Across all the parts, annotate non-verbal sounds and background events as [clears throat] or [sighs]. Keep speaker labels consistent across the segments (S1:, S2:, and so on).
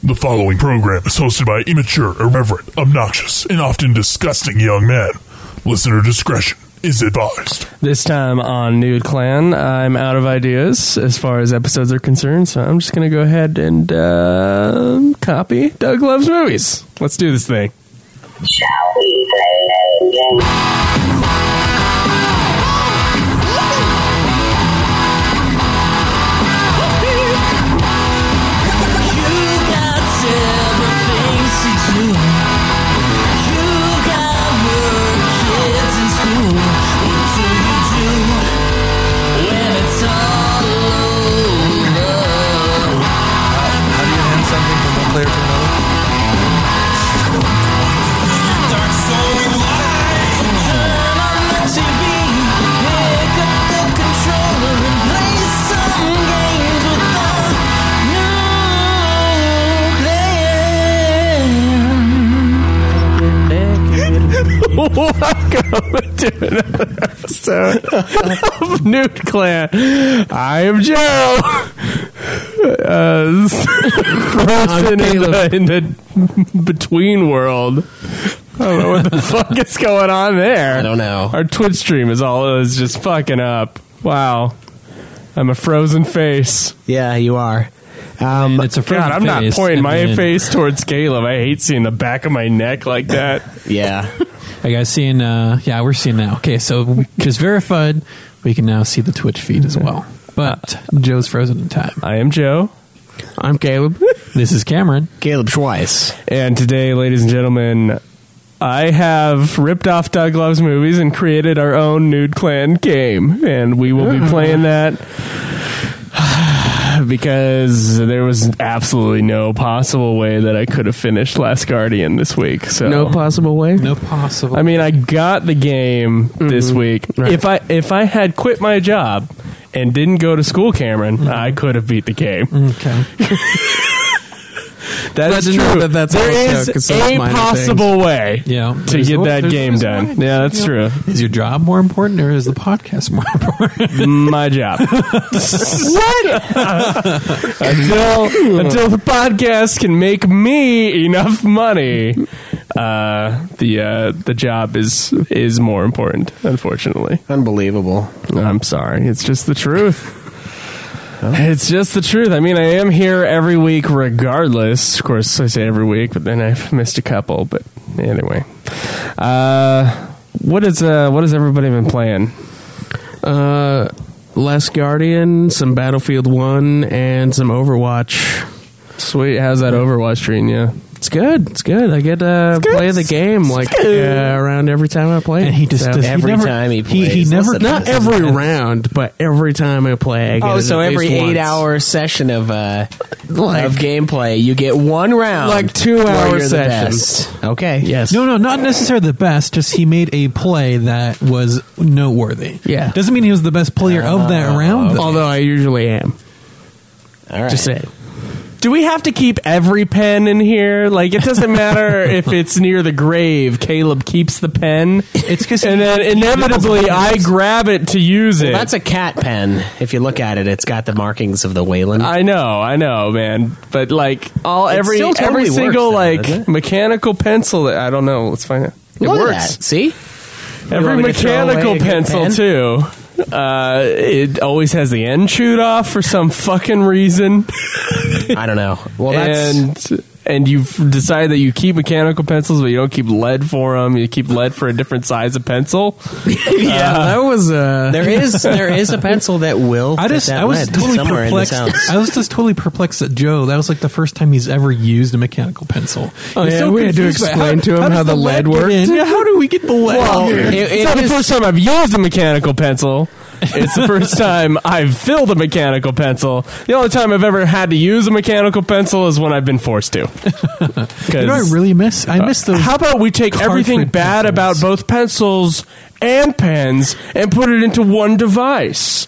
S1: The following program is hosted by immature, irreverent, obnoxious, and often disgusting young men. Listener discretion is advised.
S2: This time on Nude Clan, I'm out of ideas as far as episodes are concerned, so I'm just going to go ahead and uh, copy Doug Loves Movies. Let's do this thing.
S3: Shall we play a game?
S4: You got several things to do. You got work, kids in school. What do you do when it's all over?
S5: How do you hand something from one player to another?
S4: Turn on the TV, pick up the controller and play some games with the new
S2: Welcome to another episode of [laughs] Nude Clan. I am Joe. [laughs] Uh, frozen in the, in the between world. I don't know what the fuck is going on there.
S6: I don't know.
S2: Our Twitch stream is all is just fucking up. Wow. I'm a frozen face.
S6: Yeah, you are. Um,
S7: It's a
S2: God,
S7: frozen
S2: I'm not
S7: face,
S2: pointing
S7: and
S2: my
S7: then
S2: face towards Caleb. I hate seeing the back of my neck like that.
S6: yeah,
S7: I guys seeing. Uh, yeah, we're seeing now. Okay, so just verified. We can now see the Twitch feed as well. But Joe's frozen in time.
S2: I am Joe.
S6: I'm Caleb.
S7: This is Cameron.
S6: Caleb Schweiss.
S2: And today, ladies and gentlemen, I have ripped off Doug Love's movies and created our own Nude Clan game. And we will be playing that [sighs] because there was absolutely no possible way that I could have finished Last Guardian this week. So
S8: No possible way.
S7: No possible.
S2: I mean, I got the game this
S8: Mm-hmm.
S2: week. If I if I had quit my job and didn't go to school, Cameron,
S8: Mm-hmm.
S2: I could have beat the game.
S7: okay.
S2: That is
S8: Imagine
S2: true.
S8: that that's
S2: there
S8: also
S2: is
S8: consists
S2: a
S8: minor
S2: possible way
S7: Yeah,
S2: [laughs] to
S7: There's-
S2: get that
S7: there's-
S2: game
S7: there's
S2: done.
S7: mine.
S2: Yeah, that's
S7: You
S2: true.
S7: know, Is your job more important, or is the podcast more important? [laughs]
S2: My
S8: [laughs]
S2: job. what? until until the podcast can make me enough money, uh, the uh, the job is is more important. Unfortunately,
S6: Unbelievable.
S2: I'm sorry. It's just the truth. It's just the truth. I mean, I am here every week, regardless. Of course, I say every week, but then I've missed a couple. But anyway, uh, what is uh, what has everybody been playing?
S8: Uh, Last Guardian, some Battlefield One, and some Overwatch.
S2: Sweet, how's that Overwatch treating you?
S8: It's good. It's good. I get to play the game like uh, around every time I play.
S7: and he just
S8: So-
S7: does,
S6: every
S7: he never,
S6: time he
S7: he,
S6: plays,
S7: never
S6: listen,
S8: not every round,
S2: Uh,
S8: but every time I play. I get
S6: Oh,
S8: it
S6: so
S8: at
S6: every
S8: least once.
S6: eight-hour session of uh, of gameplay, you get one round,
S8: Like two-hour
S6: where you're the
S8: sessions.
S6: best. Okay.
S8: Yes.
S7: No, no, not necessarily the best. Just he made a play that was noteworthy.
S8: Yeah.
S7: doesn't mean he was the best player of that round. though.
S8: Oh, Although I usually am.
S6: All right.
S8: Just saying.
S2: Do we have to keep every pen in here? Like, it doesn't
S6: [laughs]
S2: matter if it's near the grave. Caleb keeps the pen.
S7: it's
S6: [laughs]
S7: because
S2: And then inevitably, I grab it to use it.
S6: That's a cat pen. If you look at it, it's got the markings of the Wayland.
S2: I know, I know, man. But like all
S6: It
S2: every
S6: still totally
S2: every
S6: works
S2: single
S6: though, doesn't
S2: like
S6: it?
S2: mechanical pencil that I don't know. Let's find out. It
S6: look
S2: works.
S6: At that. See,
S2: Every
S6: want me to throw away
S2: mechanical
S6: a good
S2: pencil
S6: pen?
S2: too. Uh, it always has the end chewed off for some fucking reason,
S6: I don't know. Well, that's
S2: and and you decide that you keep mechanical pencils, but you don't keep lead for them. You keep lead for a different size of
S6: [laughs]
S2: pencil.
S8: Yeah, that was uh
S6: there is there is a pencil that will.
S7: I
S6: fit
S7: just
S6: that
S7: I was
S6: lead
S7: totally
S6: somewhere in this
S7: perplexed. [laughs]
S6: house.
S7: I was just totally perplexed at Joe. That was like the first time he's ever used a mechanical pencil.
S8: Oh,
S7: He's
S8: yeah, we had to
S7: confused by
S8: explain to him
S7: does
S8: how the lead
S7: get
S8: worked.
S7: in? How do we get the lead?
S2: Well,
S7: here?
S2: it- it's not the first time I've used a mechanical pencil. It's the first
S6: [laughs]
S2: time I've filled a mechanical pencil. The only time I've ever had to use a mechanical pencil is when I've been forced
S6: [laughs]
S2: to. 'Cause-
S7: you know, I really miss. I
S8: Uh,
S7: miss those.
S2: how about we take everything
S7: cartridge
S2: bad
S7: pencils.
S2: about both pencils and pens and put it into one device?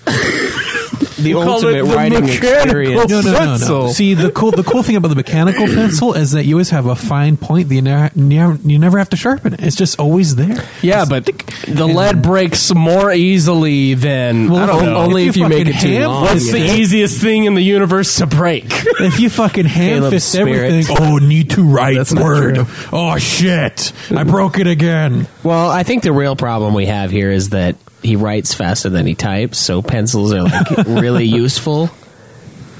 S6: the
S2: call
S6: ultimate
S2: it the
S6: writing
S2: mechanical
S6: experience.
S7: No, no, no, no.
S2: Pencil.
S7: See, the cool the cool thing about the mechanical pencil is that you always have a fine point that you never you never have to sharpen it. It's just always there.
S2: Yeah, but the lead breaks more easily than
S7: Well,
S2: I don't
S7: if-
S2: know.
S7: only if you make it too long,
S2: What's
S7: you
S2: the
S7: know?
S2: easiest thing in the universe to break?
S7: If you fucking hand
S6: Caleb's
S7: fist
S6: spirit.
S7: everything, oh, need to write word. Oh shit, I broke it again.
S6: Well, I think the real problem we have here is that he writes faster than he types, so pencils are like really useful.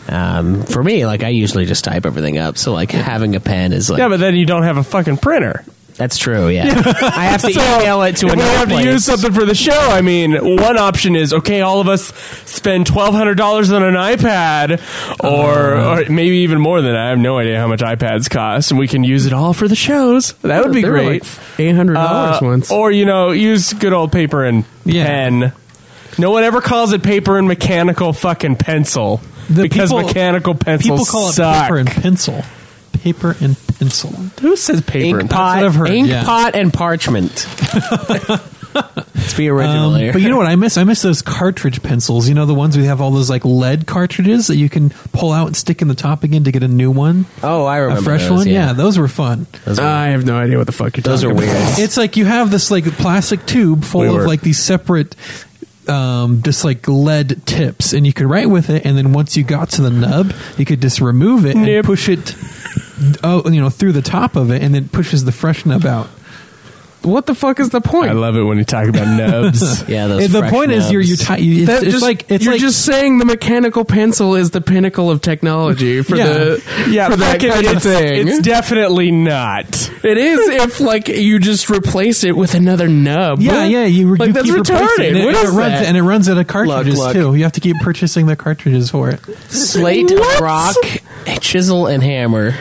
S6: Um, for me, like I usually just type everything up, so like having a pen is like
S2: yeah, but then you don't have a fucking printer.
S6: that's true. Yeah, I
S2: [laughs]
S6: have to email it to
S2: if we
S6: another
S2: have
S6: place.
S2: to use something for the show, I mean, one option is okay, all of us spend twelve hundred dollars on an iPad, or, or maybe even more than that. I have no idea how much iPads cost, and we can use it all for the shows. That would be great.
S8: Eight hundred
S2: Uh,
S8: dollars once.
S2: Or you know, use good old paper and
S7: Yeah.
S2: pen. No one ever calls it paper and mechanical fucking pencil
S7: The
S2: because
S7: people-
S2: mechanical pencils
S7: People call it
S2: suck.
S7: paper and pencil. Paper and pencil.
S2: Who says paper
S6: ink
S2: and
S6: pot,
S7: what I've heard,
S6: ink
S7: yeah.
S6: pot, and parchment. Let's be original
S7: Um,
S6: here.
S7: but you know what I miss? I miss those cartridge pencils. You know the ones we have all those like lead cartridges that you can pull out and stick in the top again to get a new one,
S6: [laughs] oh, I remember
S7: a fresh
S6: those,
S7: one.
S6: Yeah,
S7: those were fun.
S6: Those are,
S8: I have no idea what the fuck you're
S6: those are
S8: talking
S6: weird.
S7: It's like you have this like plastic tube full
S2: We
S7: of
S2: were-
S7: like these separate, um, just like lead tips, and you could write with it. And then once you got to the nub, you could just remove it
S2: Nib.
S7: and push it. Oh, you know, through the top of it, and then pushes the fresh nub out.
S8: about. What the fuck is the point?
S2: I love it when you talk about nubs.
S6: yeah, those.
S7: And the
S6: fresh
S7: point is, you're you're
S6: nubs.
S7: ti- you- it's,
S8: That
S7: it's
S8: just-
S7: like it's
S8: you're
S7: like
S8: just saying the mechanical pencil is the pinnacle of technology for
S7: Yeah.
S8: the
S2: yeah,
S8: for that
S2: fucking-
S8: kind of
S2: it's,
S8: thing.
S2: it's definitely not.
S8: It is if like you just replace it with another nub.
S7: Yeah,
S8: What?
S7: yeah, you re-
S8: like
S7: you
S8: that's
S7: keep replacing
S8: retarded.
S7: It, and,
S8: What
S7: it
S8: is
S7: runs
S8: that?
S7: and it runs out of cartridges
S6: look.
S7: too. You have to keep purchasing the cartridges for it.
S6: slate, of rock, chisel, and hammer.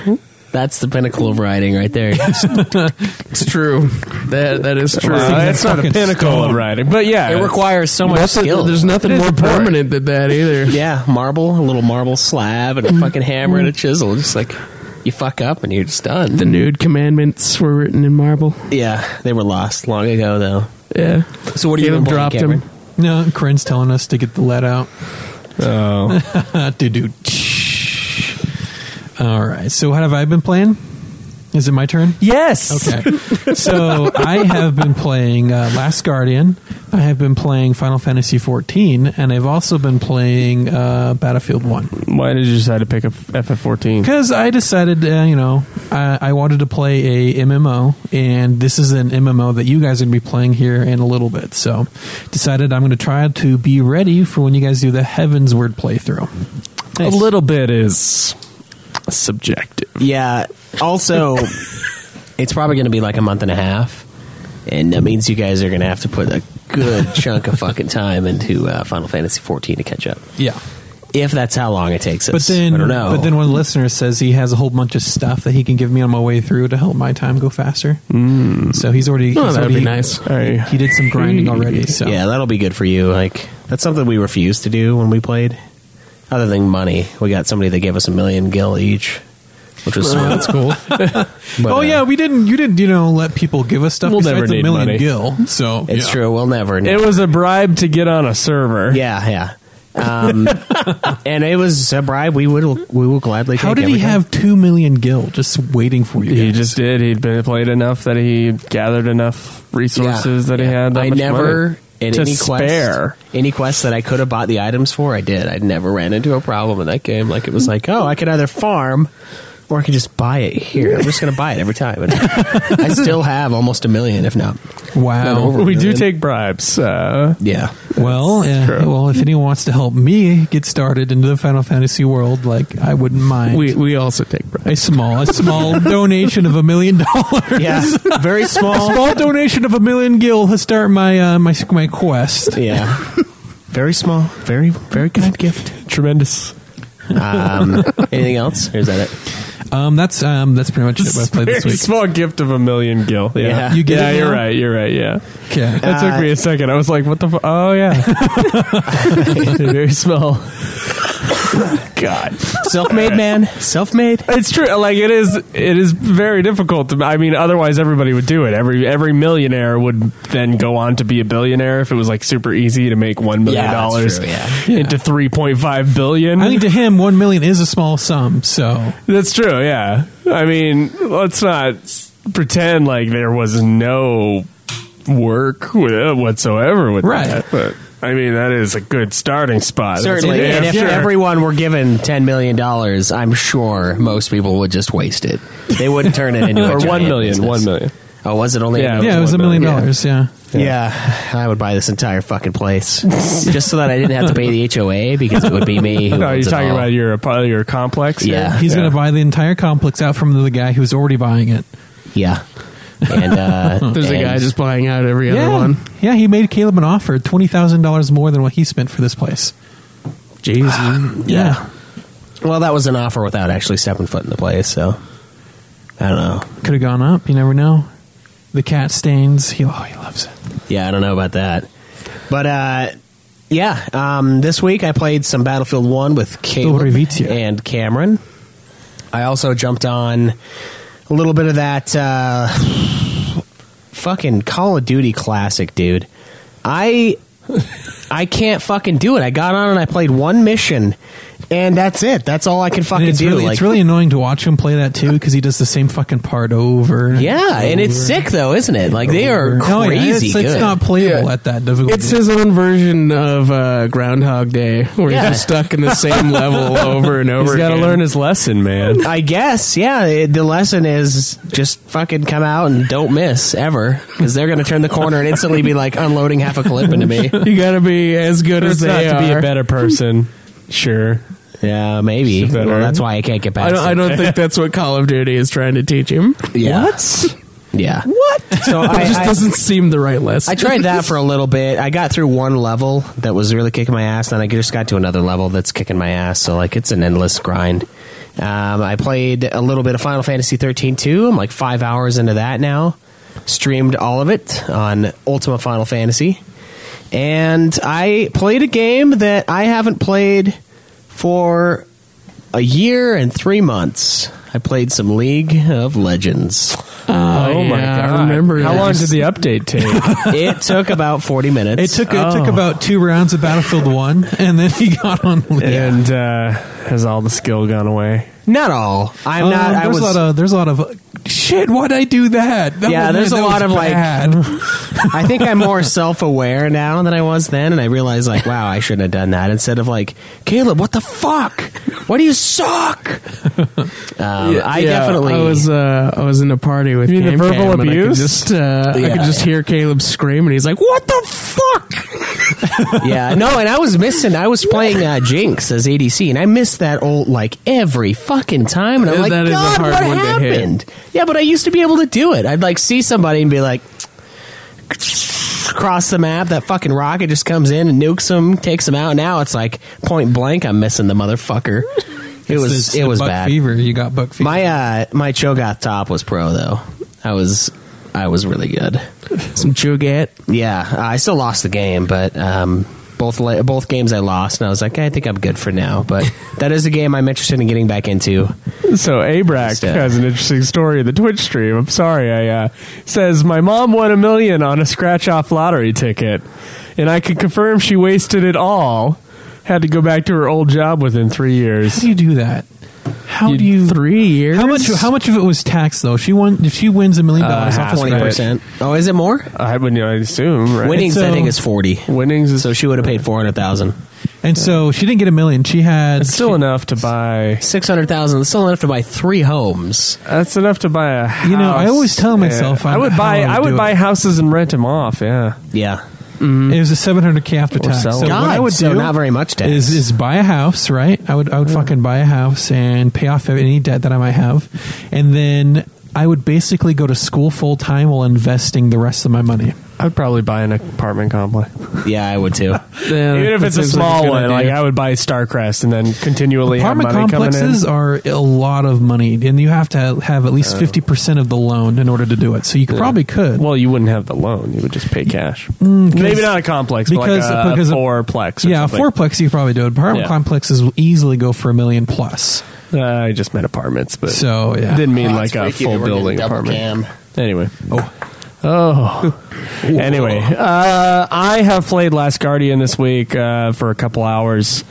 S6: That's the pinnacle of writing right
S8: [laughs]
S6: there.
S8: It's true. That that is true.
S2: Well, that's not a
S7: fucking
S2: pinnacle of writing, but yeah,
S6: It requires so much
S8: Nothing-
S6: skill.
S8: there's nothing more permanent than that either.
S6: yeah, marble, a little marble slab, and a
S8: Mm-hmm.
S6: fucking hammer and a chisel. Just like you fuck up and you're just done.
S8: The nude commandments were written in marble.
S6: yeah, they were lost long ago though.
S8: Yeah.
S6: So what do you
S8: Caleb
S6: been playing,
S8: dropped him.
S6: Cameron?
S7: No, Corinne's telling us to get the lead out. [laughs] Oh, dude. All right. So what have I been playing? Is it my turn?
S2: yes.
S7: Okay. so I have been playing uh, Last Guardian. I have been playing Final Fantasy XIV, and I've also been playing uh, Battlefield One.
S2: Why did you decide to pick up FF14?
S7: Because I decided, uh, you know, I, I wanted to play a MMO, and this is an MMO that you guys are going to be playing here in a little bit. So, decided I'm going to try to be ready for when you guys do the Heaven's Word playthrough.
S2: A little bit is subjective.
S6: Yeah.
S8: [laughs]
S6: Also, it's probably going to be like a month and a half, and that means you guys are going to have to put a good chunk of fucking time into uh, Final Fantasy 14 to catch up.
S7: Yeah.
S6: If that's how long it takes us,
S7: But then,
S6: I don't know.
S7: but then one of the listeners says he has a whole bunch of stuff that he can give me on my way through to help my time go faster. Mm. So he's already.
S8: Oh,
S7: he's
S8: that'd be
S7: already-
S8: nice.
S2: I-
S7: He did some grinding already. So
S6: Yeah, that'll be good for you. Like that's something we refused to do when we played. Other than money, we got somebody that gave us a million gil each, which was sweet.
S7: that's [laughs] cool.
S6: But,
S7: oh
S6: uh,
S7: yeah, we didn't. You didn't. You know, let people give us stuff.
S2: We'll
S7: besides
S2: never
S7: a
S2: need
S7: million
S2: money.
S7: gil. So
S6: it's
S7: yeah.
S6: true. We'll never. know.
S2: It was a bribe to get on a server.
S6: yeah, yeah. Um,
S7: [laughs]
S6: and it was a bribe. We would we will gladly.
S7: How
S6: take
S7: did
S6: every
S7: he
S6: time.
S7: have two million gil just waiting for you?
S2: He
S7: guys?
S2: just did. He'd been played enough that he gathered enough resources that he had. That
S6: I
S2: much
S6: never
S2: money
S6: in
S2: to
S6: any
S2: spare.
S6: quest, any quest that I could have bought the items for, I did. I never ran into a problem in that game. Like it was like, oh, I could either farm or I could just buy it here. I'm just going to buy it every time. And I still have almost a million, if not. not
S7: wow.
S6: over a
S2: We do
S6: million.
S2: take bribes. Uh,
S6: Yeah,
S7: Well, yeah,
S2: true.
S7: well, if anyone wants to help me get started into the Final Fantasy world, like I wouldn't mind.
S8: We we also take bread.
S7: a small, a
S6: [laughs]
S7: small donation of a million dollars.
S6: yeah,
S7: [laughs]
S6: very small.
S7: Small donation of a million gil to start my uh, my my quest.
S6: Yeah, [laughs] very small. Very very kind gift.
S2: tremendous.
S6: Um, anything else? Or is that it?
S7: Um, that's um, that's pretty much it. What I played this
S2: Very
S7: week.
S2: small gift of a million gil. Yeah,
S6: Yeah.
S7: You get
S2: yeah
S7: it
S2: you're
S7: now?
S2: right. You're right. Yeah,
S7: Okay.
S2: that
S6: Uh,
S2: took me a second. I was like, "What the? Fu- oh yeah, very small." God.
S6: Self-made man, self-made.
S2: It's true. Like it is. It is very difficult. To, I mean, otherwise everybody would do it. Every every millionaire would then go on to be a billionaire if it was like super easy to make one million
S6: Yeah, that's
S2: dollars
S6: true, yeah.
S2: into three point five billion.
S7: I think to him, one million is a small sum. So
S2: that's true. Yeah. I mean, let's not pretend like there was no work with- uh, whatsoever with
S7: Right.
S2: that. But I mean, that is a good starting spot. That's
S6: Certainly,
S2: for damn
S6: and if
S2: sure.
S6: everyone were given ten million dollars, I'm sure most people would just waste it. They wouldn't turn it into a
S2: [laughs] or
S6: giant
S2: one million,
S6: business.
S2: one million.
S6: Oh, was it only?
S2: Yeah.
S7: yeah, it was a million dollars. Yeah.
S6: Yeah. I would buy this entire fucking place just so that I didn't have to pay the HOA because it would be
S2: [laughs]
S6: me. Who
S2: No, you're
S6: owns it
S2: talking
S6: all.
S2: about your ap- your complex. here?
S6: Yeah.
S7: He's going to buy the entire complex out from the guy who's already buying it.
S6: yeah. And uh,
S8: There's a
S6: and-
S8: guy just buying out every other one.
S7: yeah. He made Caleb an offer twenty thousand dollars more than what he spent for this place.
S6: Jeez.
S7: Yeah.
S6: Well, that was an offer without actually stepping foot in the place. So I don't know.
S7: Could have gone up. You never know. The cat stains. He oh, he loves it.
S6: Yeah, I don't know about that. But uh, yeah, um, this week I played some Battlefield One with Caleb
S7: Dobrovitia.
S6: and Cameron. I also jumped on a little bit of that uh, fucking Call of Duty classic, dude. I I can't fucking do it. I got on and I played one mission, and that's it. That's all I can
S7: And
S6: fucking
S7: it's
S6: do.
S7: really
S6: like,
S7: it's really annoying to watch him play that too because he does the same fucking part over.
S6: yeah, and it's sick though, isn't it? Like they are crazy
S7: No, yeah, it's,
S6: good.
S7: it's not playable
S8: Yeah.
S7: at that difficulty.
S8: It's his own version of uh, Groundhog Day, where
S6: Yeah.
S8: he's just stuck in the same [laughs] level over and over.
S2: He's got to
S8: again.
S2: learn his lesson, man.
S6: I guess, yeah. It, the lesson is just fucking come out and don't miss ever, because they're going to turn the corner and instantly be like unloading half a clip into
S8: [laughs]
S6: me.
S8: You got to be as good as
S2: It's
S8: they
S2: not
S8: are.
S2: to be a better person. Sure.
S6: Yeah,
S2: She
S6: maybe.
S2: better.
S6: Well, that's why I can't get
S8: I
S6: past.
S8: don't, I
S6: it.
S8: don't [laughs] think that's what Call of Duty is trying to teach him.
S6: Yeah.
S8: What?
S6: Yeah,
S8: What?
S6: So I-
S8: it just
S6: I-
S8: doesn't seem the right lesson.
S6: I tried that for a little bit. I got through one level that was really kicking my ass, then I just got to another level that's kicking my ass. So like, it's an endless grind. Um, I played a little bit of Final Fantasy 13 too. I'm like five hours into that now. Streamed all of it on Ultima Final Fantasy. and I played a game that I haven't played for a year and three months. I played some League
S7: [laughs]
S6: of Legends.
S8: Oh, my god! I remember
S2: How
S8: that.
S2: long did the update
S8: [laughs]
S2: take?
S6: it took about forty minutes.
S7: it took it
S6: Oh.
S7: took about two rounds of Battlefield One, and then he [laughs] got on.
S2: And uh, has all the skill gone away?
S6: not all. I'm
S7: Um,
S6: not. I
S7: there's
S6: was.
S7: a lot of there's a lot of shit. Why'd I do that? That
S6: Yeah,
S7: was-
S6: there's a
S7: that
S6: lot
S7: was
S6: of, like-
S7: bad.
S6: I think I'm more self-aware now than I was then, and I realized like, wow, I shouldn't have done that. Instead of like, Caleb, what the fuck? Why do you
S8: [laughs]
S6: suck? Um, I
S8: Yeah,
S6: definitely.
S8: I was. Uh, I was in a party with.
S2: You mean the
S8: Game
S2: verbal
S8: Cam, and I could
S2: abuse?
S8: just. Uh, I
S6: Yeah,
S8: could just
S6: yeah.
S8: hear Caleb scream, and he's like, "What the fuck?"
S6: yeah, no, and I was missing. I was playing uh, Jinx as ADC, and I missed that old like every fucking time. And I'm
S8: Yeah,
S6: like,
S8: that is a
S6: God,
S8: hard
S6: what
S8: one to hit."
S6: happened? Yeah, but I used to be able to do it. I'd like see somebody and be like, cross the map. That fucking rocket just comes in and nukes them, takes them out. Now it's like point blank. I'm missing the motherfucker. It was
S7: It's
S6: it
S7: the
S6: was
S7: buck
S6: bad.
S7: Fever. You got buck fever.
S6: My uh my Cho'Gath top was pro though. I was I was really good.
S8: Some Jugat.
S6: Yeah, uh, I still lost the game, but um, both la- both games I lost, and I was like, I think I'm good for now. But that is a game I'm interested in getting back into.
S2: So Abrac
S6: Yeah.
S2: has an interesting story in the Twitch stream. I'm sorry, I uh, says my mom won a million on a scratch off lottery ticket, and I can confirm she wasted it all. Had to go back to her old job within three
S7: how
S2: years.
S7: do you do that? How do you?
S8: Three years.
S7: How much? How much of it was tax though? She won. If she wins a million
S2: Uh,
S7: dollars off
S2: half
S7: of
S6: Twenty percent. Oh, is it more?
S2: I would I assume right.
S6: Winnings,
S7: So-
S6: I think, is forty.
S2: Winnings is
S6: So she would have paid four hundred thousand.
S7: and so she didn't get a million. She had
S2: It's still enough to buy.
S6: Six hundred thousand. That's still enough to buy three homes.
S2: That's enough to buy a. House.
S7: You know, I always tell
S2: Yeah.
S7: myself
S2: I
S7: I'm-
S2: would buy.
S7: how I
S2: I would
S7: do
S2: buy
S7: it.
S2: houses and rent them off. Yeah,
S6: Yeah.
S7: It was a seven hundred k after tax.
S2: sell
S7: So
S2: it.
S7: what I
S6: God,
S7: would
S6: so
S7: do
S6: not very much tax.
S7: Is is buy a house, right? I would I would fucking buy a house and pay off any debt that I might have, and then I would basically go to school full time while investing the rest of my money.
S2: I'd probably buy an apartment complex.
S6: Yeah, I would too.
S8: Yeah,
S2: Even if
S8: that
S2: it's a
S8: seems like
S2: small
S8: good
S2: one,
S8: idea.
S2: like I would buy Starcrest and then continually
S7: Apartment
S2: have money
S7: complexes
S2: coming
S7: are a lot of money, and you have to have at least fifty percent of the loan in order to do it. So you could- probably could.
S2: in. Well, you wouldn't have the loan; you would just pay cash.
S7: 'cause-
S2: Maybe not a complex,
S7: Mm, because-
S2: but like a,
S7: because-
S2: a fourplex. Or
S7: yeah, a
S2: something.
S7: fourplex you could probably do. it. Apartment
S2: Yeah.
S7: complexes will easily go for a million plus.
S2: Uh, I just meant apartments, but
S7: So, yeah.
S2: didn't mean
S6: Oh,
S2: like
S6: it's
S2: a
S6: freaky that
S2: full
S6: we're getting
S2: building
S6: double
S2: apartment.
S6: cam.
S2: Anyway, oh, anyway, uh, I have played Last Guardian this week uh, for a couple hours.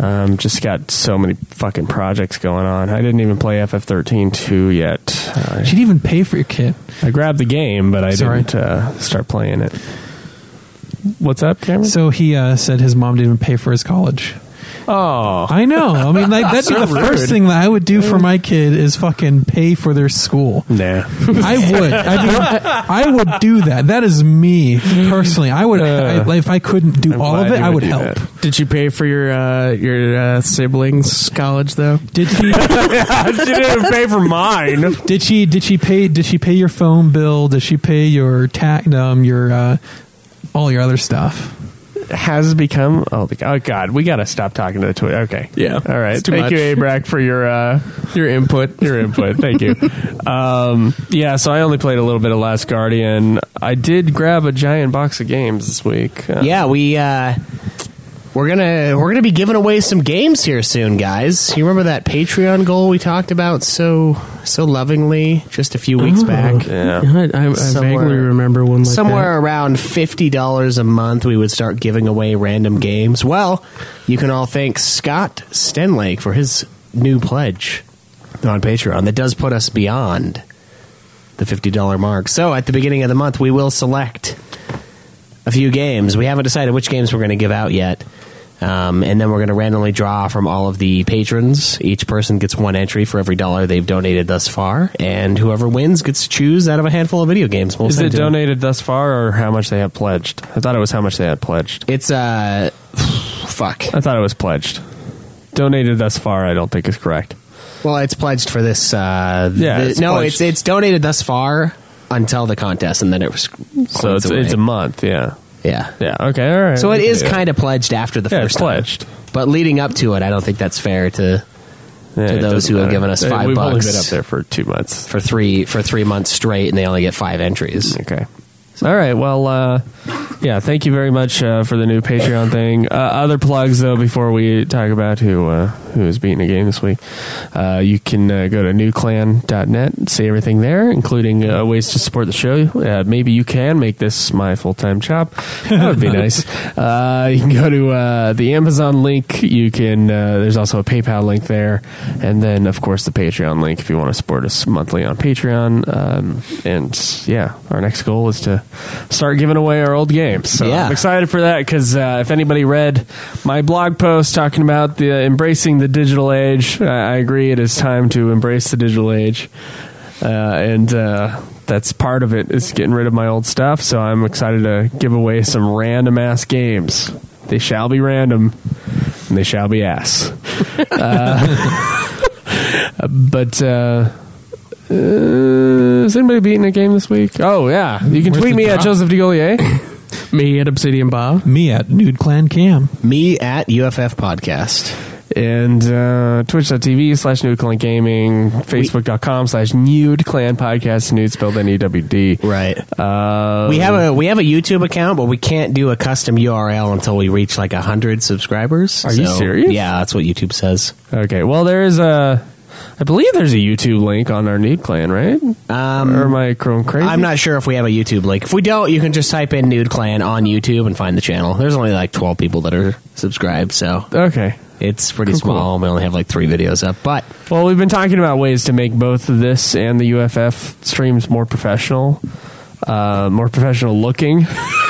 S2: Um, just got so many fucking projects going on. I didn't even play FF13 two yet.
S7: You
S2: I,
S7: should even pay for your kid.
S2: I grabbed the game, but I
S7: Sorry.
S2: didn't uh, start playing it. What's up, Cameron?
S7: So he uh, said his mom didn't even pay for his college.
S2: oh,
S7: I know. I mean, like that'd
S2: [laughs]
S7: be the first thing that I would do for my kid is fucking pay for
S2: [laughs]
S7: their school.
S2: nah.
S7: I would. I mean, I would do that. That is me personally. I would I, if I couldn't do
S2: I'm
S7: all of
S2: glad
S7: it.
S2: you
S7: I
S2: would
S7: would
S2: do
S7: help.
S2: that.
S8: Did you pay for your uh, your uh, siblings' college though?
S7: Did he?
S2: she didn't even pay for mine.
S7: Did she? Did she pay? Did she pay your phone bill? Did she pay your tax? Um, your uh, all your other stuff.
S2: has become oh the oh god we gotta stop talking to the twitter okay
S8: Yeah.
S2: all right
S8: It's too
S2: thank
S8: much.
S2: you abrac for your uh
S8: Your input.
S2: your input thank you um yeah so i only played a little bit of last guardian i did grab a giant box of games this week uh,
S6: yeah, we uh, we're gonna we're gonna be giving away some games here soon, guys. You remember that Patreon goal we talked about so so lovingly just a few weeks
S8: Oh,
S6: back?
S2: yeah
S8: God, I, I vaguely
S6: Somewhere-
S8: remember one like
S6: Somewhere around fifty dollars a month, we would start giving away random games. Well, you can all thank Scott Stenlake for his new pledge on Patreon that does put us beyond the fifty dollar mark. So at the beginning of the month, we will select a few games. We haven't decided which games we're going to give out yet. Um, and then we're going to randomly draw from all of the patrons. Each person gets one entry for every dollar they've donated thus far, and whoever wins gets to choose out of a handful of video games. We'll
S2: is
S6: send
S2: it
S6: to them.
S2: donated thus far or how much they have pledged i thought it was how much they had pledged
S6: It's uh, [sighs] fuck.
S2: i thought it was pledged donated thus far i don't think is correct
S6: Well, it's pledged for this. Uh,
S2: Yeah,
S6: the-
S2: it's
S6: no,
S2: pledged.
S6: it's it's donated thus far until the contest, and then it was
S2: so it's, it's a month yeah
S6: yeah.
S2: yeah okay all right
S6: So it is
S2: Yeah.
S6: kind of pledged after the
S2: Yeah,
S6: first
S2: it's
S6: time.
S2: pledged.
S6: but leading up to it, I don't think that's fair to
S2: Yeah,
S6: to
S2: it
S6: those
S2: doesn't
S6: who have given us
S2: Uh,
S6: five
S2: we've only
S6: bucks.
S2: been up there for two months
S6: for three for three months straight, and they only get five entries.
S2: Okay. All right. Well, uh, yeah. Thank you very much uh, for the new Patreon thing. Uh, other plugs, though, before we talk about who uh, who is beating the game this week, uh, you can uh, go to newclan.net, see everything there, including uh, ways to support the show. Uh, maybe you can make this my full time job. That would be nice. Uh, you can go to uh, the Amazon link. You can. Uh, there's also a PayPal link there, and then of course the Patreon link if you want to support us monthly on Patreon. Um, and yeah, our next goal is to start giving away our old games. So
S6: Yeah.
S2: I'm excited for that because uh, if anybody read my blog post talking about the uh, embracing the digital age, I, I agree it is time to embrace the digital age uh, and uh, that's part of it is getting rid of my old stuff. So I'm excited to give away some random ass games. They shall be random, and they shall be ass. [laughs] uh, [laughs] but uh, uh, is anybody beating a game this week? Oh yeah, you can
S7: Where's
S2: tweet
S7: the
S2: me at
S7: drop?
S2: Joseph DeGolier.
S8: that. Me at Obsidian Bob.
S7: Me at Nude Clan Cam.
S6: Me at UFF podcast.
S2: and uh, twitch.tv slash nude clan gaming facebook.com slash nude clan podcast nude spelled n-e-w-d
S6: Right.
S2: uh,
S6: we have a we have a YouTube account, but we can't do a custom URL until we reach like hundred subscribers.
S2: Are you serious?
S6: Yeah, that's what YouTube says.
S2: Okay. Well, there is a. I believe there's a YouTube link on our Nude Clan, right?
S6: Um,
S2: or am I going crazy?
S6: I'm not sure if we have a YouTube link. If we don't, you can just type in Nude Clan on YouTube and find the channel. There's only like 12 people that are subscribed, so
S2: Okay.
S6: it's pretty
S2: Cool, cool.
S6: small. We only have like three videos up, but
S2: Well, we've been talking about ways to make both of this and the UFF streams more professional, uh, more professional looking,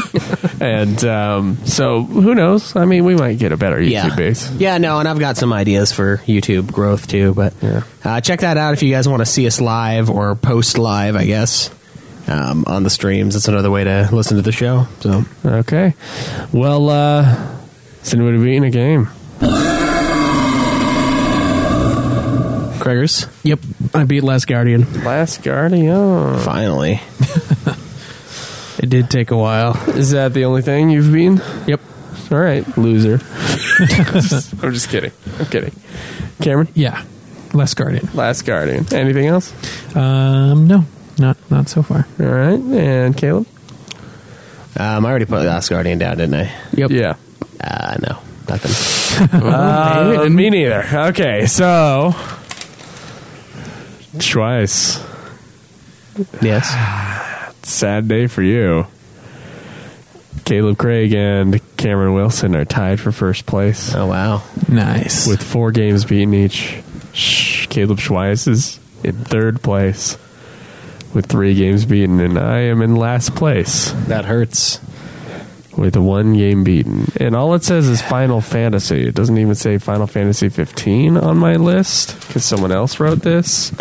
S2: [laughs] and um, so who knows? I mean, we might get a better YouTube
S6: yeah,
S2: base.
S6: yeah, no, and I've got some ideas for YouTube growth too. But
S2: Yeah.
S6: uh, check that out if you guys want to see us live or post live, I guess, um, on the streams. That's another way to listen to the show. So
S2: Okay. Well, uh, it's anybody beating a game?
S6: Craigers,
S8: Yep, I beat Last Guardian.
S2: Last Guardian.
S6: finally,
S8: It did take a while.
S2: Is that the only thing you've been?
S8: Yep.
S2: All right, loser. [laughs] I'm just kidding. I'm kidding. Cameron,
S7: Yeah, Last Guardian.
S2: Last Guardian. Anything else?
S7: Um, no, not not so far.
S2: All right, and Caleb.
S6: Um, I already put Last Guardian down, didn't I?
S8: Yep.
S2: Yeah.
S6: Uh, no, nothing.
S2: Uh, me neither. Okay, so twice. [sighs]
S6: Yes.
S2: Sad day for you. Caleb Craig and Cameron Wilson are tied for first place.
S6: Oh wow.
S7: Nice.
S2: with four games beaten each. Sh- Caleb Schweiss is in third place with three games beaten, and I am in last place
S6: That hurts.
S2: with one game beaten. And all it says is Final Fantasy. It doesn't even say Final Fantasy 15 on my list because someone else wrote
S8: [laughs]
S2: this.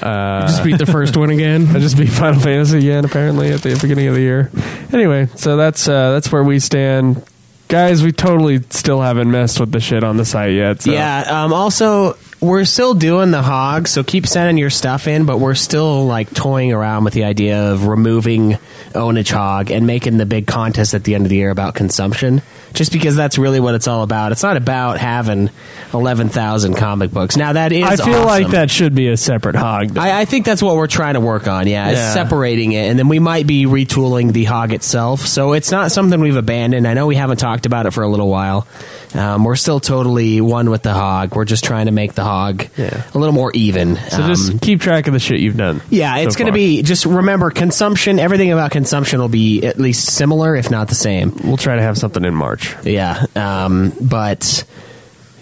S2: Uh,
S8: Just beat the first one again.
S2: [laughs] I just beat Final Fantasy again, apparently at the beginning of the year. Anyway, so that's uh, that's where we stand, guys. We totally still haven't messed with the shit on the site yet. So.
S6: Yeah. Um, also, we're still doing the hog, so keep sending your stuff in. But we're still like toying around with the idea of removing ownage hog and making the big contest at the end of the year about consumption, just because that's really what it's all about. It's not about having eleven thousand comic books. Now that is.
S2: I feel like
S6: awesome.
S2: that should be a separate hog. though.
S6: I, I think that's what we're trying to work on. Yeah, is
S2: Yeah.
S6: separating it, and then we might be retooling the hog itself. So it's not something we've abandoned. I know we haven't talked about it for a little while. Um, we're still totally one with the hog. We're just trying to make the hog
S2: Yeah.
S6: a little more even.
S2: So just keep track of the shit you've done.
S6: Um, yeah, it's
S2: so
S6: going to
S2: far.
S6: be just remember consumption. Everything about consumption will be at least similar, if not the same.
S2: We'll try to have something in March.
S6: Yeah, um, but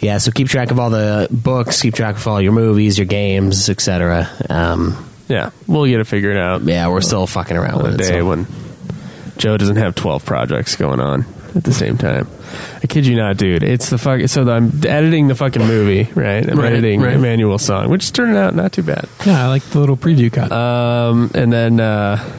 S6: yeah, so keep track of all the books, keep track of all your movies, your games, etc. Um,
S2: Yeah, we'll get it figured out.
S6: yeah, we're still fucking around
S2: on a
S6: with it.
S2: day
S6: so-
S2: when Joe doesn't have twelve projects going on at the same time. I kid you not, dude. It's the fuck. So I'm editing the fucking movie, right? I'm
S7: Right,
S2: editing
S7: right.
S2: Emmanuel's song, which is turning out not too bad.
S7: Yeah, I like the little preview cut.
S6: Uh,
S2: Um, and then uh,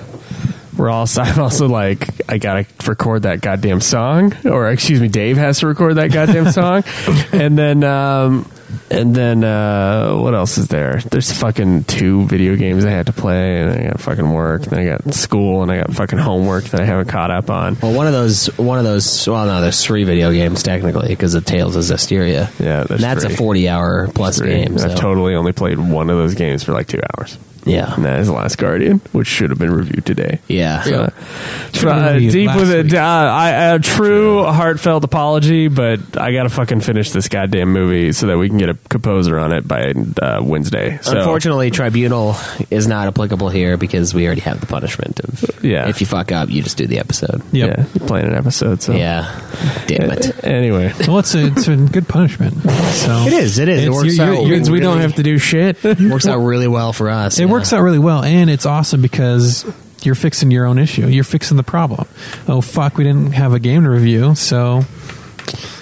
S2: we're also [laughs] I'm also like I gotta record that goddamn song, or excuse me, Dave has to record that goddamn song, and then um, and then uh, what else is there? There's fucking two video games I had to play, and I got fucking work, and then I got school, and I got fucking homework that I haven't caught up on.
S6: Well, one of those, one of those. Well, no, there's three video games technically because of Tales of Zestiria.
S2: Yeah, there's
S6: And that's
S2: three.
S6: a 40 hour plus
S2: Three.
S6: game. So.
S2: I've totally only played one of those games for like two hours.
S6: Yeah.
S2: And that is Last Guardian, which should have been reviewed today. Uh,
S6: Yeah.
S2: So,
S7: Should have
S2: uh,
S7: been reviewed
S2: deep
S7: last
S2: with it.
S7: week.
S2: Uh, I, a true heartfelt apology, but I gotta fucking finish this goddamn movie so that we can get a composer on it by uh, Wednesday. So,
S6: Unfortunately, Tribunal is not applicable here because we already have the punishment of
S2: Yeah.
S6: if you fuck up, you just do the episode.
S7: yep.
S2: yeah, you're playing an episode. So
S6: Yeah. Damn it.
S2: Anyway,
S7: Well, it's a, it's a good punishment. So
S6: [laughs] It is. It is. It
S7: It's-
S6: works
S7: you're-
S6: out.
S7: you're-
S8: Means we don't
S6: really-
S8: have to
S6: [laughs]
S8: do shit.
S6: Works out really well for us.
S7: It works out really well, and it's awesome because you're fixing your own issue. You're fixing the problem. Oh fuck, we didn't have a game to review, so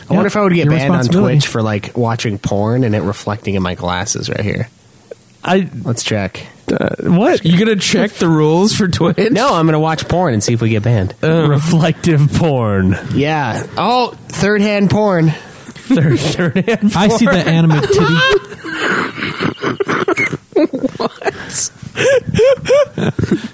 S6: I wonder if I would get
S7: Your
S6: banned on
S7: responsibility.
S6: Twitch for like watching porn and it reflecting in my glasses right here.
S2: I
S6: Let's check.
S2: Uh, what
S8: You gonna check the rules for Twitch?
S6: No, I'm going to watch porn and see if we get banned.
S2: reflective porn?
S6: Yeah. Oh, third hand porn.
S2: Third, third hand.
S7: I
S6: [laughs]
S7: see that anime titty.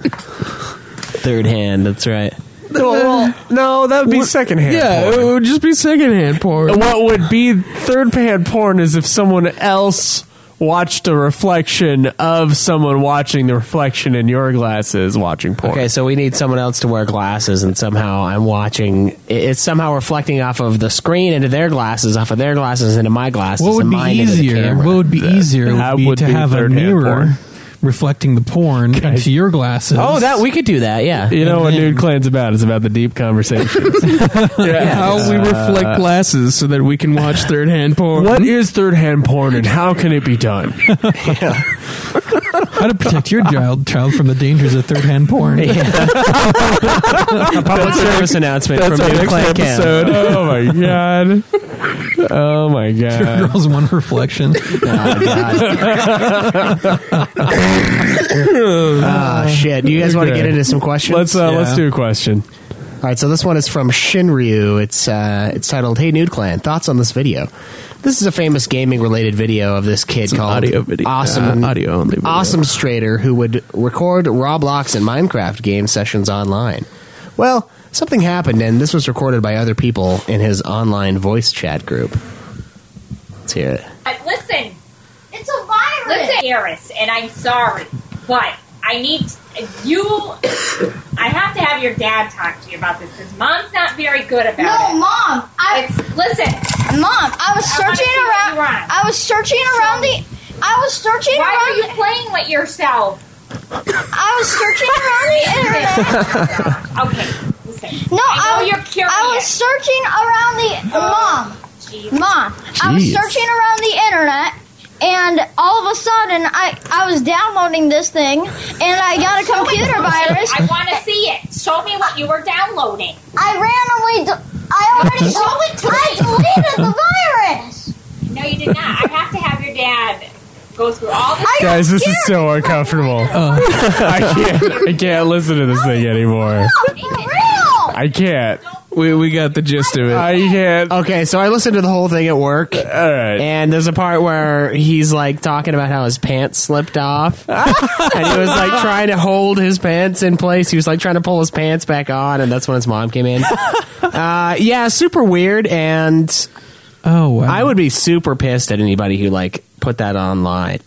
S6: Third hand. That's right.
S2: no, that would be second hand.
S8: Yeah, it would Oh, just be secondhand porn.
S2: what would be third hand porn is if someone else watched a reflection of someone watching the reflection in your glasses watching porn.
S6: Okay, so we need someone else to wear glasses, and somehow I'm watching. it- It's somehow reflecting off of the screen into their glasses, off of their glasses into my glasses.
S7: What would
S6: and
S7: be
S6: mine into the
S7: easier?
S6: camera.
S7: What would be easier
S2: That
S7: would be
S2: would
S7: to
S2: be
S7: have a
S2: third-hand porn.
S7: mirror reflecting the porn into your glasses.
S6: oh, that we could do that. Yeah.
S7: [laughs]
S2: You know what
S7: And then-
S2: Nude Clan's about? It's about the deep conversation.
S8: How we reflect glasses so that we can watch third hand porn.
S2: what is third hand porn and how can it be done?
S7: How to protect your child child from the dangers of third hand porn? [laughs]
S6: a public service announcement from
S2: our
S6: New
S2: next
S6: Clan Cam.
S2: episode. Oh my god. Oh my god.
S7: Girls, one reflection.
S6: Oh shit! You guys want to
S2: Okay.
S6: get into some questions?
S2: Let's uh,
S7: Yeah.
S2: let's do a question.
S6: All right, so this one is from Shinryu. It's uh, it's titled "Hey Nude Clan." Thoughts on this video? This is a famous gaming-related video of this kid
S8: an
S6: called
S8: audio video-
S6: Awesome
S8: uh, audio only video.
S6: Awesome Strader, who would record Roblox and Minecraft game sessions online. Well, something happened, and this was recorded by other people in his online voice chat group. Let's hear it.
S9: Listen, it's a virus. Listen, Garrus, and I'm sorry, but I need you. I have to have your dad talk to you about this because mom's not very good about
S10: No,
S9: it.
S10: mom. I
S9: It's listen.
S10: mom. I was
S9: I wanna
S10: searching
S9: see what
S10: around.
S9: you want.
S10: I was searching around the. I was searching
S9: Why are
S10: around.
S9: you
S10: the-
S9: playing with yourself?
S10: I was searching around
S9: [laughs]
S10: the internet.
S9: Okay, listen.
S10: No,
S9: I know
S10: I,
S9: you're curious.
S10: I was searching around the mom.
S9: Jeez.
S10: Mom, I was
S6: Jeez.
S10: searching around the internet, and all of a sudden, I I was downloading this thing, and I got a computer virus.
S9: I want to see it. Show me what you were downloading.
S10: I randomly. d- I already showed it to I deleted the virus.
S9: No, you did not. I have to have your dad go through all this.
S10: I
S2: Guys,
S10: don't
S2: this is
S10: care.
S2: so uncomfortable.
S6: Oh.
S2: [laughs] I can't. I can't listen to this thing anymore.
S10: For real.
S2: I can't.
S8: We, we got the gist of it.
S2: I can't.
S6: Okay, so I listened to the whole thing at work.
S2: All right.
S6: And there's a part where he's like talking about how his pants
S7: [laughs]
S6: slipped off. and he was like trying to hold his pants in place. He was like trying to pull his pants back on, and that's when his mom
S7: [laughs]
S6: came in. uh, yeah, super weird. And
S7: Oh wow!
S6: I would be super pissed at anybody who like put that online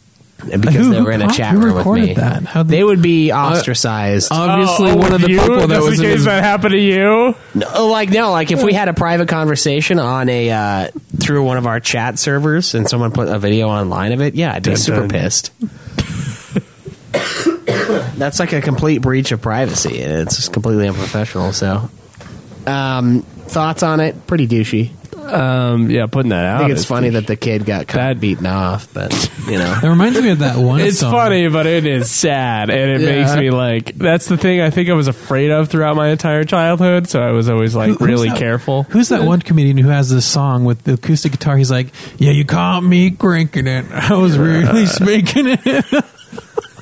S6: because they were in a
S7: record-
S6: chat
S7: who
S6: room with
S7: recorded
S6: me.
S7: That? How Uh,
S6: They would be ostracized.
S8: Obviously, one of Oh, the
S2: Oh, you,
S8: people that
S2: just
S8: was
S2: in
S8: in
S2: case
S8: his,
S2: that happened to you.
S6: No, Uh, like no, like if we had a private conversation on a uh, through one of our chat servers and someone put a video online of it, yeah, I'd be super
S2: dun.
S6: pissed. [coughs] That's like a complete breach of privacy. and It's just completely unprofessional. So, um, thoughts on it? Pretty douchey.
S2: Um, yeah, putting that out.
S6: I think it's funny that the kid got caught
S2: Bad-
S6: beaten off, but you know,
S2: [laughs]
S7: That reminds me of that one.
S2: It's
S7: song.
S2: funny, but it is sad, and it
S7: Yeah.
S2: makes me like. That's the thing I think I was afraid of throughout my entire childhood, so I was always like
S7: who's
S2: really
S7: that-
S2: careful.
S7: Who's that one comedian who has this song with the acoustic guitar? He's like, "Yeah, you caught me cranking it. [laughs] I was really spanking it."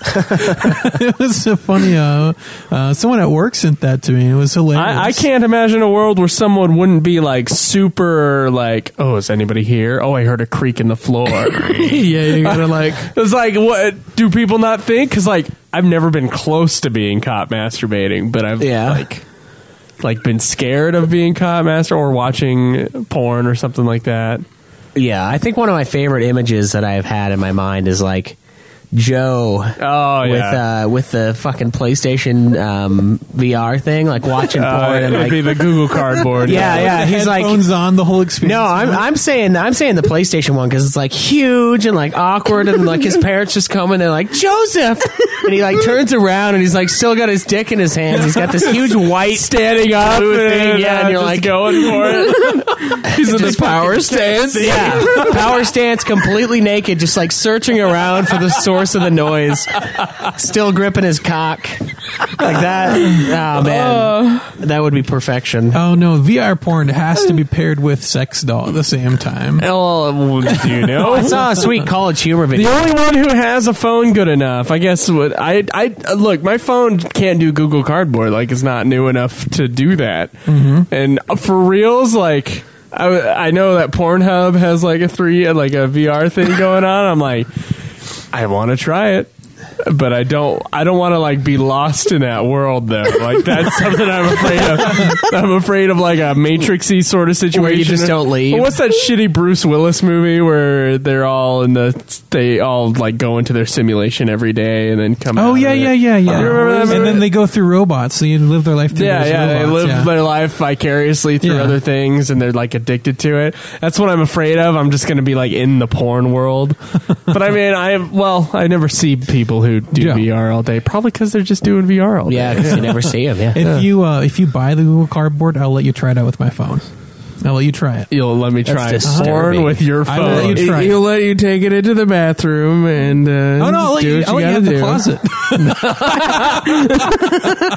S7: [laughs] it was so funny. Uh, uh, someone at work sent that to me. It was hilarious.
S2: I, I can't imagine a world where someone wouldn't be like super like. Oh, is anybody here? Oh, I heard a creak in the floor. [laughs]
S7: Yeah, you gotta [laughs] like.
S2: it's like, what do people not think? Because like I've never been close to being caught masturbating, but I've
S6: Yeah.
S2: like like been scared of being caught masturbating or watching porn or something like that.
S6: yeah. I think one of my favorite images that I've had in my mind is like Joe
S2: Oh
S6: with
S2: yeah.
S6: uh, with the fucking PlayStation um, VR thing, like watching porn
S2: [laughs] Uh,
S6: and
S2: it'd
S6: like
S2: be the Google cardboard.
S6: [laughs] yeah, yeah. He's like,
S7: headphones on the whole experience.
S6: no, I'm I'm saying I'm saying the PlayStation one because it's like huge and like awkward and like his parents just come and they're like Joseph, and he like turns around and he's like still got his dick in his hands. He's got this huge white
S2: standing up
S6: blue
S2: and,
S6: thing,
S2: uh,
S6: yeah, and you're
S2: just
S6: like-
S2: going for it.
S6: [laughs]
S2: He's in the power stance.
S6: Yeah, power stance, completely naked, just like searching around for the source of the noise. Still gripping his cock like that. Oh man, that would be perfection.
S7: Oh no, VR porn has to be paired with sex doll at the same time.
S2: Well, do you
S6: I
S2: know?
S6: saw a sweet college
S2: [laughs]
S6: humor
S2: The
S6: video.
S2: only one who has a phone good enough, I guess. What I I uh, look, my phone can't do Google Cardboard. Like it's not new enough to do that.
S6: Mm-hmm.
S2: And uh, for reals, like I I know that Pornhub has like a three uh, like a VR
S6: [laughs]
S2: thing going on. I'm like, I want to try it. But I don't. I don't want to like be lost in that world though. Like that's something I'm afraid
S6: [laughs]
S2: of. I'm afraid of like a matrixy sort of situation
S6: Where you just don't leave.
S2: Well, What's that shitty Bruce Willis movie where they're all in the they all like go into their simulation every day and then come?
S7: Oh
S2: out
S7: yeah,
S2: of it?
S7: yeah, yeah, yeah.
S2: You remember that
S7: and
S2: movie?
S7: then they go through robots, so you live their life through
S2: Yeah,
S7: those
S2: yeah, they
S7: robots,
S2: live
S7: yeah.
S2: their life vicariously through
S7: Yeah.
S2: other things, and they're like addicted to it. That's what I'm afraid of. I'm just going to be like in the porn
S7: [laughs]
S2: world. but I mean, I well, I never see people who do
S7: Yeah.
S2: VR all day, probably because they're just doing VR all day.
S7: [laughs]
S6: Yeah, because you never see him. Yeah.
S7: If you uh, if you buy the Google Cardboard, I'll let you try it out with my phone. I'll let you try it.
S2: You'll let me
S7: try
S2: it. Porn with your phone.
S7: I will let you try it.
S8: He'll let you take it into the bathroom and uh,
S7: Oh, no, I'll let
S8: do
S7: you-
S8: what
S7: I'll
S8: you
S7: let you
S8: gotta
S7: have the
S8: do.
S2: [laughs]
S7: closet.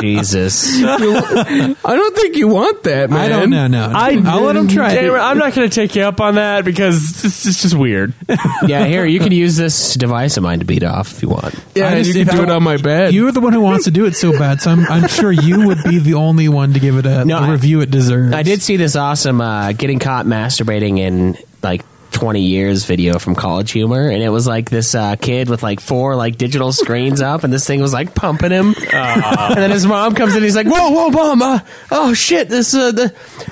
S6: Jesus.
S8: I don't think you want that, man.
S2: I don't- no,
S7: no.
S2: I,
S8: I'll let him try it.
S2: Damn I'm not going to take you up on that because it's, it's just
S7: [laughs]
S2: weird. Uh,
S6: yeah, here you can use this device of mine to beat off if you want.
S7: I just- if I- You're the one who wants to do it so bad, so I'm, I'm sure you would be the only one to give it a, the review it deserves.
S6: I did see this awesome uh, getting caught masturbating in like 20 years video from College Humor, and it was like this uh, kid with like four like digital screens up, and this thing was like pumping him, and then his mom comes in, he's like, "Whoa, whoa, mom! Uh, oh shit, this uh, the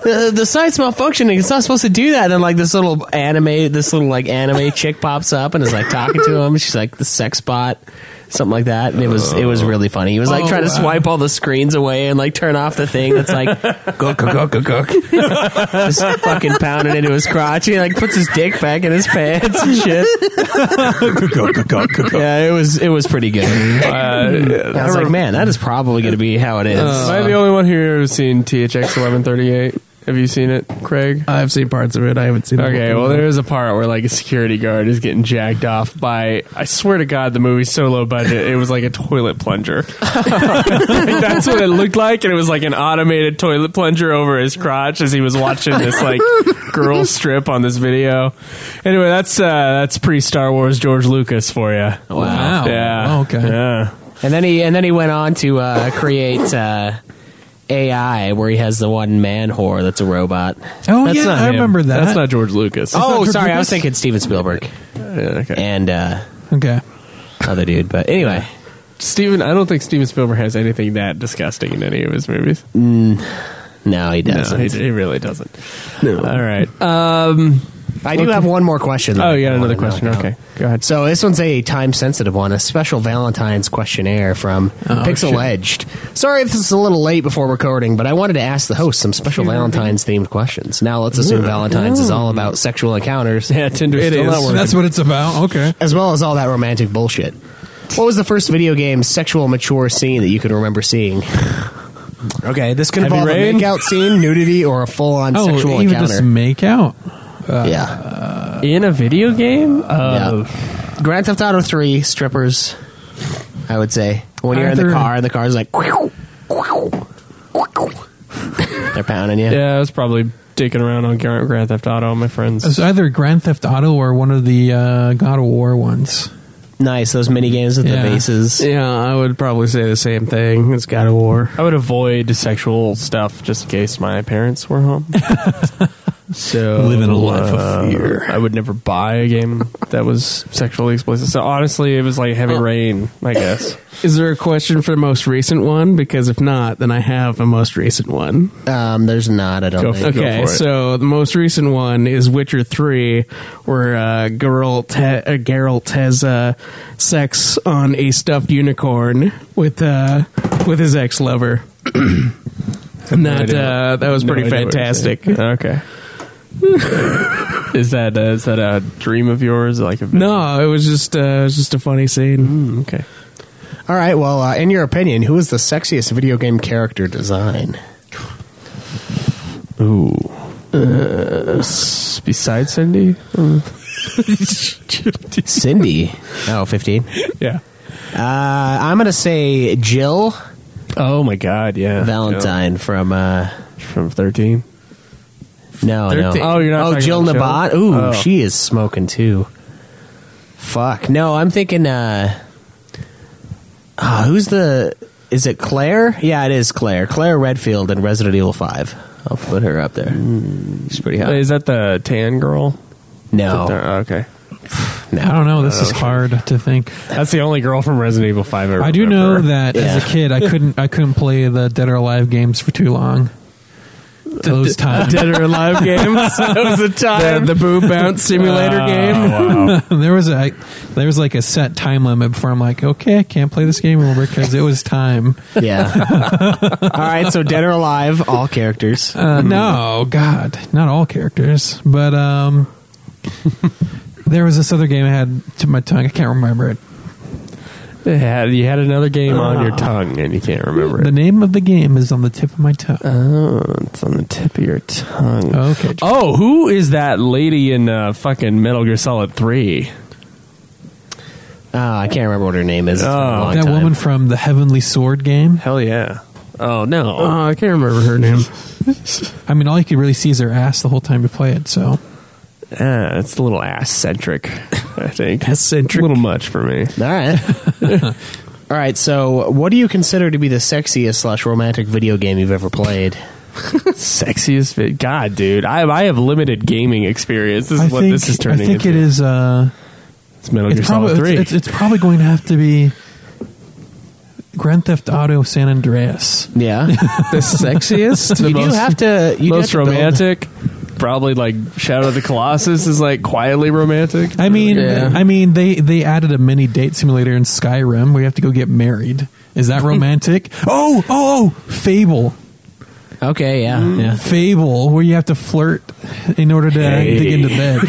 S6: uh, the site's malfunctioning. It's not supposed to do that." And then like this little anime, this little like anime chick pops up and is like talking to him. She's like the sex bot. Something like that, and it was it was really funny. He was like
S8: Oh,
S6: trying to
S8: wow.
S6: swipe all the screens away and like turn off the thing that's [laughs] like go go go go go just fucking pounding into his crotch. He like puts his dick back in his pants and [laughs] shit. yeah, it was it was pretty good. I was like, man, that is probably going to be how it is.
S2: Am I the only one here who's seen THX 1138? Have you seen it, Craig?
S8: I've seen parts of it. I haven't seen. the
S2: Okay,
S8: whole
S2: well,
S8: thing.
S2: there is a part where like a security guard is getting jacked off by. I swear to God, the movie's so low budget, it was like a toilet
S6: [laughs]
S2: plunger. Like, that's what it looked like, and it was like an automated toilet plunger over his crotch as he was watching this like girl strip on this video. Anyway, that's uh, that's pre Star Wars George Lucas for you.
S6: Wow. Oh,
S2: Yeah.
S7: okay.
S2: Yeah.
S6: And then he and then he went on to uh, create uh, AI, where he has the one man whore that's a robot.
S7: Oh, yeah, I remember that.
S2: That's not George Lucas.
S7: not
S6: oh,
S7: George
S6: sorry, I was
S7: Lucas?
S6: thinking Steven Spielberg. And uh,
S7: Okay.
S6: other dude, but anyway.
S2: Steven, I don't think Steven Spielberg has anything that disgusting in any of his movies.
S6: no, he doesn't.
S2: he, he really doesn't. All right. Um,
S6: I do
S2: Okay.
S6: have one more question. that
S2: Oh,
S6: I
S2: you got
S6: wanna
S2: another
S6: knock
S2: question.
S6: out.
S2: Okay, go ahead.
S6: So this one's a time-sensitive one, a special Valentine's questionnaire from Pixel
S2: Oh, shit.
S6: Edged. Sorry if this is a little late before recording, but I wanted to ask the host some special Valentine's-themed questions. Now let's assume Valentine's is all about sexual encounters.
S2: Oh. Yeah, Tinder's
S6: It
S2: still
S6: is.
S2: not working.
S7: That's what it's about. Okay.
S6: As well as all that romantic bullshit. What was the first video game sexual mature scene that you can remember seeing? Okay, this could
S2: Heavy
S6: involve a
S2: Rain?
S6: makeout scene, nudity, or a full-on
S7: Oh,
S6: sexual
S7: even
S6: encounter.
S7: just make out.
S2: uh,
S6: yeah,
S2: in a video game. Oh.
S6: Yeah. Grand Theft Auto Three strippers. I would say when you're in the
S7: Arthur-
S6: car, and the car's like,
S2: [laughs]
S6: they're pounding you.
S2: yeah, I was probably dicking around on Grand Grand Theft Auto. My friends.
S7: It was either Grand Theft Auto or one of the uh, God of War ones.
S6: Nice those mini games with
S7: Yeah.
S6: the bases.
S8: yeah, I would probably say the same thing. It's God of War.
S2: I would avoid sexual stuff just in case my parents were
S8: [laughs]
S2: home. so uh,
S7: Living a life of fear.
S2: I would never buy a game that was sexually explicit. So honestly, it was like heavy rain. I guess.
S8: Is there a question for the most recent one? Because if not, then I have a most recent one.
S6: Um, there's not. I don't
S2: Go
S6: think.
S2: for
S8: Okay,
S2: it.
S8: so the most recent one is Witcher Three, where uh, Geralt ha- uh, Geralt has uh, sex on a stuffed unicorn with uh, with his
S2: [clears throat]
S8: ex lover. And that uh, that was
S2: No
S8: pretty
S2: idea what you're saying. [laughs]
S8: fantastic.
S2: Okay. is that uh, is that a dream of yours? Like a
S8: No, it was just uh, it was just a funny scene.
S2: Mm, okay.
S6: All right. Well, uh, in your opinion, who is the sexiest video game
S2: [laughs]
S6: character design?
S2: Ooh. Uh, besides Cindy?
S6: Cindy. Oh, 15.
S2: Yeah.
S6: Uh, I'm gonna say Jill
S2: Oh my God! Yeah.
S6: Valentine from. Uh,
S2: from thirteen.
S6: No, no.
S2: Oh, you're not
S6: Oh,
S2: talking
S6: Jill
S2: about Jill?
S6: Nabat. Ooh,
S2: Oh.
S6: she is smoking too. Fuck. No, I'm thinking. uh, uh Who's the? Is it Claire? Yeah, it is Claire. Claire Redfield in Resident Evil Five. I'll put her up there. She's pretty hot.
S2: Is that the tan girl?
S6: no,
S2: Oh, okay.
S7: I don't know. This
S8: Oh.
S7: is hard to think.
S2: That's the only girl from Resident Evil Five. I,
S7: I do know
S2: remember.
S7: that as a
S6: Yeah.
S7: kid, I couldn't. I couldn't play the Dead or Alive games for too long. Those times,
S8: Dead
S7: [laughs]
S8: or Alive games. that was a time. The, the boob bounce simulator
S7: [laughs]
S8: game.
S7: there was a there was like a set time limit before I'm like, okay, I can't play this game anymore because it was time.
S6: [laughs] yeah. all right, so dead or alive, all characters.
S8: Um,
S7: Uh, no, God, not all characters, but um, [laughs] there was this other game I had to my tongue. I can't remember it.
S2: It had, you had another game on your tongue and you can't remember
S7: The
S2: it.
S7: name of the game is on the tip of my tongue.
S8: Uh,
S2: Oh, it's on the tip of your tongue.
S7: Okay.
S2: Oh, who is that lady in uh, fucking Metal Gear Solid 3?
S6: Ah, I can't remember what her name is. It's been a
S2: Oh.
S6: long
S7: that
S6: time.
S7: woman from the Heavenly Sword game.
S2: Hell yeah. Oh, no.
S8: Oh, I can't remember her name.
S7: I mean, all you could really see is her ass the whole time you play it. So
S2: Ah, it's a little ass centric, I [laughs] think. Ass centric. A little much for me.
S6: All right. [laughs] All right. So, what do you consider to be the sexiest slash romantic video game you've ever played?
S2: Sexiest vid. God, dude. I, I have limited gaming experience. This is
S7: I
S2: what
S7: think
S2: this is turning
S7: I think
S2: into.
S7: it is. Uh,
S2: It's Metal Gear
S7: it's probably
S2: Solid 3.
S7: it's, it's, it's probably going to have to be Grand Theft Auto San Andreas.
S6: Yeah.
S8: The sexiest?
S6: you do have to. You do have
S2: Most
S6: to build-
S2: romantic. Probably like Shadow of the Colossus is like quietly romantic.
S7: I mean,
S8: Yeah.
S7: I mean, they they added a mini date simulator in Skyrim where you have to go get married. Is
S6: [laughs]
S7: that romantic? oh, oh, oh, Fable,
S6: Okay. Yeah.
S7: Mm.
S6: Yeah.
S7: Fable, where you have to flirt in order to, to get into
S6: [laughs]
S7: bed.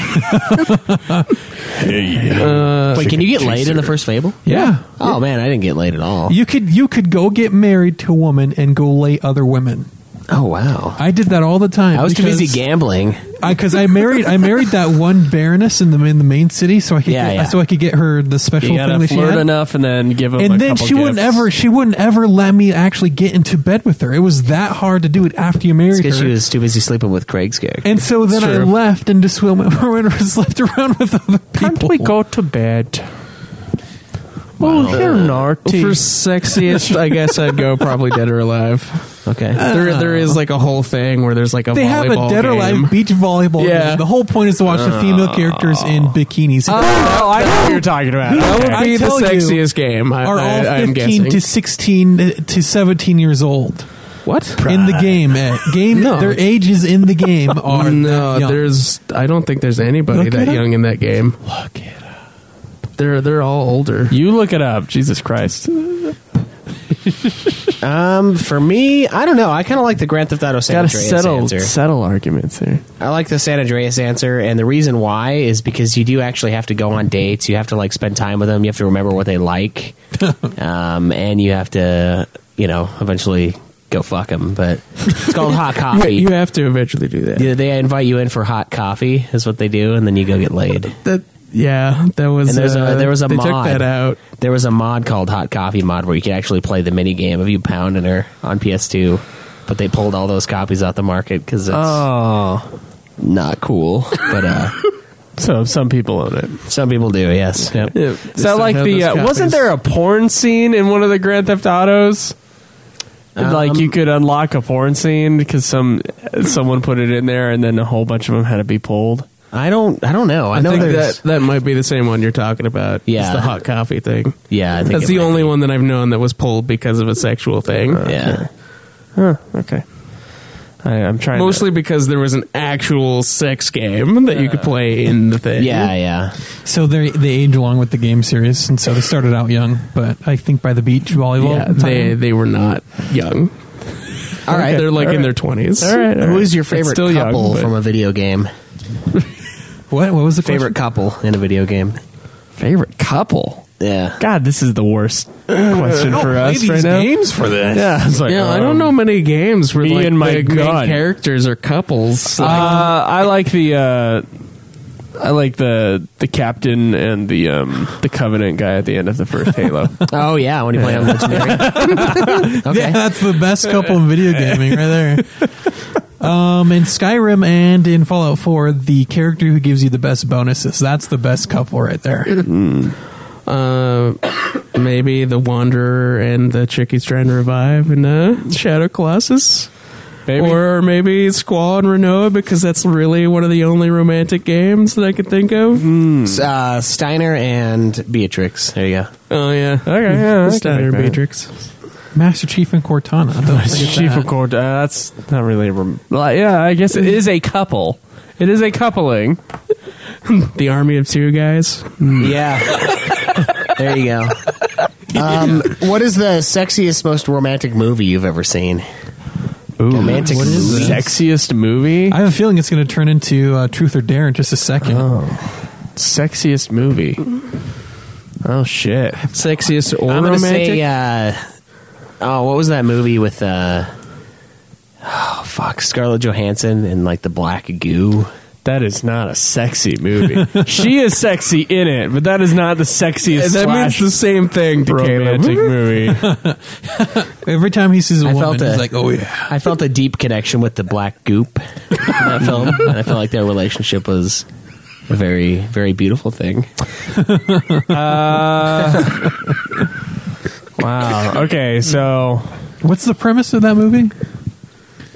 S2: Uh,
S6: Wait, can you get laid in the first Fable?
S7: yeah.
S6: Oh man, I didn't get laid at all.
S7: You could you could go get married to a woman and go lay other women.
S6: Oh wow.
S7: I did that all the time.
S6: I was too
S7: because
S6: busy gambling.
S7: I because I married I married that one baroness in the in the main city so I could
S6: Yeah,
S7: get,
S6: yeah.
S7: so I could get her the special
S2: You
S7: thing
S2: gotta
S7: that she
S2: flirt
S7: had.
S2: enough and then give them a
S7: and then
S2: couple
S7: she wouldn't
S2: gifts.
S7: ever she wouldn't ever let me actually get into bed with her. It was that hard to do it after you married her.
S6: Because she was too busy sleeping with Craig's character.
S7: and so then I
S2: true.
S7: left and just went [laughs] and was left around with other people.
S2: to bed?
S8: Oh, you're naughty. For sexiest, I guess I'd go probably Dead or Alive.
S6: Okay.
S8: There, there is like a whole thing where there's like a
S7: They have a
S8: volleyball
S7: dead or
S8: game.
S7: alive beach volleyball.
S8: Yeah.
S7: game. The whole point is to watch the female characters in bikinis.
S8: Uh,
S2: Oh, I know what you're talking about.
S8: That would
S7: I
S8: be the
S7: tell you,
S8: sexiest game. I,
S7: are
S8: I,
S7: all
S8: I'm
S7: 15
S8: guessing.
S7: to 16 to 17 years old
S8: what?
S7: in the game. Ed. Game
S8: No.
S7: their ages in the game are that
S8: no,
S7: young.
S8: there's. I don't think there's anybody
S7: Look it
S8: that
S7: up.
S8: young in that game.
S7: Look it up.
S8: They're they're all older.
S2: You look it up. Jesus Christ.
S6: Um, for me, I don't know. I kind of like the Grand Theft Auto San
S2: Gotta
S6: Andreas
S2: settle
S6: answer.
S2: settle arguments here.
S6: I like the San Andreas answer, and the reason why is because you do actually have to go on dates. You have to like spend time with them. You have to remember what they like, um, and you have to, you know, eventually go fuck them. But it's called hot coffee.
S8: You have to eventually do that.
S6: Yeah, they invite you in for hot coffee, is what they do, and then you go get laid.
S8: That yeah, that was.
S6: And there's
S8: uh,
S6: a there was a
S8: they
S6: mod
S8: took that out.
S6: There was a mod called Hot Coffee Mod where you could actually play the mini game of you pounding her on PS2, but they pulled all those copies out the market because it's
S2: Oh.
S6: not cool. But uh,
S2: So some people own it.
S6: some people do, yes. Yep.
S2: Is that like the uh, wasn't there a porn scene in one of the Grand Theft Autos? And, like
S8: Um,
S2: you could unlock a porn scene because some someone put it in there and then a whole bunch of them had to be pulled.
S6: I don't I don't know. I,
S8: I
S6: know
S8: think
S6: there's
S8: that that might be the same one you're talking about.
S6: Yeah.
S8: It's the hot coffee thing.
S6: yeah. I think
S8: That's
S6: it
S8: the
S6: might-
S8: only one that I've known that was pulled because of a sexual thing.
S2: Uh,
S6: yeah.
S2: Huh, okay. I, I'm trying to-
S8: Mostly because there was an actual sex game that you
S2: Uh,
S8: could play in the thing.
S6: Yeah, yeah.
S7: So they they age along with the game series, and so they started out young. But I think by the beach volleyball,
S8: yeah.
S7: time-
S8: They they were not young.
S6: All right.
S8: They're like in their twenties.
S2: All right, all
S6: Who
S2: right.
S6: is your
S2: It's
S6: favorite
S2: still young,
S6: couple
S2: but-
S6: from a
S2: [laughs]
S6: video game?
S7: what what was the
S6: Favorite couple in a video game?
S2: favorite couple.
S6: Yeah.
S2: God, this is the worst
S8: [laughs] oh,
S2: question for us right now.
S7: for this.
S2: [laughs] Yeah, I was like,
S8: Yeah, I
S2: um,
S8: don't know many games where
S2: me
S8: like
S2: and my
S8: the
S2: gun.
S8: main characters are couples.
S2: Uh,
S8: Like,
S2: I like the uh, I like the the captain and the um, the covenant guy at the end of the first Halo.
S6: Oh yeah, when you play on legendary.
S2: [laughs]
S6: okay.
S7: Yeah, [laughs] that's the best couple in video gaming right there. [laughs] Um, in Skyrim and in Fallout 4, the character who gives you the best bonuses, that's the best couple right there.
S8: uh, maybe the Wanderer and the chick he's trying to revive in uh, Shadow Colossus.
S2: Maybe.
S8: Or maybe Squall and Renoa because that's really one of the only romantic games that I could think of.
S2: Mm-hmm.
S6: Uh, Steiner and Beatrix. There you go.
S8: Oh yeah,
S2: Okay, yeah, I can
S8: Steiner
S2: make that.
S8: Matrix.
S7: Master Chief and Cortana. Don't forget
S2: Chief
S7: that.
S2: of Court. Uh, that's not really. A rem- well, yeah, I guess it is a couple. It is a coupling.
S8: [laughs] The Army of Two guys.
S2: Hmm.
S6: Yeah. there you go. Um, What is the sexiest, most romantic movie you've ever seen?
S2: Ooh,
S6: Romantic
S2: what is
S6: movie?
S2: sexiest movie?
S7: I have a feeling it's going to turn
S6: Oh.
S7: into uh, Truth or Dare in just a second.
S2: sexiest movie. Oh shit!
S8: Sexiest or
S6: I'm gonna
S8: romantic?
S6: say, uh, oh, what was that movie with, uh, oh, fuck, Scarlett Johansson and like the black goo?
S2: That is not a sexy
S8: [laughs]
S2: movie. she is sexy in it, but that is not the sexiest.
S8: that means
S2: slash
S8: the same thing Mm-hmm. to
S2: romantic
S8: Caleb.
S2: movie.
S7: Every time he sees a
S6: I
S7: woman,
S6: felt
S7: he's
S6: it.
S7: like, "Oh yeah."
S6: I felt a deep connection with the black goop in that film, and I felt like their relationship was a very, very beautiful thing.
S2: Wow. Okay,
S8: [laughs]
S2: so
S7: What's the premise of that movie?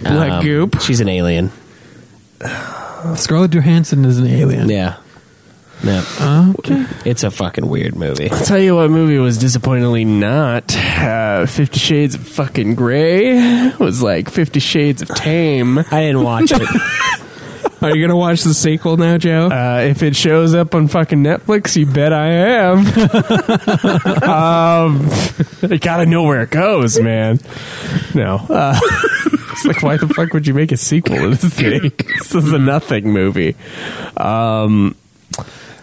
S8: Black goop.
S6: Um, She's an alien.
S7: Scarlett Johansson is an alien.
S6: Yeah. No,
S7: Okay.
S6: it's a fucking weird movie.
S2: I'll tell you what movie was disappointingly not. Uh, Fifty Shades of fucking Grey [laughs] was like Fifty Shades of Tame.
S6: I didn't watch it.
S8: Are you gonna watch the sequel now, Joe?
S2: Uh, if it shows up on fucking Netflix, you bet I am. um, I gotta know where it goes, man. No, uh, [laughs] it's like why the fuck would you make a sequel to this thing? This is a nothing movie. Um,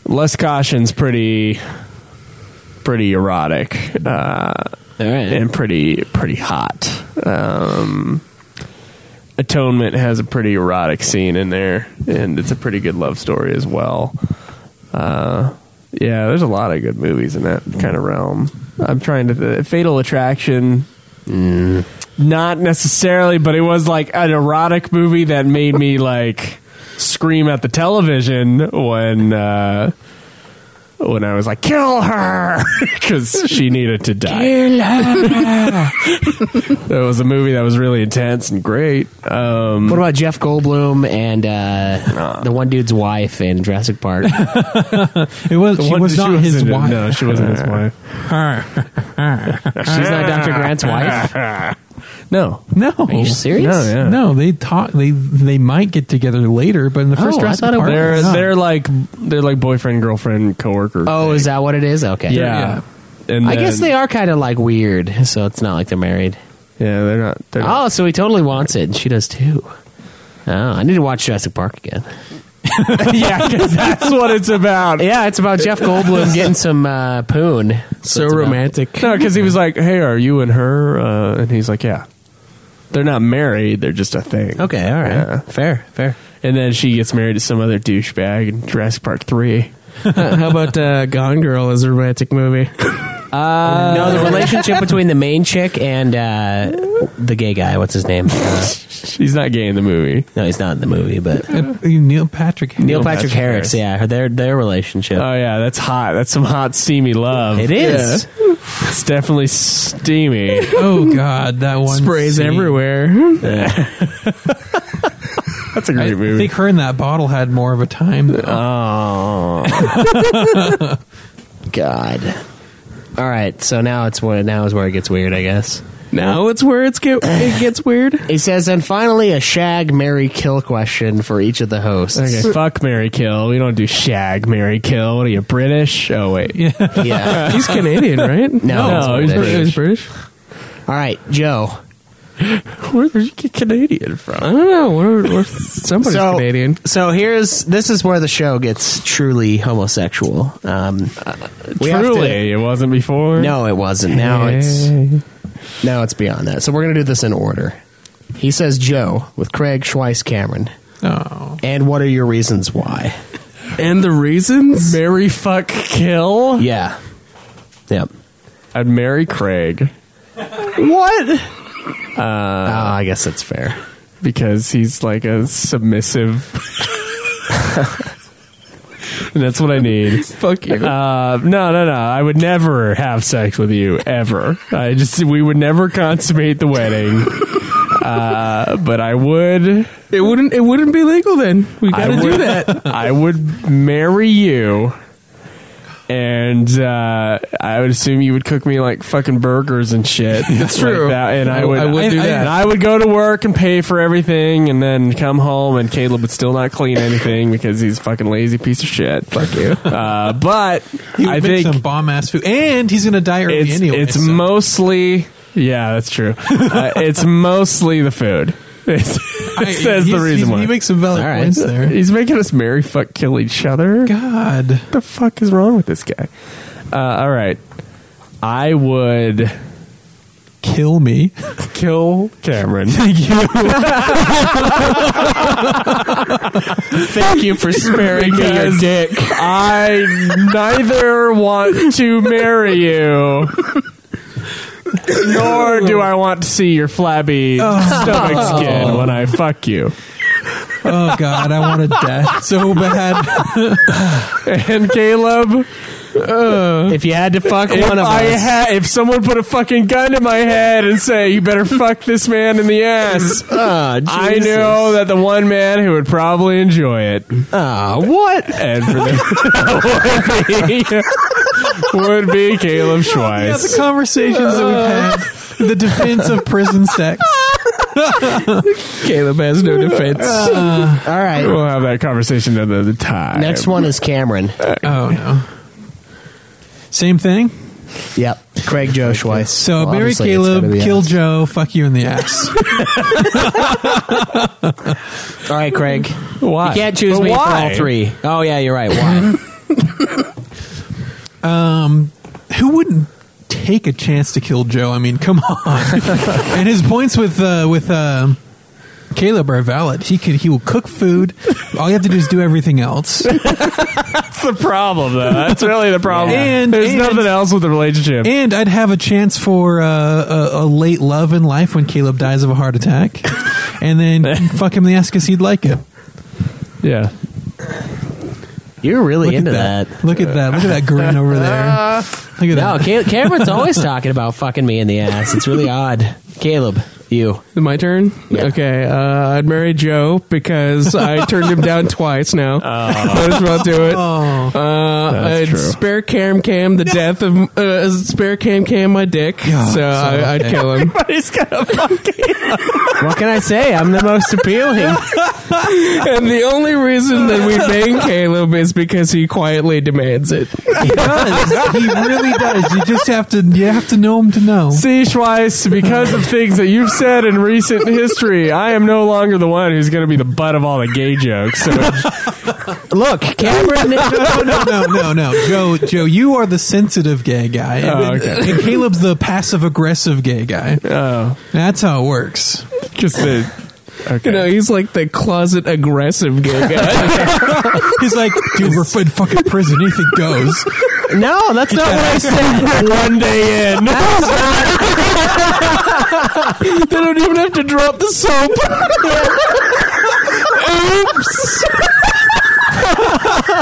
S2: Les Caution's pretty, pretty erotic
S6: All right.
S2: and pretty pretty hot. Um, Atonement has a pretty erotic scene in there, and it's a pretty good love story as well. Uh, yeah, there's a lot of good movies in that kind of realm. I'm trying to uh, Fatal Attraction. Not necessarily, but it was like an erotic movie that made me like scream at the television when uh, when I was like, "Kill her," [laughs] because she needed to die. That was a movie that was really intense and great. Um,
S6: What about Jeff Goldblum and uh, the one dude's wife in Jurassic Park?
S7: It was. She was uh, not his wife.
S2: No, she wasn't his wife. [laughs]
S6: She's not Dr. Grant's wife.
S2: No,
S7: [laughs] No.
S6: Are you serious?
S2: No, yeah.
S7: No, they talk. They they might get together later, but in the first
S6: Oh, I
S7: Jurassic
S6: thought it
S7: Park,
S2: they're
S7: no.
S2: they're like they're like boyfriend, girlfriend, coworker.
S6: Oh, is that what it is? Okay.
S2: yeah. And
S6: I guess
S2: then-
S6: they are kind of like weird, so it's not like they're married.
S2: Yeah, they're not. They're not.
S6: Oh, so he totally wants it, and she does too. Oh, I need to watch Jurassic Park again.
S2: yeah, because that's what it's about.
S6: [laughs] Yeah, it's about Jeff Goldblum [laughs] getting some uh, poon.
S8: so romantic.
S2: No, because he was like, "Hey, are you and her?" Uh, and he's like, "Yeah." They're not married. They're just a thing.
S6: Okay, all right,
S2: Yeah.
S6: fair, fair.
S2: And then she gets married to some other douchebag in Jurassic Park Three.
S8: [laughs] How about uh, Gone Girl is a romantic movie?
S6: Uh, no, the relationship between the main chick and uh, the gay guy. What's his name? Uh,
S2: [laughs] She's not gay in the movie.
S6: no, he's not in the movie, but
S7: Uh, Neil Patrick. Harris.
S6: Neil Patrick,
S2: Patrick
S6: Harris. Uh,
S2: Harris.
S6: Yeah, her- their their relationship.
S2: Oh yeah, that's hot. That's some hot steamy love.
S6: it is.
S2: It's definitely steamy.
S7: Oh God, that one
S8: Sprays
S7: scene.
S8: everywhere.
S2: That's a
S7: I
S2: great movie.
S7: think her and that bottle had more of a time. though.
S6: [laughs] God. All right, so now it's what now is where it gets weird, I guess.
S8: Now it's where it's get, it gets weird.
S6: He says, and finally, a shag, Mary kill question for each of the
S2: [sighs]
S6: hosts.
S2: Okay, fuck Mary Kill. We don't do shag Mary Kill. What are you British? Oh wait,
S7: [laughs]
S6: Yeah. [laughs]
S2: [laughs]
S8: He's Canadian, right?
S2: no,
S6: No, it's
S2: he's British.
S8: He's British.
S6: All right, Joe.
S2: Where did you get Canadian from?
S8: I don't know. We're, [laughs] we're, somebody's
S6: So-
S8: Canadian.
S6: So here's this is where the show gets truly homosexual. Um, we have to-
S2: Truly, it wasn't before.
S6: no, it wasn't. Now it's now it's beyond that. So we're gonna do this in order. He says Joe with Craig Schweiss Cameron.
S7: Oh,
S6: And what are your reasons why?
S8: And the reasons?
S2: Mary fuck kill.
S6: Yeah. Yep.
S2: I'd marry Craig
S6: What? Uh, I guess that's fair.
S2: because he's like a submissive. [laughs] And that's what I need.
S8: Fuck you.
S2: Uh, no, no, no. I would never have sex with you ever. I just we would never consummate the wedding. Uh, but I would.
S8: it wouldn't. It wouldn't be legal then. We
S2: I
S8: gotta
S2: would
S8: do that.
S2: I would marry you, and uh, I would assume you would cook me like fucking burgers and shit. That's
S8: true.
S2: and I
S8: I-
S2: would.
S8: I would do that.
S2: And I would go to work and pay for everything, and then come home, and Caleb would still not clean anything because he's a fucking lazy piece of shit. Fuck you. Uh, but
S7: he
S2: I
S7: would make
S2: think
S7: some bomb ass food, and he's gonna die early
S2: it's,
S7: anyway.
S2: It's
S7: so-
S2: mostly yeah, that's
S7: [laughs]
S2: true. Uh, it's mostly the food. It's, [laughs]
S7: I-
S2: it says the
S7: he's-
S2: reason
S7: he's-
S2: why.
S7: He makes some valid
S6: All right.
S7: points
S8: [laughs]
S7: there.
S2: He's making us marry, fuck, kill each other. What
S7: God,
S2: the fuck is wrong with this guy? Uh, all right. I would
S7: Kill me.
S2: kill Cameron.
S7: Thank you.
S6: Thank you for sparing me your
S2: Because
S6: dick.
S2: I neither want to marry you, nor do I want to see your flabby stomach skin when I fuck you.
S7: Oh God, I wanted death so bad.
S2: And Caleb,
S6: If you had to fuck
S2: if
S6: one of
S2: I
S6: us,
S2: ha- if someone put a fucking gun to my head and say you better fuck this man in the ass,
S6: Ah,
S2: I
S6: Jesus.
S2: know that the one man who would probably enjoy it.
S6: Ah, what?
S2: and for the [laughs] would be, would be Caleb
S7: Yeah, the
S2: Schweiss.
S7: conversations that we've had, [laughs] the defense of prison sex.
S6: Caleb has no defense.
S2: Uh,
S6: All right.
S2: We'll have that conversation another time.
S6: Next one is Cameron.
S7: Oh no. Same thing.
S6: Yep. Craig Joe Schweiss.
S7: So
S6: Well,
S7: Barry
S6: obviously it's
S7: Caleb,
S6: gotta be
S7: kill
S6: us.
S7: Joe, fuck you in the ass.
S6: All right, Craig.
S2: Why?
S6: You can't choose
S2: But
S6: me
S2: why?
S6: for all three. Oh yeah, you're right. Why?
S7: Who wouldn't take a chance to kill Joe? I mean, come on. and his points with uh, with uh, Caleb are valid. He could he will cook food. All you have to do is do everything else.
S2: That's the problem, though. That's really the problem.
S7: And-
S2: there's
S7: and-
S2: nothing else with the relationship.
S7: And I'd have a chance for uh, a, a late love in life when Caleb dies of a heart attack, and then fuck him in the ass because he'd like it.
S2: yeah.
S6: You're really
S7: Look
S6: into
S7: at
S6: that.
S7: that. Look at that. Look at that grin over there. Look at
S6: No,
S7: that.
S6: Cal- Cameron's always talking about fucking me in the ass. It's really odd. Caleb, you.
S8: My turn?
S6: Yeah.
S8: Okay. Uh, I'd marry Joe because
S2: [laughs]
S8: I turned him down twice now. Might as well do it. uh, I'd
S2: Oh. true.
S8: spare Cam Cam the death of. Uh, spare Cam Cam my dick. so
S7: so
S8: I, I'd
S7: okay.
S8: kill him.
S6: What can I say? I'm the most appealing.
S8: and the only reason that we bang Caleb is because he quietly demands it.
S7: He does. [laughs] He really does. You just have to. You have to know him to know.
S2: See, Schweiss, because of things that you've said in recent history, I am no longer the one who's going to be the butt of all the gay jokes. So
S6: Look, Cameron.
S7: no, no, no, no, Joe. Joe, you are the sensitive gay guy, and,
S2: Oh, okay.
S7: and Caleb's the passive aggressive gay guy.
S2: Oh.
S7: That's how it works.
S2: just the. Okay.
S8: You know, he's like the closet aggressive gay guy.
S7: He's like, dude, we're in fucking prison. Anything goes.
S6: No, that's not what I said.
S2: one day in.
S8: they don't even have to drop the soap. [laughs]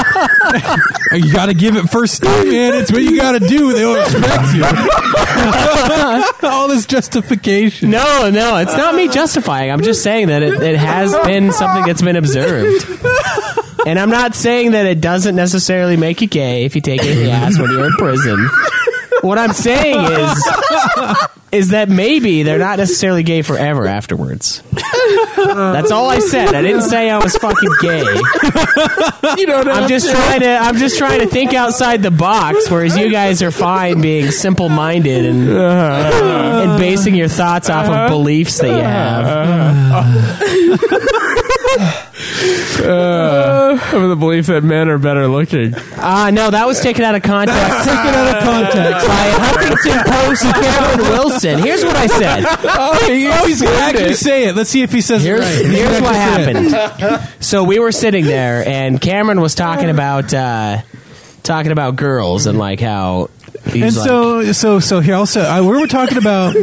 S7: You got to give it first time, man. It's what you got to do. They don't expect you.
S6: [laughs]
S7: All this justification.
S6: No, no, it's not me justifying. I'm just saying that it, it has been something that's been observed. And I'm not saying that it doesn't necessarily make you gay if you take it in the ass when you're in prison. What I'm saying is is that maybe they're not necessarily gay forever afterwards. That's all I said. I didn't say I was fucking gay.
S8: You don't have
S6: I'm just
S8: to.
S6: trying to I'm just trying to think outside the box, whereas you guys are fine being simple minded and
S7: Uh-huh.
S6: and basing your thoughts off of beliefs that you have.
S2: I'm of the belief that men are better looking.
S6: Ah, no, that was taken out of context.
S7: [laughs]
S6: taken out of context by Huffington Post Kevin Wilson. Here's what I said.
S7: Oh, he he's going to actually say it. Let's see if he says
S6: Here's,
S7: it right.
S6: here's what happened. So we were sitting there, and Cameron was talking
S7: Uh-huh.
S6: about uh, talking about girls and like how. He's
S7: And
S6: like,
S7: so, so, so here also, I, we were talking about.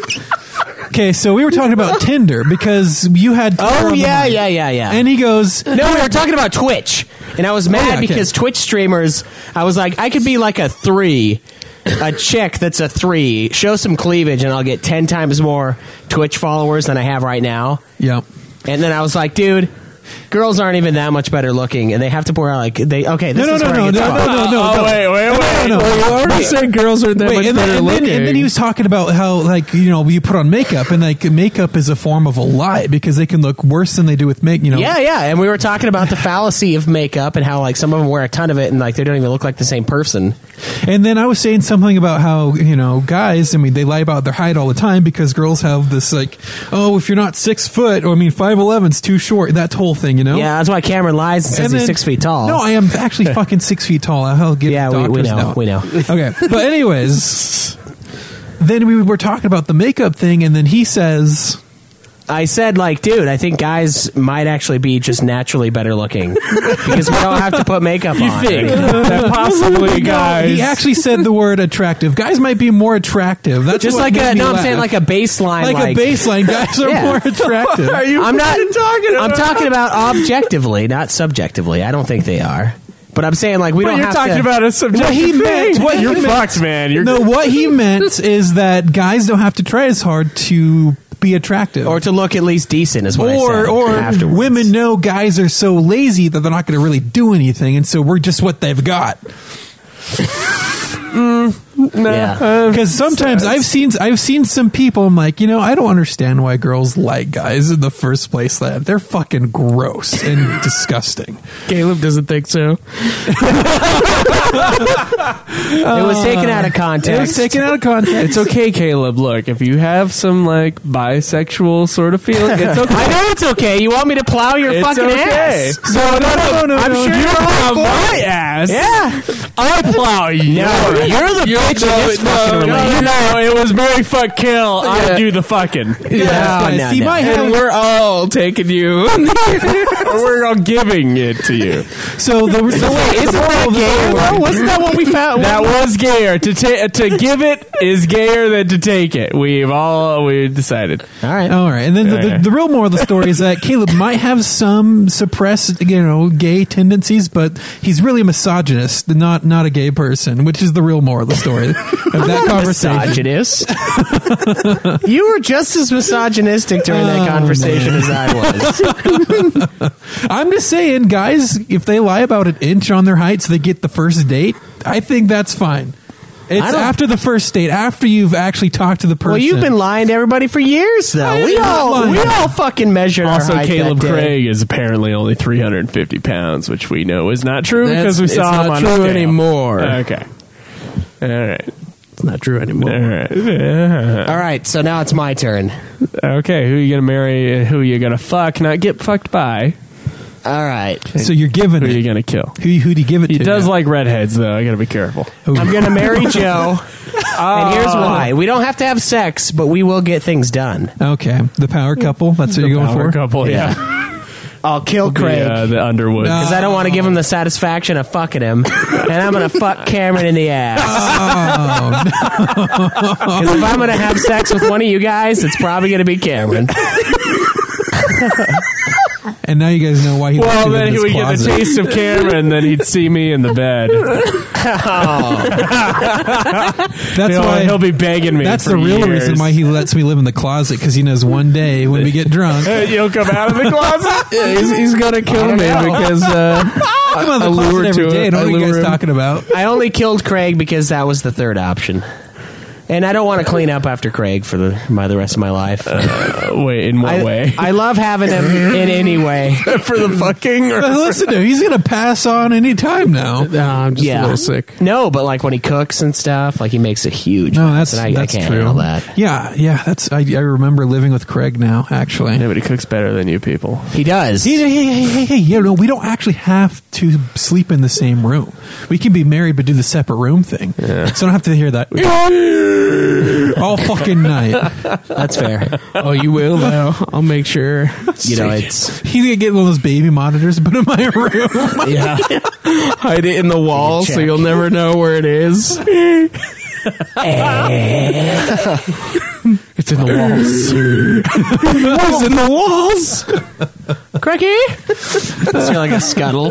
S7: Okay, so we were talking about Tinder because you had. Tinder
S6: oh
S7: on the
S6: yeah,
S7: mind.
S6: yeah, yeah, yeah.
S7: And he goes,
S6: No, we were talking about Twitch, and I was mad
S7: Oh, yeah, okay.
S6: because Twitch streamers. I was like, I could be like a three, a chick that's a three. Show some cleavage, and I'll get ten times more Twitch followers than I have right now.
S7: "Yep,
S6: And then I was like, dude. Girls aren't even that much better looking, and they have to wear like they. Okay, this
S7: no,
S6: is
S7: no,
S6: where
S7: no,
S6: it gets
S7: no,
S6: fucked.
S7: no, no, no,
S2: Oh,
S7: no,
S2: wait, wait, wait.
S7: no, no,
S8: You
S7: no."
S8: already said girls are that
S7: Wait,
S8: much
S7: and then,
S8: better
S7: and, then,
S8: looking.
S7: and then he was talking about how like you know you put on makeup and like makeup is a form of a lie because they can look worse than they do with make you know
S6: Yeah, yeah, and we were talking about the fallacy of makeup and how like some of them wear a ton of it and like they don't even look like the same person.
S7: And then I was saying something about how you know guys. I mean, they lie about their height all the time because girls have this like, oh, if you're not six foot, or I mean, five eleven's too short. That whole thing, you know.
S6: Yeah, that's why Cameron lies and says
S7: And
S6: he's
S7: then-
S6: six feet tall.
S7: No, I am
S6: [laughs]
S7: actually fucking six feet tall. I'll give
S6: Yeah,
S7: the
S6: we, we
S7: doctors
S6: know.
S7: note.
S6: We know.
S7: Okay, but anyways, then we were talking about the makeup thing, and then he says,
S6: I said, like, dude, I think guys might actually be just naturally
S7: [laughs]
S6: better looking because we don't have to put makeup on.
S8: that possibly guys
S7: he actually said the word attractive. Guys might be more attractive. That's
S6: Just
S7: what
S6: like
S7: made
S6: a
S7: me
S6: no, I'm
S7: laugh.
S6: saying like a baseline,
S7: like,
S6: like,
S7: a baseline. Guys are
S6: Yeah. [laughs]
S7: more attractive.
S6: I'm not talking. About? I'm talking about objectively, not subjectively. I don't think they are, but I'm saying like we don't.
S8: you're
S6: have
S8: talking
S6: to,
S8: about a subjective
S7: What he
S8: thing.
S7: meant- what he
S8: you're
S7: meant-
S8: fucked man you're
S7: no, what he meant is that guys don't have to try as hard to be attractive,
S6: or to look at least decent is what I
S7: or,
S6: said.
S7: or
S6: afterwards.
S7: women know guys are so lazy that they're not going to really do anything, and so we're just what they've got. uh,
S6: Yeah.
S7: Because sometimes I've seen I've seen some people. I'm like, you know, I don't understand why girls like guys in the first place. That they're fucking gross
S6: [laughs]
S7: and disgusting.
S8: Caleb doesn't think so
S6: it was taken
S8: Uh,
S6: out of context.
S2: It was taken out of context. It's okay, Caleb. Look, if you have some like bisexual sort of feeling,
S6: [laughs]
S2: it's okay.
S6: I know it's okay. You want me to plow your
S2: It's
S6: fucking
S2: okay.
S6: ass? No, no, no, no. I'm sure you're plow my ass. Yeah, I plow you. No, you're the bitch in this fucking relationship.
S2: it was Mary fuck kill. I do the fucking.
S6: No, no,
S7: See,
S6: no.
S7: my
S8: and
S7: head-
S8: we're all taking
S6: [laughs]
S8: you
S2: We're all giving it to you.
S7: so the so wait,
S6: Isn't that gay? Well, wasn't that what we found?
S2: That was gayer. To ta- to give it is gayer than to take it. We've all we decided.
S6: All right.
S7: [laughs] All right, and then the,
S2: Okay.
S7: the, the real moral of the story is that Caleb might have some suppressed, you know, gay tendencies, but he's really a misogynist, not not a gay person, which is the real moral of the story of
S6: [laughs]
S7: that conversation. [laughs]
S6: misogynist. you were just as misogynistic during
S7: Oh,
S6: that conversation as I was.
S7: I'm just saying, guys, if they lie about an inch on their height so they get the first date, I think that's fine. It's
S6: don't-
S7: after the first date, after you've actually talked to the person.
S6: Well, you've been lying to everybody for years,
S7: I
S6: though.
S7: am
S6: We
S7: not
S6: all
S7: lying.
S6: we all fucking measured
S2: Also,
S6: our height
S2: Caleb
S6: that day.
S2: Craig is apparently only 350 pounds, which we know is not true
S8: That's-
S2: because we
S8: it's
S2: saw
S8: not
S2: him on a
S8: true
S2: scale.
S8: anymore.
S2: Okay. All right.
S8: it's not true
S2: All
S8: anymore
S2: right. Yeah.
S6: All right, so now it's my turn.
S2: Okay. Who you gonna marry? and Who you gonna fuck? Not get fucked by.
S6: All right,
S7: so you're giving
S2: Who
S7: it.
S2: you gonna kill?
S7: Who who do you give it
S2: He
S7: to?
S2: does
S7: now?
S2: like redheads, though. I gotta be careful. Ah,
S6: I'm
S2: [laughs]
S6: gonna marry Joe, and
S2: Uh,
S6: here's why: we don't have to have sex, but we will get things done.
S7: okay the power couple. That's what you're going
S2: Power
S7: for.
S2: couple. [laughs] Yeah.
S6: I'll kill Craig.
S2: The, uh, the Underwood.
S7: No.
S6: because I don't want to give him the satisfaction of fucking him, and I'm gonna
S2: [laughs]
S6: fuck Cameron in the ass.
S2: Oh,
S6: [laughs] Because if I'm gonna have sex with one of you guys, it's probably gonna be Cameron.
S7: And now you guys know why he. left
S2: Well,
S7: you in
S2: then he
S7: his
S2: would get the
S7: closet.
S2: taste of Cameron, then he'd see me in the [laughs] bed.
S7: That's
S2: He'll,
S7: why
S2: Oh, he'll be begging me.
S7: That's
S2: for
S7: the real
S2: years.
S7: reason why he lets me live in the closet because he knows one day when
S2: [laughs]
S7: we get drunk,
S2: Hey, You'll come out of the closet.
S8: [laughs] Yeah, he's, he's gonna kill me
S6: [laughs]
S8: because uh,
S7: I'm out of the
S8: lure
S7: closet every
S8: to
S7: day.
S8: it.
S7: I don't
S8: I
S7: know what you
S8: lure
S7: guys
S8: him.
S7: talking about.
S6: I only killed Craig because that was the third option, and I don't want to clean up after Craig for the my the rest of my life.
S2: Wait, in what
S6: I,
S2: way?
S6: I love having him in any way.
S8: [laughs] for the fucking or
S7: But listen to him. He's gonna pass on any time now.
S8: No, I'm just
S6: Yeah.
S8: a little sick.
S6: No, but like when he cooks and stuff, like he makes a huge.
S7: No,
S6: mess,
S7: that's
S6: and I,
S7: that's
S6: I can't
S7: true.
S6: handle that.
S7: Yeah, yeah. That's I, I remember living with Craig now. Actually,
S2: Nobody cooks better than you people.
S6: He does.
S7: Hey, hey, hey, hey, hey, you know, we don't actually have to sleep in the same room. We can be married but do the separate room thing. So I don't have to hear [laughs] that all fucking night.
S6: That's fair.
S8: Oh, you will though. I'll make
S6: [laughs]
S8: sure.
S6: You know, it's
S7: He's gonna get one of those baby monitors, put in my room. [laughs]
S6: yeah.
S8: [laughs] Hide it in the wall so
S6: Check. Eh.
S8: you'll never know where it is. [laughs]
S7: It's in the
S6: [laughs]
S7: walls.
S8: It's in the walls.
S6: Cracky? It's like a scuttle.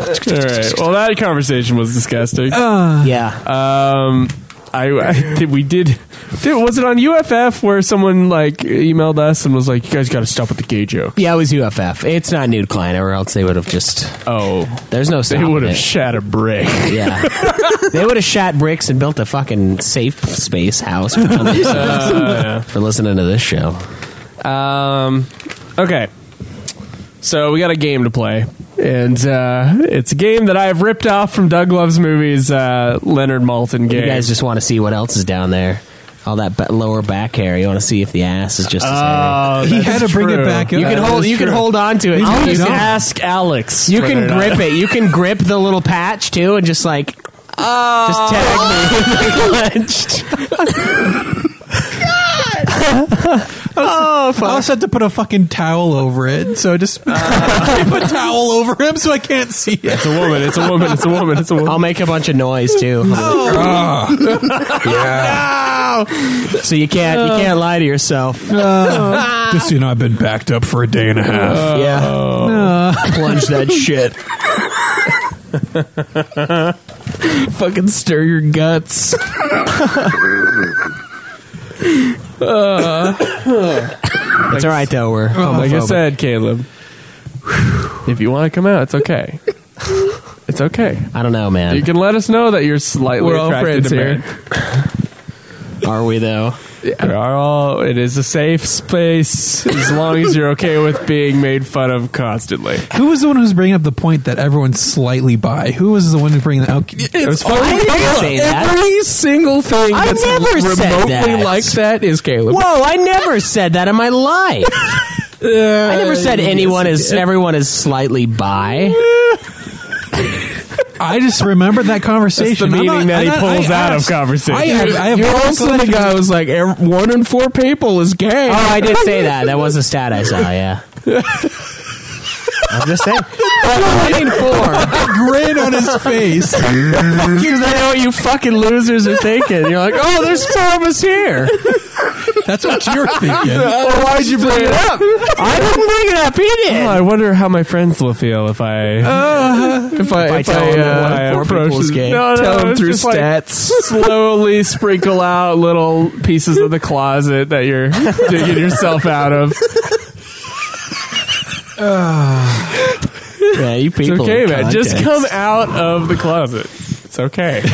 S2: All right. Well, that conversation was disgusting.
S6: Yeah.
S2: Um, I, I think we did. Dude, was it on UFF where someone like emailed us and was like, "You guys got to stop with the gay joke."
S6: yeah, it was UFF. It's not nude client, or else they would have just.
S2: Oh,
S6: There's no.
S2: they
S6: stopping
S2: would have
S6: it.
S2: shat a brick.
S6: yeah. they would have shot bricks and built a fucking safe space house
S8: [laughs]
S6: for, themselves for listening to this show.
S2: Um, okay. So we got a game to play, and uh, it's a game that I've ripped off from Doug Love's movies, uh, Leonard Maltin game.
S6: You guys just want to see what else is down there. All that ba- lower back hair. You want to see if the ass is just as hairy.
S2: Oh,
S7: He
S2: that's
S7: had to bring
S2: true.
S7: it back up.
S6: Uh, You can hold. You can hold on to it.
S7: I'll
S6: you
S7: just
S6: can,
S2: Ask Alex.
S6: you
S2: whether or
S6: can
S2: not-
S6: grip it. You can grip the little patch too, and just like. just tag me. [laughs] with the clenched.
S7: I also have to put a fucking towel over it, so I just [laughs] I put a towel over him so I can't see it.
S2: It's a [laughs] woman. It's a woman. It's a woman. It's a [laughs] woman.
S6: I'll make a bunch of noise too. [laughs] No. So you can't. You can't lie to yourself.
S5: Just so you know, I've been backed up for a day and a half.
S6: yeah. Oh. Plunge [laughs] that shit.
S8: Fucking stir your guts.
S6: It's all right though. We're
S2: like I
S6: homophobic.
S2: said, Caleb. If you want to come out, it's [laughs] okay. It's okay.
S6: I don't know, man.
S2: You can let us know that you're slightly
S8: We're all
S2: attracted to
S8: friends here.
S2: men.
S6: Are we though?
S2: We are all. It is a safe space as long as you're okay with being made fun of constantly.
S7: Who was the one who's bringing up the point that everyone's slightly by? Who was the one who's bringing that up?
S8: It's
S6: I didn't say that.
S8: Every single thing
S6: I
S8: that's
S6: never
S8: remotely
S6: said that.
S8: like that is Caleb.
S6: Whoa! I never said that in my life. I never said anyone is everyone is slightly bi.
S7: I just remembered that
S2: It's the
S7: conversation. I'm
S2: meaning
S7: not-
S2: that he
S7: I'm not-
S2: pulls
S7: I
S2: out of
S7: asked-
S2: conversation.
S7: I have, I have
S8: You're also the guy who's like, "Ev- one in four people is gay.
S6: Oh, I did say
S8: [laughs]
S6: that. That was a stat I saw. Yeah. I'm just saying. But one in four.
S7: grin on his face.
S6: Because I know what you fucking losers are thinking. You're like, oh, there's four of us here.
S7: That's what you're
S8: [laughs]
S7: thinking.
S6: Well, why'd you bring it up? I didn't bring it up. He did.
S2: I wonder how my friends will feel if I Uh-huh.
S8: if I,
S6: I
S8: if
S6: tell
S8: I,
S6: him that
S8: uh,
S6: one in
S8: I
S6: four
S8: approach
S6: people is
S8: this-
S6: gay.
S2: No, no,
S8: tell him
S2: it's
S8: through
S2: just like-
S8: stats.
S2: [laughs] slowly sprinkle out little pieces of the closet that you're digging yourself out of.
S6: Yeah, you people.
S2: It's okay,
S6: in
S2: man. Just come
S6: context.
S2: out of the closet. It's [laughs] okay. And-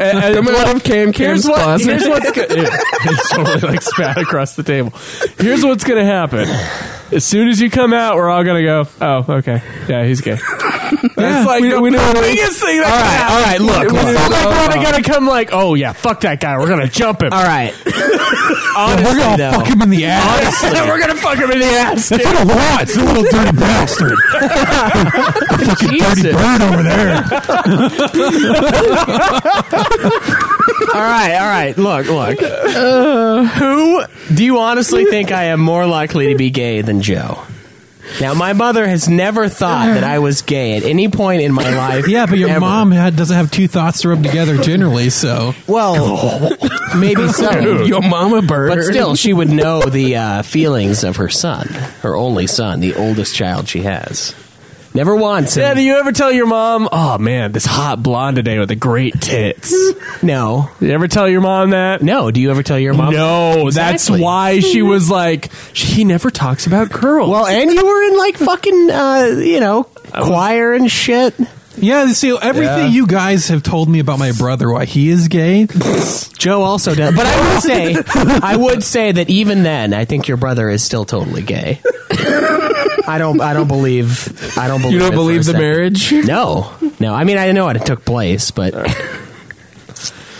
S2: and
S8: Come out of Cam Cam's
S2: here's what
S8: closet.
S2: here's what's go- [laughs] yeah, it's totally like spat across the table. Here's what's gonna happen. As soon as you come out, we're all gonna go. Oh, okay. Yeah, he's gay. That's like the biggest thing. That all right, all right. Look, we're not gonna come like, oh yeah, fuck that guy. We're gonna jump him.
S6: All
S2: [laughs]
S6: right.
S7: We're gonna
S6: though.
S7: fuck him in the
S2: [laughs]
S7: ass.
S2: we're gonna fuck him in the ass.
S5: That's what I want. It's a little dirty bastard.
S8: [laughs]
S5: The fucking dirty bird over there.
S8: [laughs]
S6: All right, all right. Look, look. who do you honestly think I am more likely to be gay than Joe? Now, my mother has never thought that I was gay at any point in my life.
S7: Yeah, but your
S6: ever.
S7: mom had, doesn't have two thoughts to rub together generally, so
S6: Well, maybe so.
S8: Your mama bird.
S6: But still, she would know the uh, feelings of her son, her only son, the oldest child she has. Never once.
S2: Yeah, do
S6: and-
S2: you ever tell your mom, "Oh man, this hot blonde today with the great tits"?
S6: no,
S2: you ever tell your mom that?
S6: no. Do you ever tell your mom?
S2: No, that's
S6: Exactly.
S2: why she was like, he never talks about curls.
S6: Well, and you were in like fucking, uh, you know, choir and shit.
S7: Yeah, see, everything you guys have told me about my brother, why he is gay.
S6: Joe also does. But I
S7: [laughs]
S6: would say, I would say that even then, I think your brother is still totally gay. I don't. I don't believe. I don't believe.
S8: you
S6: it
S8: don't
S6: for a
S8: believe the
S6: second.
S8: marriage?
S6: No, no. I mean, I know it took place, but
S7: Uh,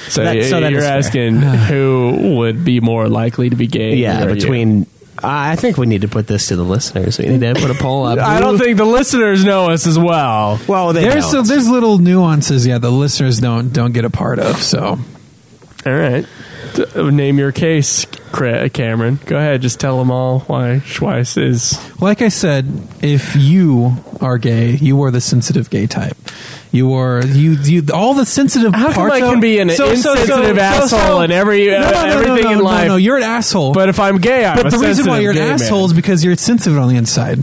S2: so,
S6: that- so that
S2: uh, you're
S6: is fair.
S2: asking who would be more likely to be gay?
S6: yeah,
S2: or you?
S6: between. I I think we need to put this to the listeners. We need to put a poll up.
S2: I don't think the listeners know us as well.
S6: Well, they
S7: There's so
S6: don't.
S7: there's little nuances, yeah, the listeners don't don't get a part of. So
S2: All right, D- name your case, Cra- Cameron. Go ahead, just tell them all why Schweiss is.
S7: like I said, if you are gay, you are the sensitive gay type. You are you you all the sensitive
S2: How come
S7: parts
S2: I
S7: of-
S2: can be an
S7: So- so- so-
S2: insensitive
S7: so- so-
S2: asshole in every uh,
S7: No, no, no, no,
S2: everything
S7: no,
S2: in
S7: no,
S2: life?
S7: No, you're an asshole.
S2: But if I'm gay, I'm
S7: but
S2: a
S7: the reason why
S2: sensitive
S7: you're an
S2: gay man.
S7: asshole is because you're sensitive on the inside.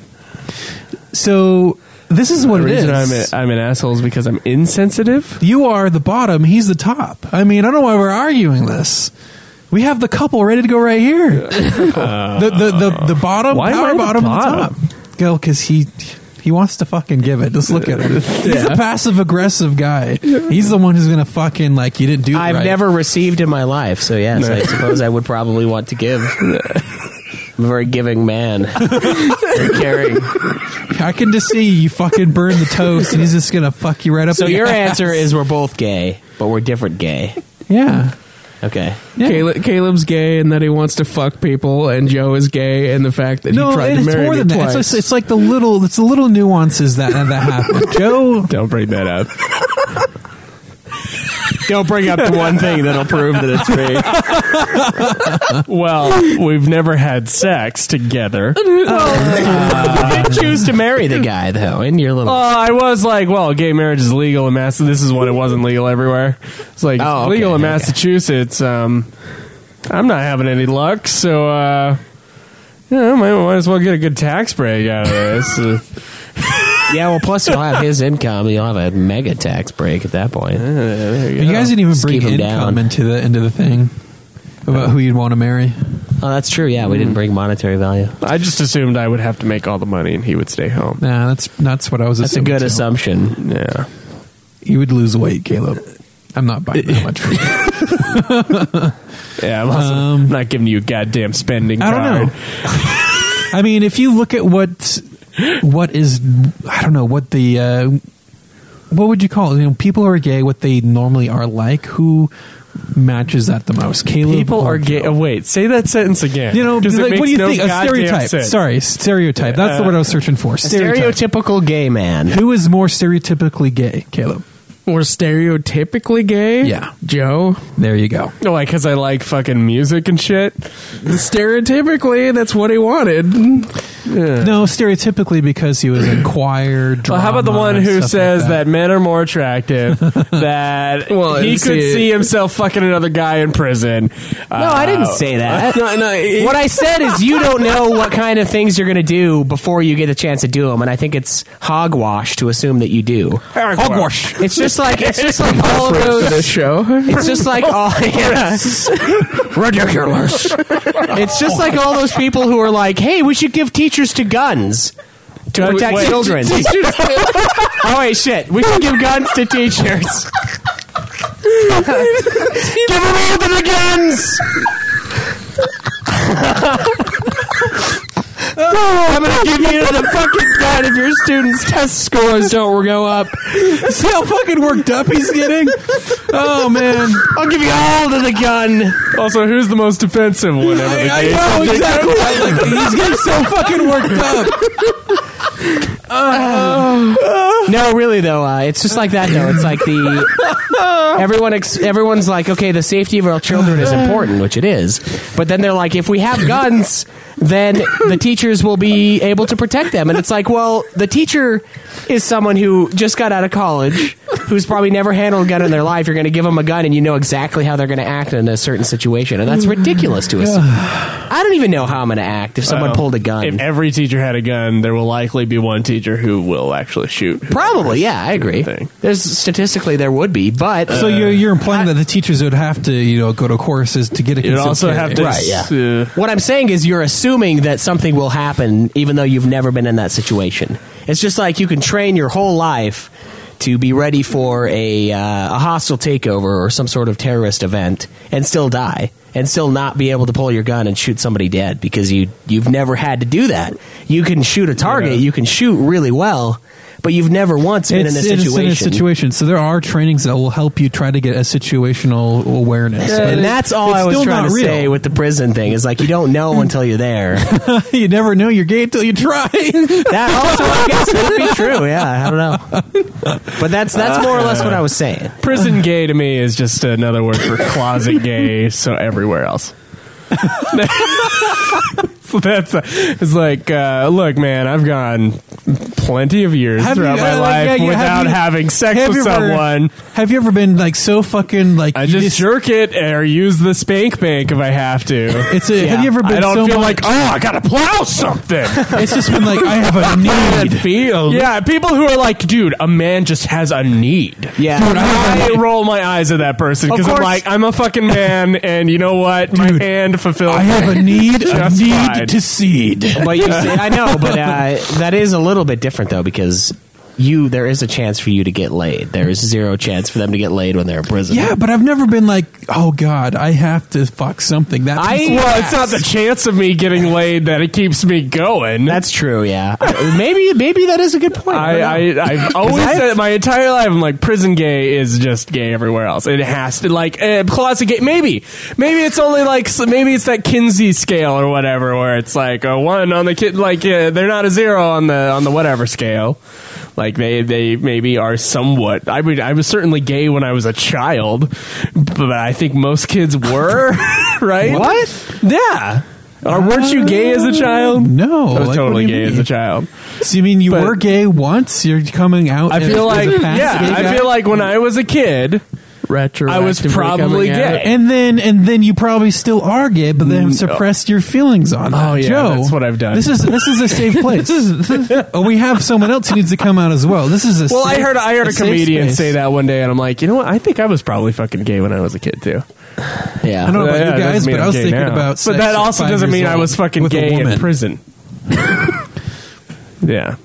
S7: So this is what
S2: The
S7: it is.
S2: reason I'm, a, I'm an asshole is because I'm insensitive.
S7: You are the bottom, he's the top. I mean, I don't know why we're arguing this. We have the couple ready to go right
S8: [laughs]
S7: here. the, the, the, the bottom,
S2: Why am I
S7: power
S2: the
S7: bottom,
S2: bottom?
S7: and the top. Go, because he, he wants to fucking give it. Just look at him. He's a passive aggressive guy. He's the one who's going to fucking, like, you didn't do it
S6: I've
S2: [laughs]
S7: right.
S6: never received in my life, so yes, I suppose I would probably want to give. I'm a very giving man.
S2: [laughs]
S6: very caring.
S7: I can just see you fucking burn the toast, and he's just gonna fuck you right up.
S6: So
S7: the
S6: your
S7: ass.
S6: answer is we're both gay, but we're different gay.
S7: yeah.
S6: Okay.
S8: Caleb, Caleb's gay and that he wants to fuck people, and Joe is gay and the fact that
S7: No,
S8: he tried
S7: and
S8: to
S7: it's
S8: marry
S7: more
S8: me
S7: than that. It's,
S8: twice.
S7: just- it's like the little, it's the little nuances that that happen.
S6: [laughs]
S7: Joe,
S2: Don't bring that up.
S6: Don't bring up the one thing that'll prove that it's [laughs] me.
S2: Well, we've never had sex together.
S6: Choose to marry the guy though, in your little.
S2: Well, I was like, well, gay marriage is legal in Massachusetts. This is when it wasn't legal everywhere. It's like
S6: Oh,
S2: it's
S6: okay,
S2: legal in
S6: okay.
S2: Massachusetts. Um, I'm not having any luck, so uh, yeah, I might, might as well get a good tax break out of this. Uh,
S6: [laughs]
S2: Oh.
S6: Yeah, well, plus you'll have his income. You'll have a mega tax break at that point.
S7: you guys didn't even
S6: Just
S7: bring
S6: keep him
S7: income
S6: down.
S7: into the into the thing about who you'd want to marry.
S6: Oh, that's true. Yeah,
S2: Mm.
S6: we didn't bring monetary value.
S2: I just assumed I would have to make all the money and he would stay home.
S7: Nah, that's that's what I was.
S6: That's a good assumption.
S2: Yeah.
S7: You would lose weight, Caleb. I'm not buying that much. For you.
S2: Yeah, I'm, also,
S7: Um,
S2: I'm not giving you a goddamn spending
S7: I
S2: card.
S7: don't know. I mean, if you look at what what is, I don't know what the uh, what would you call it? You know, people who are gay. What they normally are like. Who matches that the most? Caleb.
S2: People
S7: or
S2: are gay.
S7: Joe?
S2: Oh, wait, say that sentence again.
S7: Mm-hmm. You know,
S2: 'Cause it
S7: like, what
S2: makes
S7: do you
S2: no
S7: think? A
S2: goddamn
S7: stereotype.
S2: sense.
S7: Sorry, stereotype. That's the word I was searching for. Stereotype.
S6: Stereotypical gay man.
S7: Who is more stereotypically gay, Caleb?
S8: We're stereotypically gay.
S7: Yeah.
S8: Joe.
S7: There you go.
S2: No, like, because I like fucking music and shit.
S8: Stereotypically, that's what he wanted.
S7: No, stereotypically because
S2: [clears throat]
S7: he was in choir. Drama,
S2: Well, how about the one
S7: and
S2: who
S7: stuff like
S2: says that. men are more
S6: [laughs]
S2: attractive? that
S8: [laughs] Well,
S2: he
S8: and
S2: could
S8: see-
S2: see himself fucking another guy in prison. Uh,
S6: No, I didn't say that.
S8: No, no, it-
S6: What I said is
S7: [laughs]
S6: you don't know what kind of things you're going to do before you get a chance to do them, and I think it's hogwash to assume that you do.
S7: Hogwash.
S6: It's just like it's
S7: [laughs]
S6: just like all of
S8: for this
S6: those.
S8: show.
S6: It's just like all yeah. ridiculous. [laughs] It's just like all those people who are like, "Hey, we should give teachers to guns." To protect
S2: wait.
S6: [laughs] children. [laughs] oh wait, shit! We should give guns to teachers. [laughs] give them all to the [laughs] guns. Oh, I'm gonna give you the fucking gun if your students' test scores don't go up.
S7: See how fucking worked up he's getting? Oh, man.
S6: I'll give you all to the gun.
S2: Also, who's the most defensive
S7: [laughs]
S2: one? Ever the case?
S7: know, exactly. Like, [laughs] he's getting so fucking worked up.
S6: No, really though, uh, it's just like that though. It's like the
S2: [laughs]
S6: everyone ex- everyone's like, okay, the safety of our children is important, which it is. But then they're like, if we have guns, then the teachers will be able to protect them. And it's like, well, the teacher is someone who just got out of college, who's probably never handled a gun in their life. You're going to give them a gun, and you know exactly how they're going to act in a certain situation, and that's ridiculous
S2: [sighs]
S6: to assume. I don't even know how I'm going to act if someone pulled a gun.
S2: If every teacher had a gun, there will likely be one teacher who will actually shoot.
S6: Probably, yeah, I agree.
S2: thing.
S6: There's statistically there would be, but
S7: So
S2: uh,
S7: you're, you're implying that the teachers would have to, you know, go to courses to get a
S2: You'd
S7: consent
S2: also
S7: carry.
S2: have to.
S6: Right, yeah.
S2: uh,
S6: What I'm saying is, you're assuming that something will happen, even though you've never been in that situation. It's just like you can train your whole life to be ready for a, uh, a hostile takeover or some sort of terrorist event, and still die, and still not be able to pull your gun and shoot somebody dead because you you've never had to do that. You can shoot a target, you can shoot really well, but you've never once been
S7: It's,
S6: in a
S7: it's in a
S6: situation.
S7: situation. So there are trainings that will help you try to get a situational awareness.
S6: and that's all
S7: it's
S6: I was
S7: still
S6: trying
S7: not
S6: to
S7: real.
S6: say with the prison thing is like you don't know until
S7: [laughs]
S6: you're there.
S7: you never know you're gay until
S2: [laughs]
S7: you try.
S6: That also, I guess, would be true. Yeah, I don't know. But that's that's more or less what I was saying.
S2: Prison gay to me is just another word for closet gay. So everywhere else. [laughs] so that's uh it's like uh, look, man. I've gone plenty of years
S7: Have you-
S2: throughout my
S7: uh,
S2: life
S7: yeah, you- have
S2: without
S7: you-
S2: having sex
S7: have
S2: with
S7: you ever-
S2: someone.
S7: Have you ever been like so fucking like
S2: I
S7: you
S2: just, jerk it or use the spank bank if I have to.
S7: It's a, Have you ever been
S2: I don't
S7: so
S2: feel
S7: much-
S2: like oh, I gotta plow something.
S7: It's
S2: [laughs]
S7: just been like I have a need.
S2: Feel. Yeah, people who are like, dude, a man just has a need.
S6: Yeah,
S2: I roll my eyes at that person because I'm
S6: course.
S2: like, I'm a fucking man, and you know what? My
S7: Dude,
S2: hand fulfills.
S7: I have a need. a
S2: Just
S7: need
S2: fine.
S7: to seed.
S6: but you see, I know, but uh, that is a little bit different though because you there is a chance for you to get laid. There is zero chance for them to get laid when they're in prison.
S7: Yeah, but I've never been like, oh god, I have to fuck something. That
S6: I-
S7: piece of
S2: Well,
S7: ass."
S2: it's not the chance of me getting laid that it keeps me going.
S6: That's true, yeah. I- maybe maybe that is a good point.
S2: I, I, I've always
S6: I've-
S2: said it my entire life, I'm like, prison gay is just gay everywhere else. It has to, like, uh, closet gay. Maybe. Maybe it's only like, s- maybe it's that Kinsey scale or whatever, where it's like a one on the kid, like, uh, they're not a zero on the, on the whatever scale. Like they, they maybe are somewhat. I mean, I was certainly gay when I was a child, but I think most kids were, [laughs] right?
S7: What? Uh,
S2: Yeah. Or weren't you gay as a child?
S7: No,
S2: um, I was
S7: like,
S2: totally
S7: what do
S2: gay
S7: you
S2: as a
S7: mean?
S2: child.
S7: So you mean you
S2: but-
S7: were gay once? You're coming out.
S2: I
S7: as-
S2: feel
S7: as
S2: like
S7: a past
S2: yeah,
S7: gay
S2: I
S7: guy?
S2: feel like when I was a kid,
S8: Retroactively
S2: I was probably
S8: coming out.
S2: gay.
S7: And then and then you probably still are gay, but then have suppressed your feelings on that.
S2: Mm, Oh, yeah,
S7: Joe,
S2: that's what I've done.
S7: This is this
S2: [laughs]
S7: is a safe place. [laughs] oh, we have someone else who needs to come out as well. This is a
S2: well, I
S7: safe-
S2: heard I heard a
S7: safe
S2: comedian
S7: space.
S2: say that one day, and I'm like, you know what? I think I was probably fucking gay when I was a kid too.
S6: yeah.
S7: I don't know
S2: Yeah,
S7: about
S2: it
S7: you guys,
S2: oh, doesn't mean
S7: but I
S2: I'm
S7: was
S2: gay
S7: thinking
S2: now.
S7: about.
S2: But
S7: sex
S2: that
S7: at
S2: also
S7: five
S2: doesn't
S7: years
S2: mean I
S7: old
S2: was fucking
S7: with a
S2: gay in
S7: woman.
S2: prison. yeah.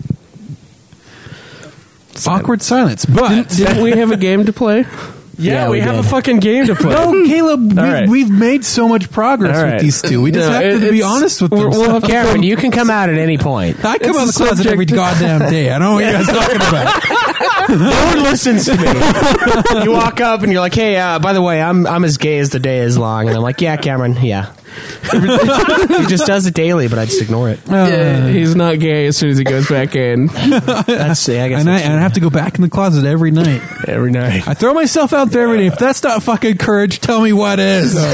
S7: Awkward silence, but
S8: Didn't we have a game to play?
S2: Yeah,
S6: Yeah,
S2: we,
S6: we
S2: have
S6: did.
S2: a fucking game to
S7: [laughs]
S2: play.
S7: no, Oh, Caleb, we,
S2: All right.
S7: we've made so much progress
S2: All
S7: with
S2: right.
S7: these two. We just
S2: No,
S7: have
S2: it-
S7: to be
S2: it's-
S7: honest with them.
S2: we're- we'll have
S6: Karen, you can come out at any point.
S7: I come out of the closet every goddamn day. I don't know what you guys are
S2: [laughs]
S7: talking about.
S6: No one listens to me. [laughs] You walk up and you're like, "Hey, uh, by the way, I'm I'm as gay as the day is long," and I'm like, "Yeah, Cameron, yeah." he just does it daily, but I just ignore it.
S8: Yeah, [laughs] he's not gay as soon as he goes back in.
S6: That's yeah, I guess.
S7: Uh, And I,
S6: that's
S7: and I have to go back in the closet every night.
S2: every night.
S7: I throw myself out there every day. If that's not fucking courage, tell me what is.
S2: Oh,
S6: all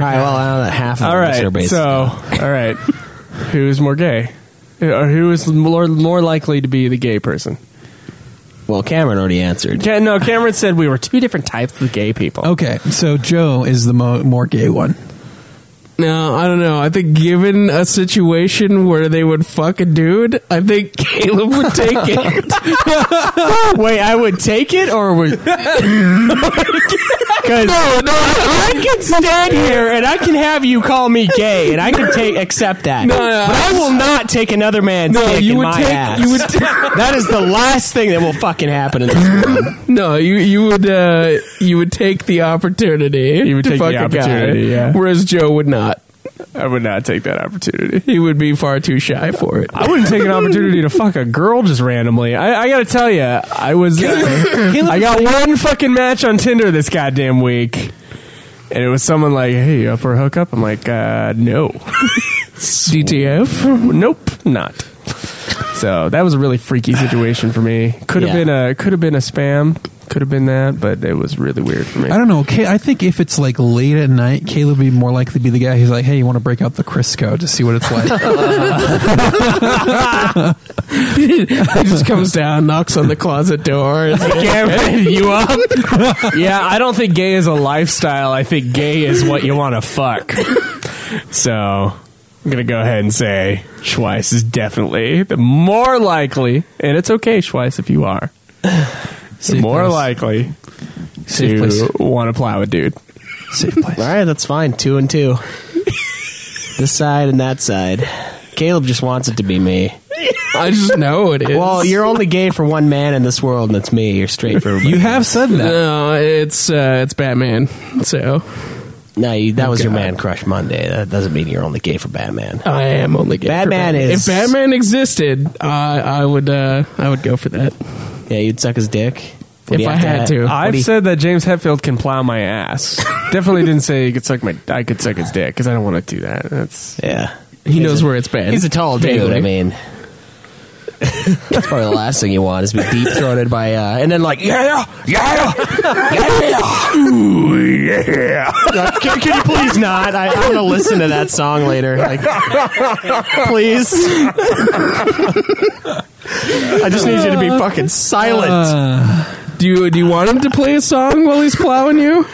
S6: right, well, I don't know that half of
S2: All
S6: the listener
S2: right.
S6: base.
S2: So, all right. Who's more gay? Or who is more more likely to be the gay person?
S6: well, Cameron already answered.
S2: Ca- No, Cameron said we were two different types of gay people.
S7: Okay, so Joe is the mo- more gay one.
S8: No, I don't know. I think given a situation where they would fuck a dude, I think Caleb would
S7: [laughs]
S8: take it.
S2: Wait, I would take it or
S8: [laughs]
S2: would. Because no, no, I can stand here and I can have you call me gay and I can take accept that.
S8: no, no.
S2: but I will not take another man's
S8: No,
S2: dick
S8: you
S2: in
S8: would
S2: my
S8: take-
S2: ass.
S8: you would [laughs]
S2: that is the last thing that will fucking happen in this world.
S8: No, you you would uh, you would take the opportunity.
S2: You would
S8: to
S2: take the
S8: fuck a guy,
S2: opportunity, yeah.
S8: Whereas Joe would not.
S2: I would not take that opportunity.
S8: He would be far too shy for it.
S2: I wouldn't take an opportunity to fuck a girl just randomly. I, I gotta tell you, I was. I got one fucking match on Tinder this goddamn week, and it was someone like, "Hey, you up for a hookup?" I'm like, uh, "No, [laughs] DTF, nope, not." So that was a really freaky situation for me. Could have
S6: Yeah.
S2: been a could have been a spam, could have been that, but it was really weird for me.
S7: I don't know. Ca- I think if it's like late at night, Caleb would be more likely to be the guy who's like, "Hey, you want to break out the Crisco to see what it's
S2: [laughs]
S7: like?"
S8: He just comes down, knocks on the closet door.
S2: Cameron, you up? [laughs] yeah, I don't think gay is a lifestyle. I think gay is what you want to fuck. So I'm gonna go ahead and say Schweiss is definitely the more likely, and it's okay, Schweiss, if you are the
S7: Safe
S2: more
S7: place.
S2: likely
S7: Safe place.
S2: to want to plow a dude.
S7: Safe place.
S6: All right, that's fine. Two and two. this side and that side. Caleb just wants it to be me.
S8: I just know it is.
S6: Well, you're only gay for one man in this world, and that's me. You're
S2: [laughs]
S6: straight for everybody.
S7: You have said that.
S8: no, it's uh, it's Batman. So
S6: no, you, that was your
S8: God.
S6: man crush Monday. That doesn't mean you're only gay for Batman.
S8: I am only gay. for
S6: Batman is-
S8: If Batman existed, I I would uh, I would go for that.
S6: Yeah, you'd suck his dick Would he
S8: If I
S6: have
S8: had to.
S6: Would he-
S2: I've said that James Hetfield can plow my ass. Definitely didn't say he could suck my. I could suck his dick because I don't want to do that. That's
S6: yeah,
S8: He
S6: He's
S8: knows
S6: a-
S8: where it's bad.
S6: He's a tall dude.
S8: Vaguely.
S6: I mean, that's probably the last thing you want is be deep throated by, uh, and then like, yeah, yeah, yeah, yeah. Can, can you please not? I, I want to listen to that song later. Like, please. I just need you to be fucking silent.
S8: Uh, do you do you want him to play a song while he's plowing you?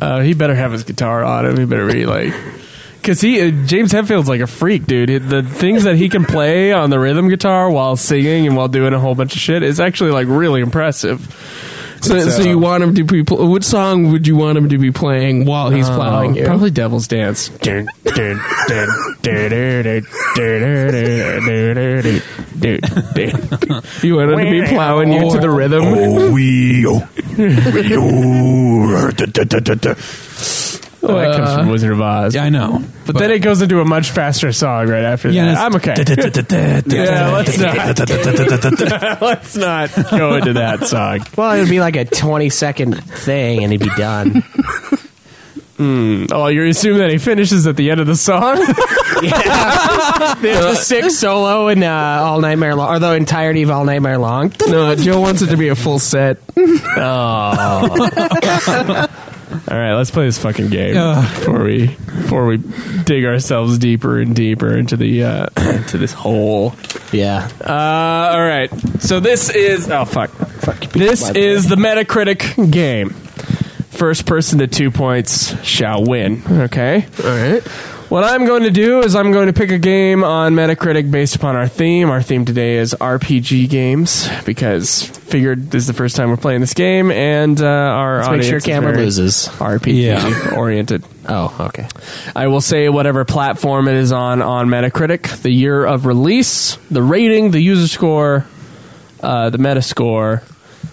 S2: Uh, he better have his guitar on him. He better be like, because he uh, James Hetfield's like a freak, dude. He- The things that he can play on the rhythm guitar while singing and while doing a whole bunch of shit is actually like really impressive.
S8: So, so,
S2: uh,
S8: you want him to be? Pl- what song would you want him to be playing while he's
S2: Oh,
S8: plowing you?
S2: Probably Devil's
S8: [laughs]
S2: Dance.
S8: You want him to be plowing you to the
S2: Uh,
S8: rhythm?
S1: Oh, we. Oh, we oh, da, da, da, da, da.
S2: Oh, that comes from Wizard of Oz.
S7: Uh, Yeah, I know.
S2: But, then it goes into a much faster song right after
S7: Yeah,
S2: that.
S7: it's-
S2: I'm okay. [laughs] Yeah, let's not. [laughs] let's not
S6: [laughs]
S2: go into that song.
S6: Well, it would be like a 20 second thing and he'd be done.
S2: Oh, you assume that he finishes at the end of the song? [laughs]
S6: There's a sick solo in uh, All Nightmare Long, or the entirety of All Nightmare Long.
S8: [laughs] No, Joe wants it to be a
S2: [laughs]
S8: full set.
S2: Oh. All right, let's play this fucking game
S7: Ugh.
S2: before we before we dig ourselves deeper and deeper into the uh, into this hole.
S6: Yeah.
S2: Uh, all right. So this is oh fuck. This is the Metacritic game. First person to two points shall win. Okay. All right. What I'm going to do is I'm going to pick a game on Metacritic based upon our theme. Our theme today is RPG games because figured this is the first time we're playing this game, and uh, our
S6: Let's make sure
S2: audience is
S6: camera
S2: very
S6: loses.
S2: RPG
S7: Yeah.
S2: oriented.
S6: Oh, okay.
S2: I will say whatever platform it is on on Metacritic, the year of release, the rating, the user score, uh, the Metascore.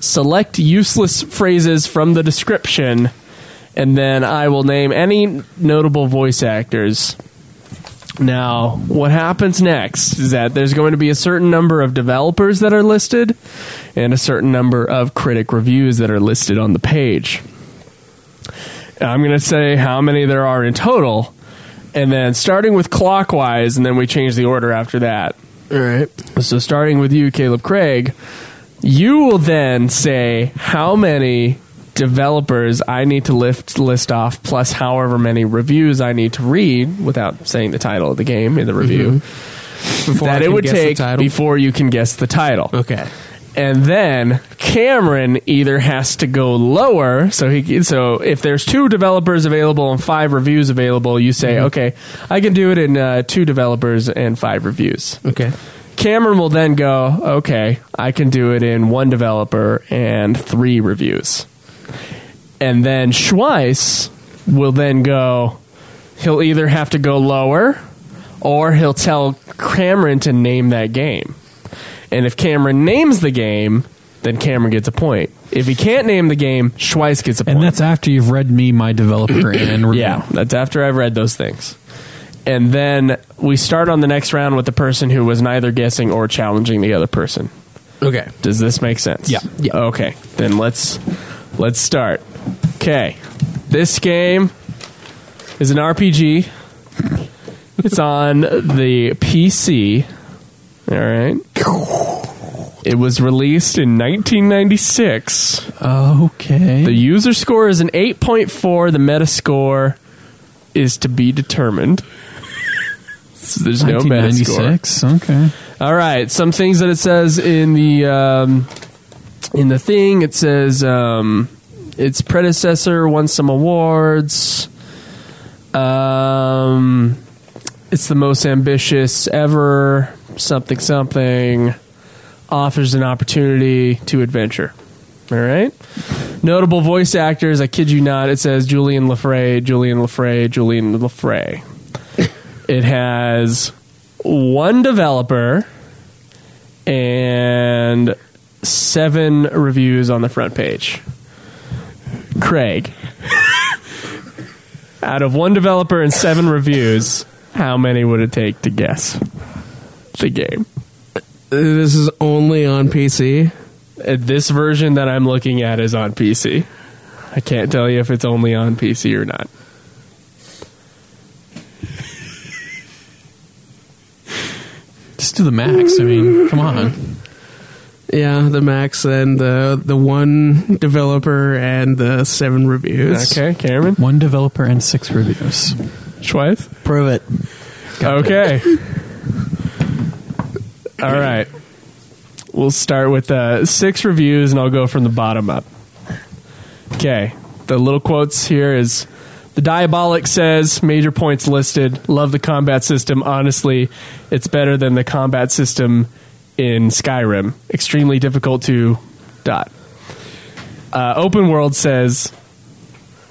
S2: Select useless phrases from the description, and then I will name any notable voice actors. Now, what happens next is that there's going to be a certain number of developers that are listed and a certain number of critic reviews that are listed on the page. I'm going to say how many there are in total, and then starting with clockwise, and then we change the order after that. All right. So starting with you, Caleb Craig, you will then say how many developers I need to lift list off, plus however many reviews I need to read without saying the title of the game in the review
S7: Before I
S2: Mm-hmm. that it
S7: can
S2: would
S7: guess the
S2: take
S7: title.
S2: before you can guess the title.
S7: Okay.
S2: And then Cameron either has to go lower, so he so if there's two developers available and five reviews available, you say, okay, I can do it in uh, two developers and five reviews.
S7: Okay.
S2: Cameron will then go, okay, I can do it in one developer and three reviews. And then Schweiss will then go, he'll either have to go lower or he'll tell Cameron to name that game. And if Cameron names the game, then Cameron gets a point. If he can't name the game, Schweiss gets a point.
S7: And that's after you've read me, my developer, and review.
S2: Yeah, that's after I've read those things. And then we start on the next round with the person who was neither guessing or challenging the other person.
S7: Okay.
S2: Does this make sense?
S7: Yeah. Yeah.
S2: Okay. Then let's let's start. Okay. This game is an RPG. it's on the PC. All right. It was released in 1996.
S7: Okay.
S2: The user score is an 8.4. The meta score is to be determined. [laughs] So there's no meta score.
S7: 1996. Okay.
S2: All right, some things that it says in the um, in the thing. It says um, its predecessor won some awards. Um, it's the most ambitious ever. Something something offers an opportunity to adventure. All right. Notable voice actors. I kid you not. It says Julian Lafray, Julian Lafray, Julian Lafray. it has one developer and seven reviews on the front page. Craig. Out of one developer and seven reviews, how many would it take to guess the game?
S8: This is only on PC.
S2: Uh, This version that I'm looking at is on PC. I can't tell you if it's only on PC or not.
S7: Just do the max. I mean, come on.
S8: Yeah, the max and the the one developer and the seven reviews.
S2: Okay, Cameron?
S7: One developer and six reviews.
S2: Schweiss?
S6: Prove it.
S2: Okay. All right. We'll start with uh, six reviews, and I'll go from the bottom up. Okay. The little quotes here is the diabolic says major points listed. Love the combat system. Honestly, it's better than the combat system in Skyrim. Extremely difficult to dot. Uh, open world says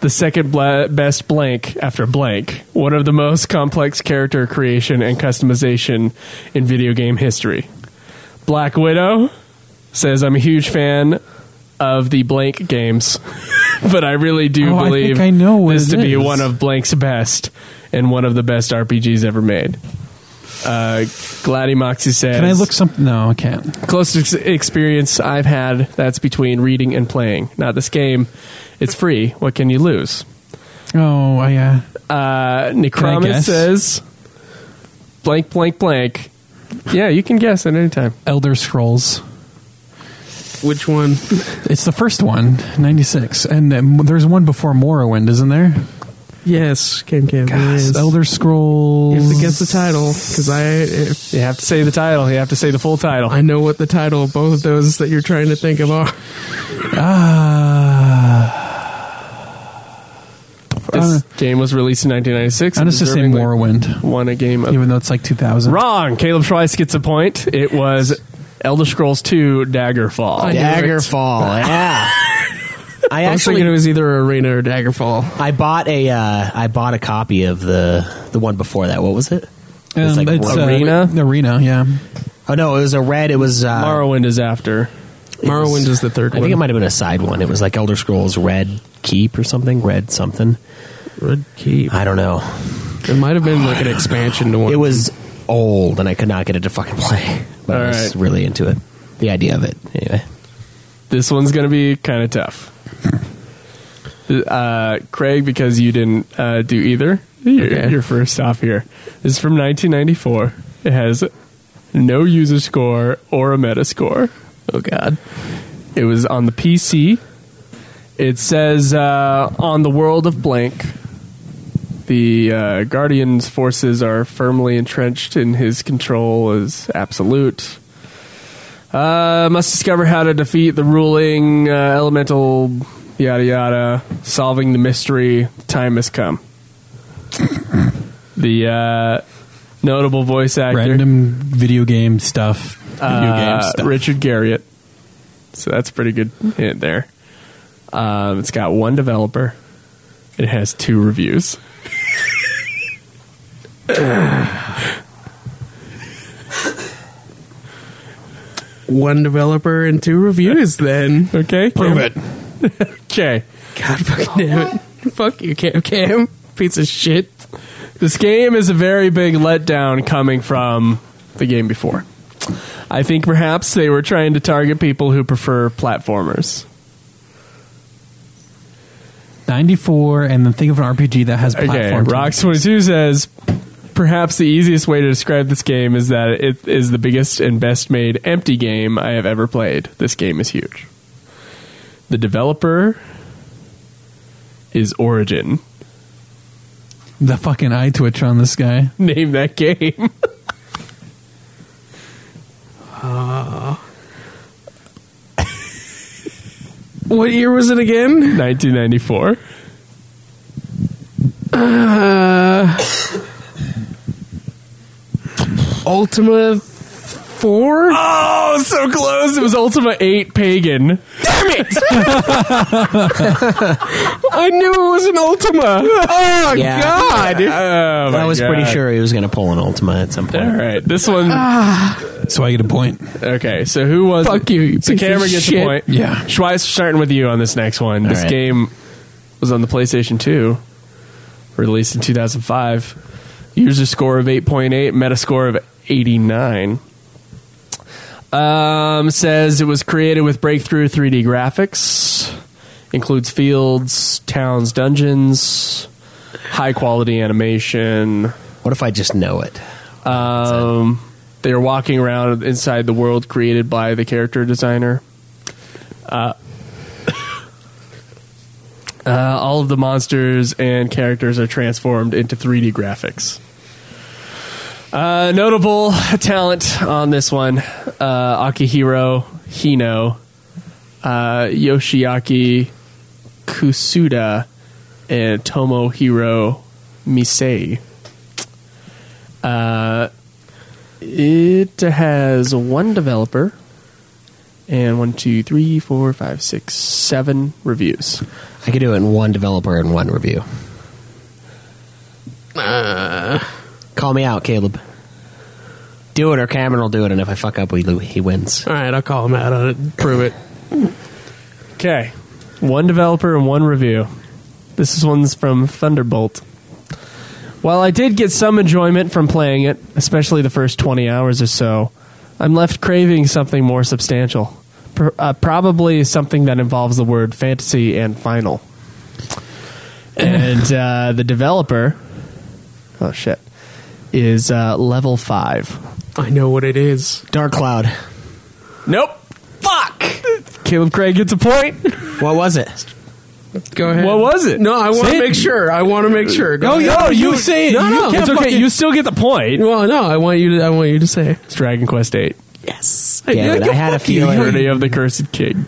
S2: the second bla- best blank after blank. One of the most complex character creation and customization in video game history. Black Widow says I'm a huge fan of the blank games, [laughs] but I really do
S7: Oh, I
S2: believe
S7: think I know what
S2: this
S7: it
S2: to be
S7: is.
S2: one of blank's best and one of the best RPGs ever made. Uh, Gladdy Moxie says,
S7: Can I look something? No, I can't.
S2: closest ex- experience I've had that's between reading and playing. Not this game. It's free. What can you lose?
S7: Oh, yeah.
S2: Uh,
S7: Can I
S2: Necromus [laughs]
S7: guess?
S2: says blank, blank, blank. Yeah, you can guess at any time.
S7: Elder Scrolls.
S8: Which one?
S7: It's the first one, 96. And um, there's one before Morrowind, isn't there?
S8: Yes, Cam Cam.
S7: Yes.
S8: yes.
S7: Elder Scrolls.
S8: You have to guess the title because I if,
S2: You have to say the title. You have to say the full title.
S8: I know what the title of both of those that you're trying to think of are.
S7: Ah.
S2: This game was released in 1996.
S7: I'm just gonna say
S2: deservingly
S7: Morrowind,
S2: Won a game of
S7: even though it's like 2000.
S2: wrong. Caleb Schweiss gets a point. It was Elder Scrolls 2: Daggerfall.
S8: I knew it.
S6: Daggerfall.
S2: [laughs]
S6: Yeah. I
S8: I was
S6: actually
S8: thinking it was either Arena or Daggerfall.
S6: I bought a uh, I bought a copy of the the one before that. What was it?
S7: Um,
S6: It's like
S7: uh,
S2: Arena?
S7: Arena, yeah.
S6: Oh no, it was a red. It was uh,
S2: Morrowind is after.
S6: it was-
S8: Morrowind is the third
S6: I
S8: one.
S6: think it might have been a side one. It was like Elder Scrolls Red Keep or something. Red something.
S8: Red Keep.
S6: I don't know.
S8: It might have been like an expansion to one.
S6: It was old, and I could not get it to fucking play. But I
S2: All
S6: was
S2: right.
S6: really into it. The idea of it, anyway.
S2: This one's going to be kind of tough. Uh, Craig, because you didn't uh, do either, you're,
S8: Okay.
S2: you're first off here. This is from 1994. It has no user score or a meta score.
S8: Oh God.
S2: It was on the PC. It says uh, on the world of blank, the uh, Guardian's forces are firmly entrenched in his control is absolute. Uh, must discover how to defeat the ruling uh, elemental, yada yada. Solving the mystery, time has come. the uh, notable voice actor,
S7: Random video game stuff. Video
S2: uh,
S7: game stuff.
S2: Richard Garriott. So that's a pretty good hint there. Um, it's got one developer. It has two reviews.
S8: One developer and two reviews. Then
S2: Okay, prove it. [laughs] okay,
S8: God fucking damn it! Fuck you, Cam Cam. Piece of shit.
S2: this game is a very big letdown coming from the game before. I think perhaps they were trying to target people who prefer platformers.
S7: 94, and then think of an RPG that has
S2: Okay,
S7: platform.
S2: Rocks Twenty Two says perhaps the easiest way to describe this game is that it is the biggest and best made empty game I have ever played. This game is huge. The developer is Origin.
S7: The fucking eye twitch on this guy.
S2: [laughs] Name that game. [laughs]
S8: Uh. What year was it again?
S2: 1994.
S8: Uh. Ultima Four.
S2: Oh, so close. It was Ultima 8 Pagan.
S8: I knew it was an Ultima. [laughs] Oh
S6: Yeah.
S8: God!
S2: Oh, my
S6: I was
S2: God.
S6: pretty sure he was going to pull an Ultima at some point.
S2: All right. This one.
S7: So I get a point.
S2: Okay, so who was.
S8: Ah. Fuck you, you
S2: So
S8: piece of
S2: Cameron gets a
S8: shit.
S2: point. [laughs]
S7: Yeah.
S2: Schweiss, starting with you on this next one. this
S6: right.
S2: game was on the PlayStation 2, released in 2005. User score of 8.8, meta score of 89. Um, says it was created with breakthrough 3D graphics, includes fields, towns, dungeons, high quality animation.
S6: What if I just know it?
S2: Um, they are walking around inside the world created by the character designer. [coughs] Uh, uh, all of the monsters and characters are transformed into 3D graphics. Uh, notable talent on this one uh, Akihiro Hino, uh, Yoshiaki Kusuda, and Tomohiro Misei. It has one developer and one, two, three, four, five, six, seven reviews.
S6: I could do it in one developer and one review. Uh, call me out, Caleb. Do it, or Cameron will do it, and if I fuck up, we lo- he wins.
S8: All right, I'll call him out on it. Prove it.
S2: Okay. One developer and one review. This one's from Thunderbolt. While I did get some enjoyment from playing it, especially the first 20 hours or so, I'm left craving something more substantial. Pr- uh, probably something that involves the word fantasy and final. And uh, the developer, oh shit, is uh, level 5.
S8: I know what it is.
S6: Dark Cloud.
S2: Nope. Fuck! Caleb Craig gets a point.
S6: What was it?
S8: Go ahead.
S2: What was it?
S8: No, I want
S2: Say
S8: to
S2: it.
S8: make sure. I want to make sure. Go
S2: Oh,
S8: ahead.
S2: no, you, say
S8: it.
S2: No,
S8: You
S2: no,
S8: can't
S2: it's okay.
S8: fucking-
S2: You still get the point.
S8: Well, no, I want you to. I want you to say.
S2: It's Dragon Quest Eight.
S8: Yes.
S6: Damn it, I had a feeling.
S2: Journey of the Cursed King.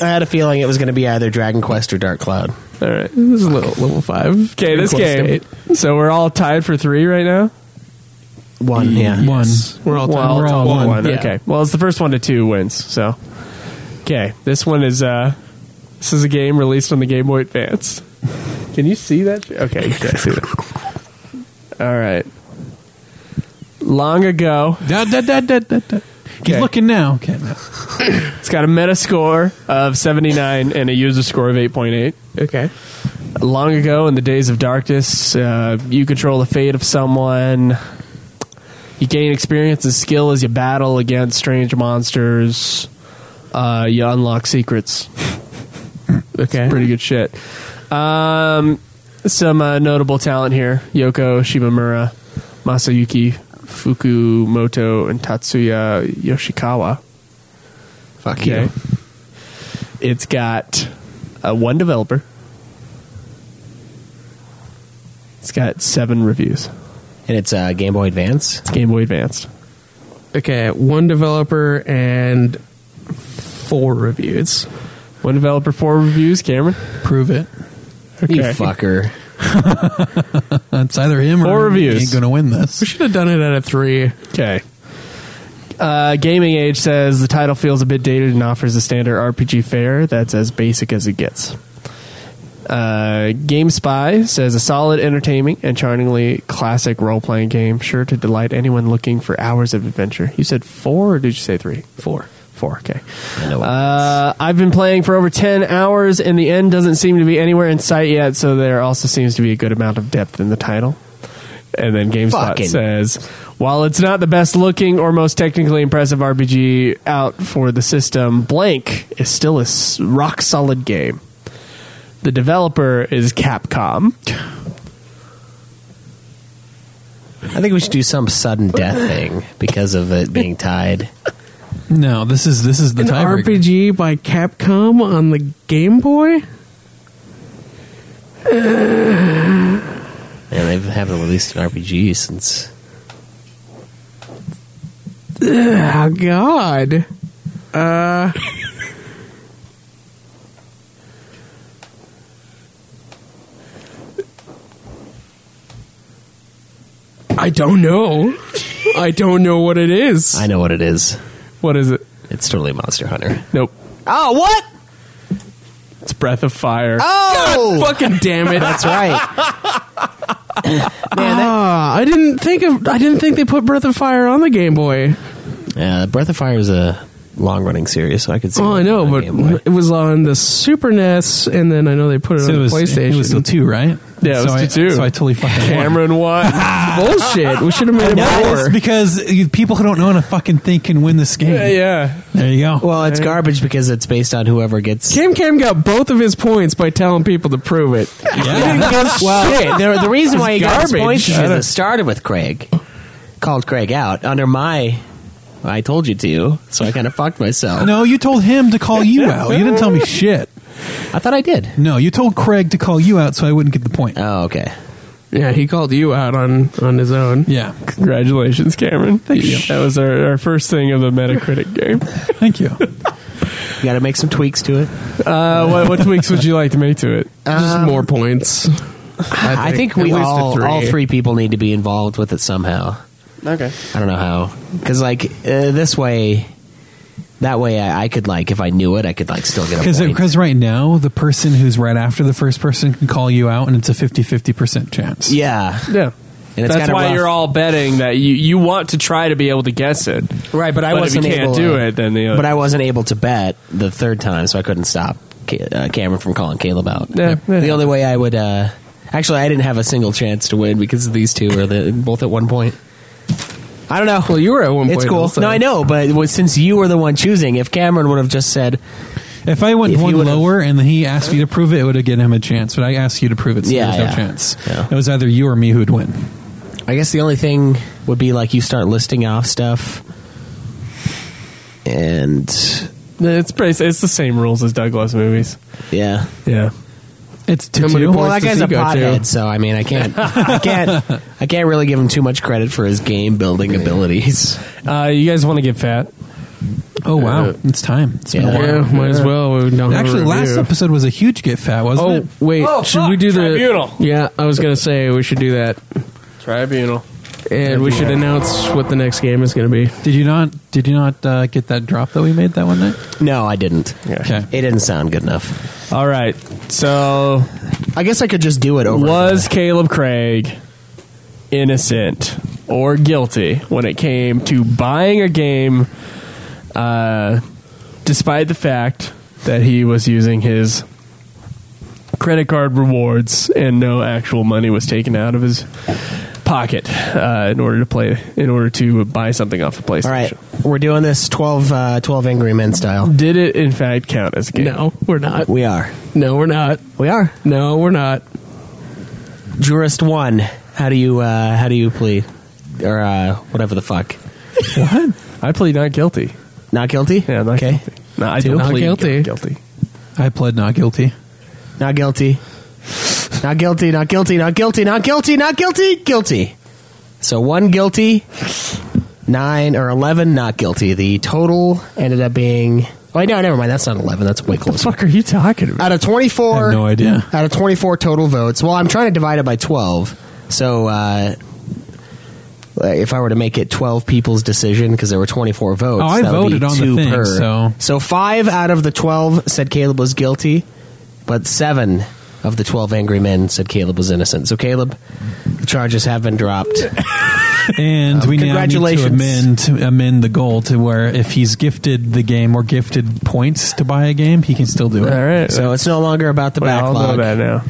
S6: I had a feeling it was going to be either Dragon Quest or Dark Cloud.
S2: All right.
S8: This is a little level five.
S2: Okay, this
S8: Quest
S2: game.
S8: eight.
S2: So we're all tied for three right now.
S6: Mm, One, yeah.
S7: One.
S8: We're all.
S2: Well,
S7: we're all one.
S8: Yeah.
S2: Okay. Well, it's the first one to two wins. So, okay, this one is uh, this is a game released on the Game Boy Advance. Can you see that? shit? Okay, you can see that. All right. Long ago,
S7: Da, da, da, da, da, da. He's
S2: Okay.
S7: looking now. Okay, no.
S2: it's got a meta score of 79 and a user score of 8.8.
S8: Okay.
S2: long ago in the days of darkness, uh, you control the fate of someone. You gain experience and skill as you battle against strange monsters. Uh, you unlock secrets.
S8: Okay.
S2: Pretty good shit. Um, some uh, notable talent here Yoko Shimamura, Masayuki Fukumoto, and Tatsuya Yoshikawa.
S6: Fuck
S2: Okay.
S6: you.
S2: It's got uh, one developer. It's got seven reviews.
S6: And it's uh, Game Boy Advance.
S2: It's Game Boy Advanced.
S8: Okay. One developer and four reviews.
S2: One developer, four reviews. Cameron,
S7: Prove it.
S6: You fucker.
S7: It's either him
S2: Four
S7: or
S2: reviews.
S7: He ain't going to win
S8: We
S7: this.
S8: should have done it at a three.
S2: Okay. Uh, Gaming Age says the title feels a bit dated and offers a standard RPG fare that's as basic as it gets. Uh, GameSpy says a solid, entertaining, and charmingly classic role playing game, sure to delight anyone looking for hours of adventure. You said four, or did you say three? Four. Four, okay.
S6: I know what
S2: Uh, I've been playing for over 10 hours, and the end doesn't seem to be anywhere in sight yet, so there also seems to be a good amount of depth in the title. And then GameSpot
S6: Fucking-
S2: says, while it's not the best looking or most technically impressive RPG out for the system, blank is still a s- rock solid game. The developer is Capcom. [laughs]
S6: I think we should do some sudden death thing because of it being tied.
S7: No, this is this is the
S8: An
S7: tiebreaker.
S8: RPG by Capcom on the Game Boy.
S6: And they haven't released an RPG since.
S8: Oh God. Uh. I don't know. I don't know what it is.
S6: I know what it is.
S2: What is it?
S6: It's totally Monster Hunter.
S2: Nope.
S6: Oh, what?
S2: It's Breath of Fire.
S6: Oh!
S8: Fucking damn it!
S6: That's right.
S8: Ah, I didn't think of. I didn't think they put Breath of Fire on the Game Boy.
S6: Uh, Breath of Fire is a [laughs] long running series, so I could see.
S8: Oh, I
S6: it
S8: know,
S6: on
S8: but
S6: Game Boy.
S8: it was on the Super NES, and then I know they put it
S7: So
S8: on
S7: it was,
S8: the PlayStation.
S7: it was still two, right?
S2: Yeah, it was
S7: so I,
S2: still two.
S7: So I totally fucking won.
S2: Cameron won.
S8: [laughs] bullshit. We should have made
S7: Yeah,
S8: it
S7: it's
S8: more.
S7: because you- people who don't know how to fucking think can win this game.
S2: yeah.
S7: There you go.
S6: Well, it's garbage because it's based on whoever gets.
S8: Cam Cam got both of his points by telling people to prove it.
S7: yeah.
S6: [laughs] Well, the, the reason why he got his
S8: Garbage.
S6: points is
S8: I
S6: because
S8: don't-
S6: it started with Craig. Called Craig out under my. I told you to, so I kind of fucked myself.
S7: [laughs] no, you told him to call you out. You didn't tell me shit.
S6: I thought I did.
S7: No, you told Craig to call you out so I wouldn't get the point.
S6: Oh, okay.
S8: Yeah, he called you out on on his own.
S7: Yeah.
S2: Congratulations, Cameron. Thank
S7: you.
S2: That was our, our first thing of the Metacritic game.
S7: Thank you.
S6: You got to make some tweaks to it.
S2: [laughs] Uh, what, what tweaks would you like to make to it?
S8: Just more points.
S6: I think,
S8: At
S6: we
S8: least a
S6: all
S8: three.
S6: all three people need to be involved with it somehow.
S2: Okay.
S6: I don't know how, because like uh, this way, That way, I, I could like, if I knew it, I could like still get a
S7: Because
S6: point.
S7: because right now, the person who's right after the first person can call you out, and it's a 50-50% chance.
S6: yeah,
S2: Yeah.
S6: And it's
S2: That's
S6: kinda
S2: why
S6: rough.
S2: you're all betting that you, you want to try to be able to guess it.
S6: right. But I
S2: But if you
S6: wasn't
S2: can't
S6: able
S2: do
S6: to,
S2: it, then the other.
S6: But I wasn't able to bet the third time, so I couldn't stop Ca- uh, Cameron from calling Caleb out.
S2: Yeah, yeah.
S6: The only way I would. Uh, actually, I didn't have a single chance to win because these two are the, both at one point. I don't know.
S8: Well, you were at one
S6: It's
S8: point
S6: cool.
S8: also.
S6: No, I know, but well, since you were the one choosing, if Cameron would have just said,
S7: If I went
S6: If
S7: one
S6: you would've-
S7: lower and then he asked me to prove it, it would have given him a chance. But I asked you to prove it, so
S6: Yeah,
S7: there's no
S6: yeah.
S7: chance.
S6: Yeah.
S7: It was either you or me who would win.
S6: I guess the only thing would be like you start listing off stuff, and
S2: it's pretty, it's the same rules as Douglas movies.
S6: yeah,
S2: Yeah.
S7: It's two.
S8: How
S7: two.
S8: many points
S6: Well, that
S8: does
S6: guy's
S8: he
S6: a
S8: go to?
S6: pothead, so I mean, I can't, I [laughs] can't, I can't really give him too much credit for his game building abilities.
S2: Uh, you guys want to get fat?
S7: Oh wow, it's time. It's been a
S6: Yeah.
S7: while.
S8: Yeah, Oh, might as well. We don't have a
S7: Actually, last
S8: review.
S7: episode was a huge get fat, wasn't
S8: Oh
S7: it?
S8: wait,
S2: Oh,
S8: should
S2: fuck,
S8: we do the
S2: Tribunal.
S8: Yeah, I was gonna say we should do that,
S2: Tribunal.
S8: and we should announce what the next game is gonna be.
S7: Did you not? Did you not uh, get that drop that we made that one night?
S6: No, I didn't.
S7: Okay.
S6: It didn't sound good enough.
S2: All right. So,
S6: I guess I could just do it over.
S2: was Caleb Craig innocent or guilty when it came to buying a game, uh, despite the fact that he was using his credit card rewards and no actual money was taken out of his pocket uh, in order to play, in order to buy something off the PlayStation?
S6: All right, we're doing this 12, uh, 12 Angry Men style.
S2: Did it in fact count as a game?
S8: No, we're not.
S6: We are.
S8: No, we're not.
S6: We are.
S8: No, we're not.
S6: Jurist one. How do you? Uh, how do you plead? Or uh, whatever the fuck.
S2: I plead not guilty.
S6: Not guilty.
S2: Yeah, not
S6: okay.
S2: guilty. No, I don't
S8: Not
S2: plead
S8: guilty.
S2: guilty.
S7: I pled not guilty.
S6: Not guilty. Not guilty. Not guilty. Not guilty. Not guilty. Not guilty. Guilty. So one guilty, nine or eleven not guilty. The total ended up being. Oh no, never mind. That's not eleven. That's way
S2: What the
S6: closer.
S2: fuck are you talking about?
S6: Out of
S7: I
S6: twenty-four.
S7: have no idea.
S6: Out of twenty-four total votes. Well, I'm trying to divide it by twelve. So uh, if I were to make it twelve people's decision because there were twenty-four votes,
S7: Oh, I
S6: that would be
S7: voted on the
S6: two
S7: thing,
S6: per.
S7: so-
S6: five out of the twelve said Caleb was guilty, but seven of the twelve angry men said Caleb was innocent. So Caleb, the charges have
S7: [laughs]
S6: been dropped.
S7: And we now need to
S6: congratulations.
S7: amend to amend the goal to where if he's gifted the game or gifted points to buy a game, he can still do it.
S2: All right.
S6: So it's no longer about the
S2: we all know
S6: backlog.
S2: that now.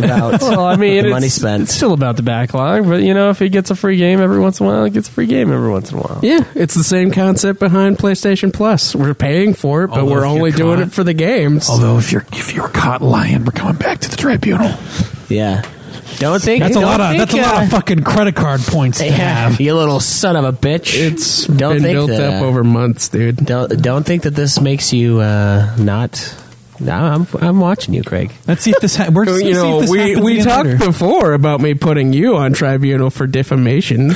S7: [laughs]
S6: about
S2: Well, I mean,
S6: the
S2: it's,
S6: money spent.
S2: It's still about the backlog, but you know, if he gets a free game every once in a while, he gets a free game every once in a while.
S8: Yeah, it's the same concept behind PlayStation Plus. We're paying for it, but
S7: Although
S8: we're
S7: if
S8: only
S7: you're
S8: doing
S7: caught-
S8: it for the games.
S7: Although if you're if you're caught lying, we're coming back to the tribunal.
S6: yeah. Don't think
S7: That's a
S6: don't
S7: lot of
S6: think,
S7: that's a lot
S6: uh,
S7: of fucking credit card points to
S6: [laughs] Yeah,
S7: have.
S6: you little son of a bitch.
S8: it's
S6: Don't
S8: been
S6: think
S8: built
S6: that. uh,
S8: up over months, dude.
S6: Don't don't think that this makes you uh, not. No, I'm I'm watching you, Craig.
S7: Let's see if this. Ha- we're just
S8: [laughs] You
S7: gonna see
S8: know,
S7: if this
S8: we
S7: happens
S8: we
S7: again
S8: talked
S7: later.
S8: before about me putting you on tribunal for defamation.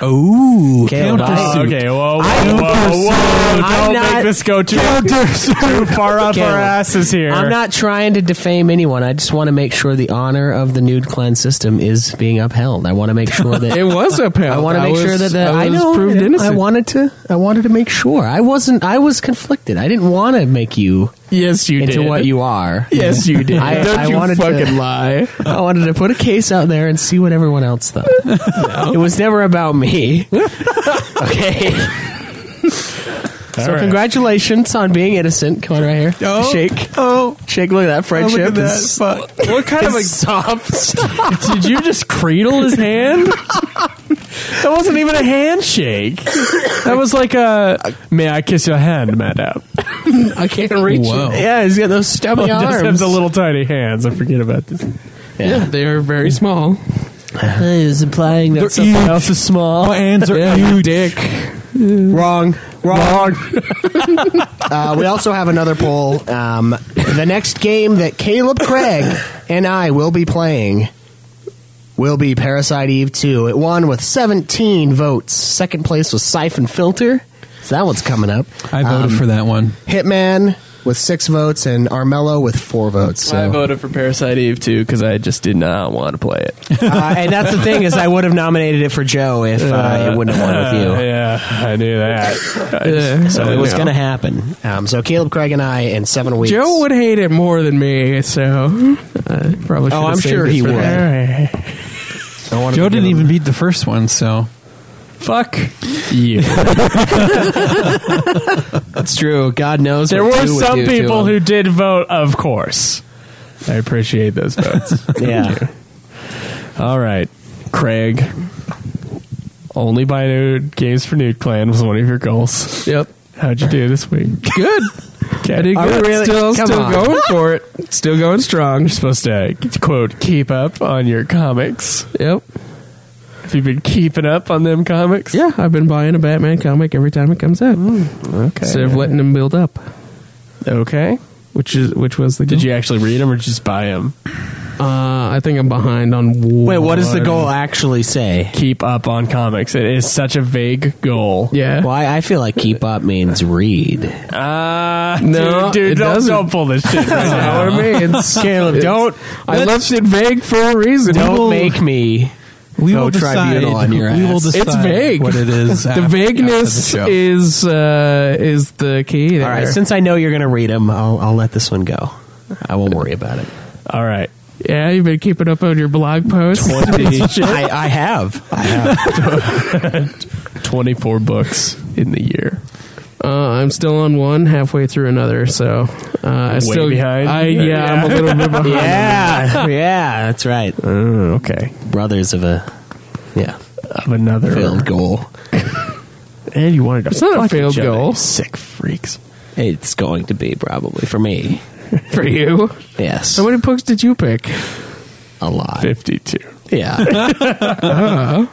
S7: Oh,
S6: Caleb, I-
S7: countersuit.
S2: Okay, whoa, whoa,
S6: I'm
S2: whoa, whoa,
S6: pursuing- I'm
S2: Don't
S6: not-
S2: make this go too, too far up
S6: Caleb,
S2: our asses here.
S6: I'm not trying to defame anyone. I just want to make sure the honor of the nude cleanse system is being upheld. I want to make sure that
S8: [laughs] It was upheld.
S6: I want to make
S8: was-
S6: sure that the,
S8: I,
S6: I,
S8: was
S6: know
S8: proved innocent.
S6: I wanted to. I wanted to make sure. I wasn't. I was conflicted. I didn't want to make you
S8: yes, you
S6: into
S8: did.
S6: what
S2: [laughs]
S6: you are.
S8: yes, you did.
S6: I-
S8: Don't
S6: I
S8: you
S6: wanted to- [laughs]
S8: fucking lie.
S6: I wanted to put a case out there and see what everyone else thought. It was never about me. okay. so congratulations on being innocent. Come on, right here.
S7: Oh.
S6: Shake,
S7: Oh,
S6: shake. Look at that friendship.
S7: look at that.
S6: is-
S7: Fuck.
S2: What kind of
S6: is
S7: [laughs]
S6: soft.
S2: a, did you just cradle his hand? [laughs] that wasn't even a handshake. That was like a may I kiss your hand, madam.
S6: I can't reach
S7: Whoa.
S6: it. Yeah, he's got those stubby
S2: He
S6: arms.
S2: just has the little tiny hands. I forget about this.
S8: Yeah, they are very small.
S6: He's implying that
S7: something huge.
S6: else is small.
S7: My hands are
S8: Yeah, you dick.
S6: Wrong. Wrong. [laughs] uh, we also have another poll. Um, the next game that Caleb Craig and I will be playing will be Parasite Eve 2. It won with 17 votes. Second place was Siphon Filter. So that one's coming up.
S7: I voted
S6: Um,
S7: for that one.
S6: Hitman, with six votes and Armello with four votes.
S2: I
S6: So.
S2: voted for Parasite Eve too because I just did not want to play it.
S6: Uh, and that's the thing is, I would have nominated it for Joe if uh, it wouldn't have won with you.
S2: yeah, I knew that. [laughs] I just-
S6: So
S2: I
S6: it was
S2: knew.
S6: going to happen. Um, so Caleb, Craig, and I in seven weeks.
S8: Joe would hate it more than me, so
S2: uh,
S8: I probably.
S6: Oh,
S8: should've
S6: I'm
S8: saved
S6: sure
S8: it
S6: he
S8: for
S6: would.
S8: that.
S6: I wanted
S7: Joe
S6: to
S7: didn't
S6: give him-
S7: even beat the first one, so
S2: Fuck [laughs] you.
S6: That's true. God knows
S2: There
S6: what
S2: were
S6: Drew would
S2: some
S6: do to
S2: people
S6: him.
S2: who did vote, of course. I appreciate those votes.
S6: Yeah.
S2: All right, Craig. Only by nude games for nude clan was one of your goals.
S8: Yep.
S2: How'd you do this week?
S6: [laughs]
S8: Good.
S2: Okay.
S8: I did
S6: we
S8: good.
S6: really-
S8: Still,
S6: come
S8: still
S6: on.
S8: going for it. Still going strong.
S2: You're supposed to quote keep up on your comics.
S8: Yep.
S2: Have you been keeping up on them comics?
S8: Yeah, I've been buying a Batman comic every time it comes out
S2: Okay.
S8: Oh, instead of letting them build up,
S2: okay.
S8: which is which was the.
S2: Did
S8: goal.
S2: you actually read them or just buy them?
S8: Uh, I think I'm behind on.
S6: Wait, what does the goal actually say?
S2: Keep up on comics. It is such a vague goal.
S8: Yeah.
S6: Well, I, I feel like keep up means read.
S2: Ah,
S8: No,
S2: dude, dude
S8: it
S2: don't,
S8: doesn't.
S2: don't pull this shit. Right now.
S8: That's what [laughs] I mean. It's-
S6: [laughs] Caleb,
S8: it's-
S6: don't-
S8: I
S6: let's-
S8: left it vague for a reason.
S6: Don't make me.
S7: we
S6: Go
S7: will decide.
S6: tribunal on your
S7: we will
S6: ass.
S7: decide
S8: It's vague.
S7: what it is.
S8: the vagueness is uh, is the key. There.
S6: All right, since I know you're going to read them, I'll, I'll let this one go. I won't worry about it.
S2: All right.
S8: yeah, you've been keeping up on your blog posts.
S6: I, [laughs] I have. I have.
S2: 24 books in the year.
S8: Uh, I'm still on one, halfway through another, so uh, I still
S2: behind?
S8: I yeah, I'm a little bit
S6: [laughs]
S8: behind.
S6: [laughs] Yeah, yeah, that's right.
S2: okay.
S6: Brothers of a yeah
S2: Of another.
S6: failed goal.
S2: And you wanted to.
S8: It's not a
S2: fuck
S8: failed
S2: each other,
S8: goal.
S2: you Sick freaks.
S6: It's going to be probably for me.
S8: for you.
S6: Yes,
S8: How many books did you pick?
S6: a lot.
S2: 52.
S6: Oh. Yeah, yeah,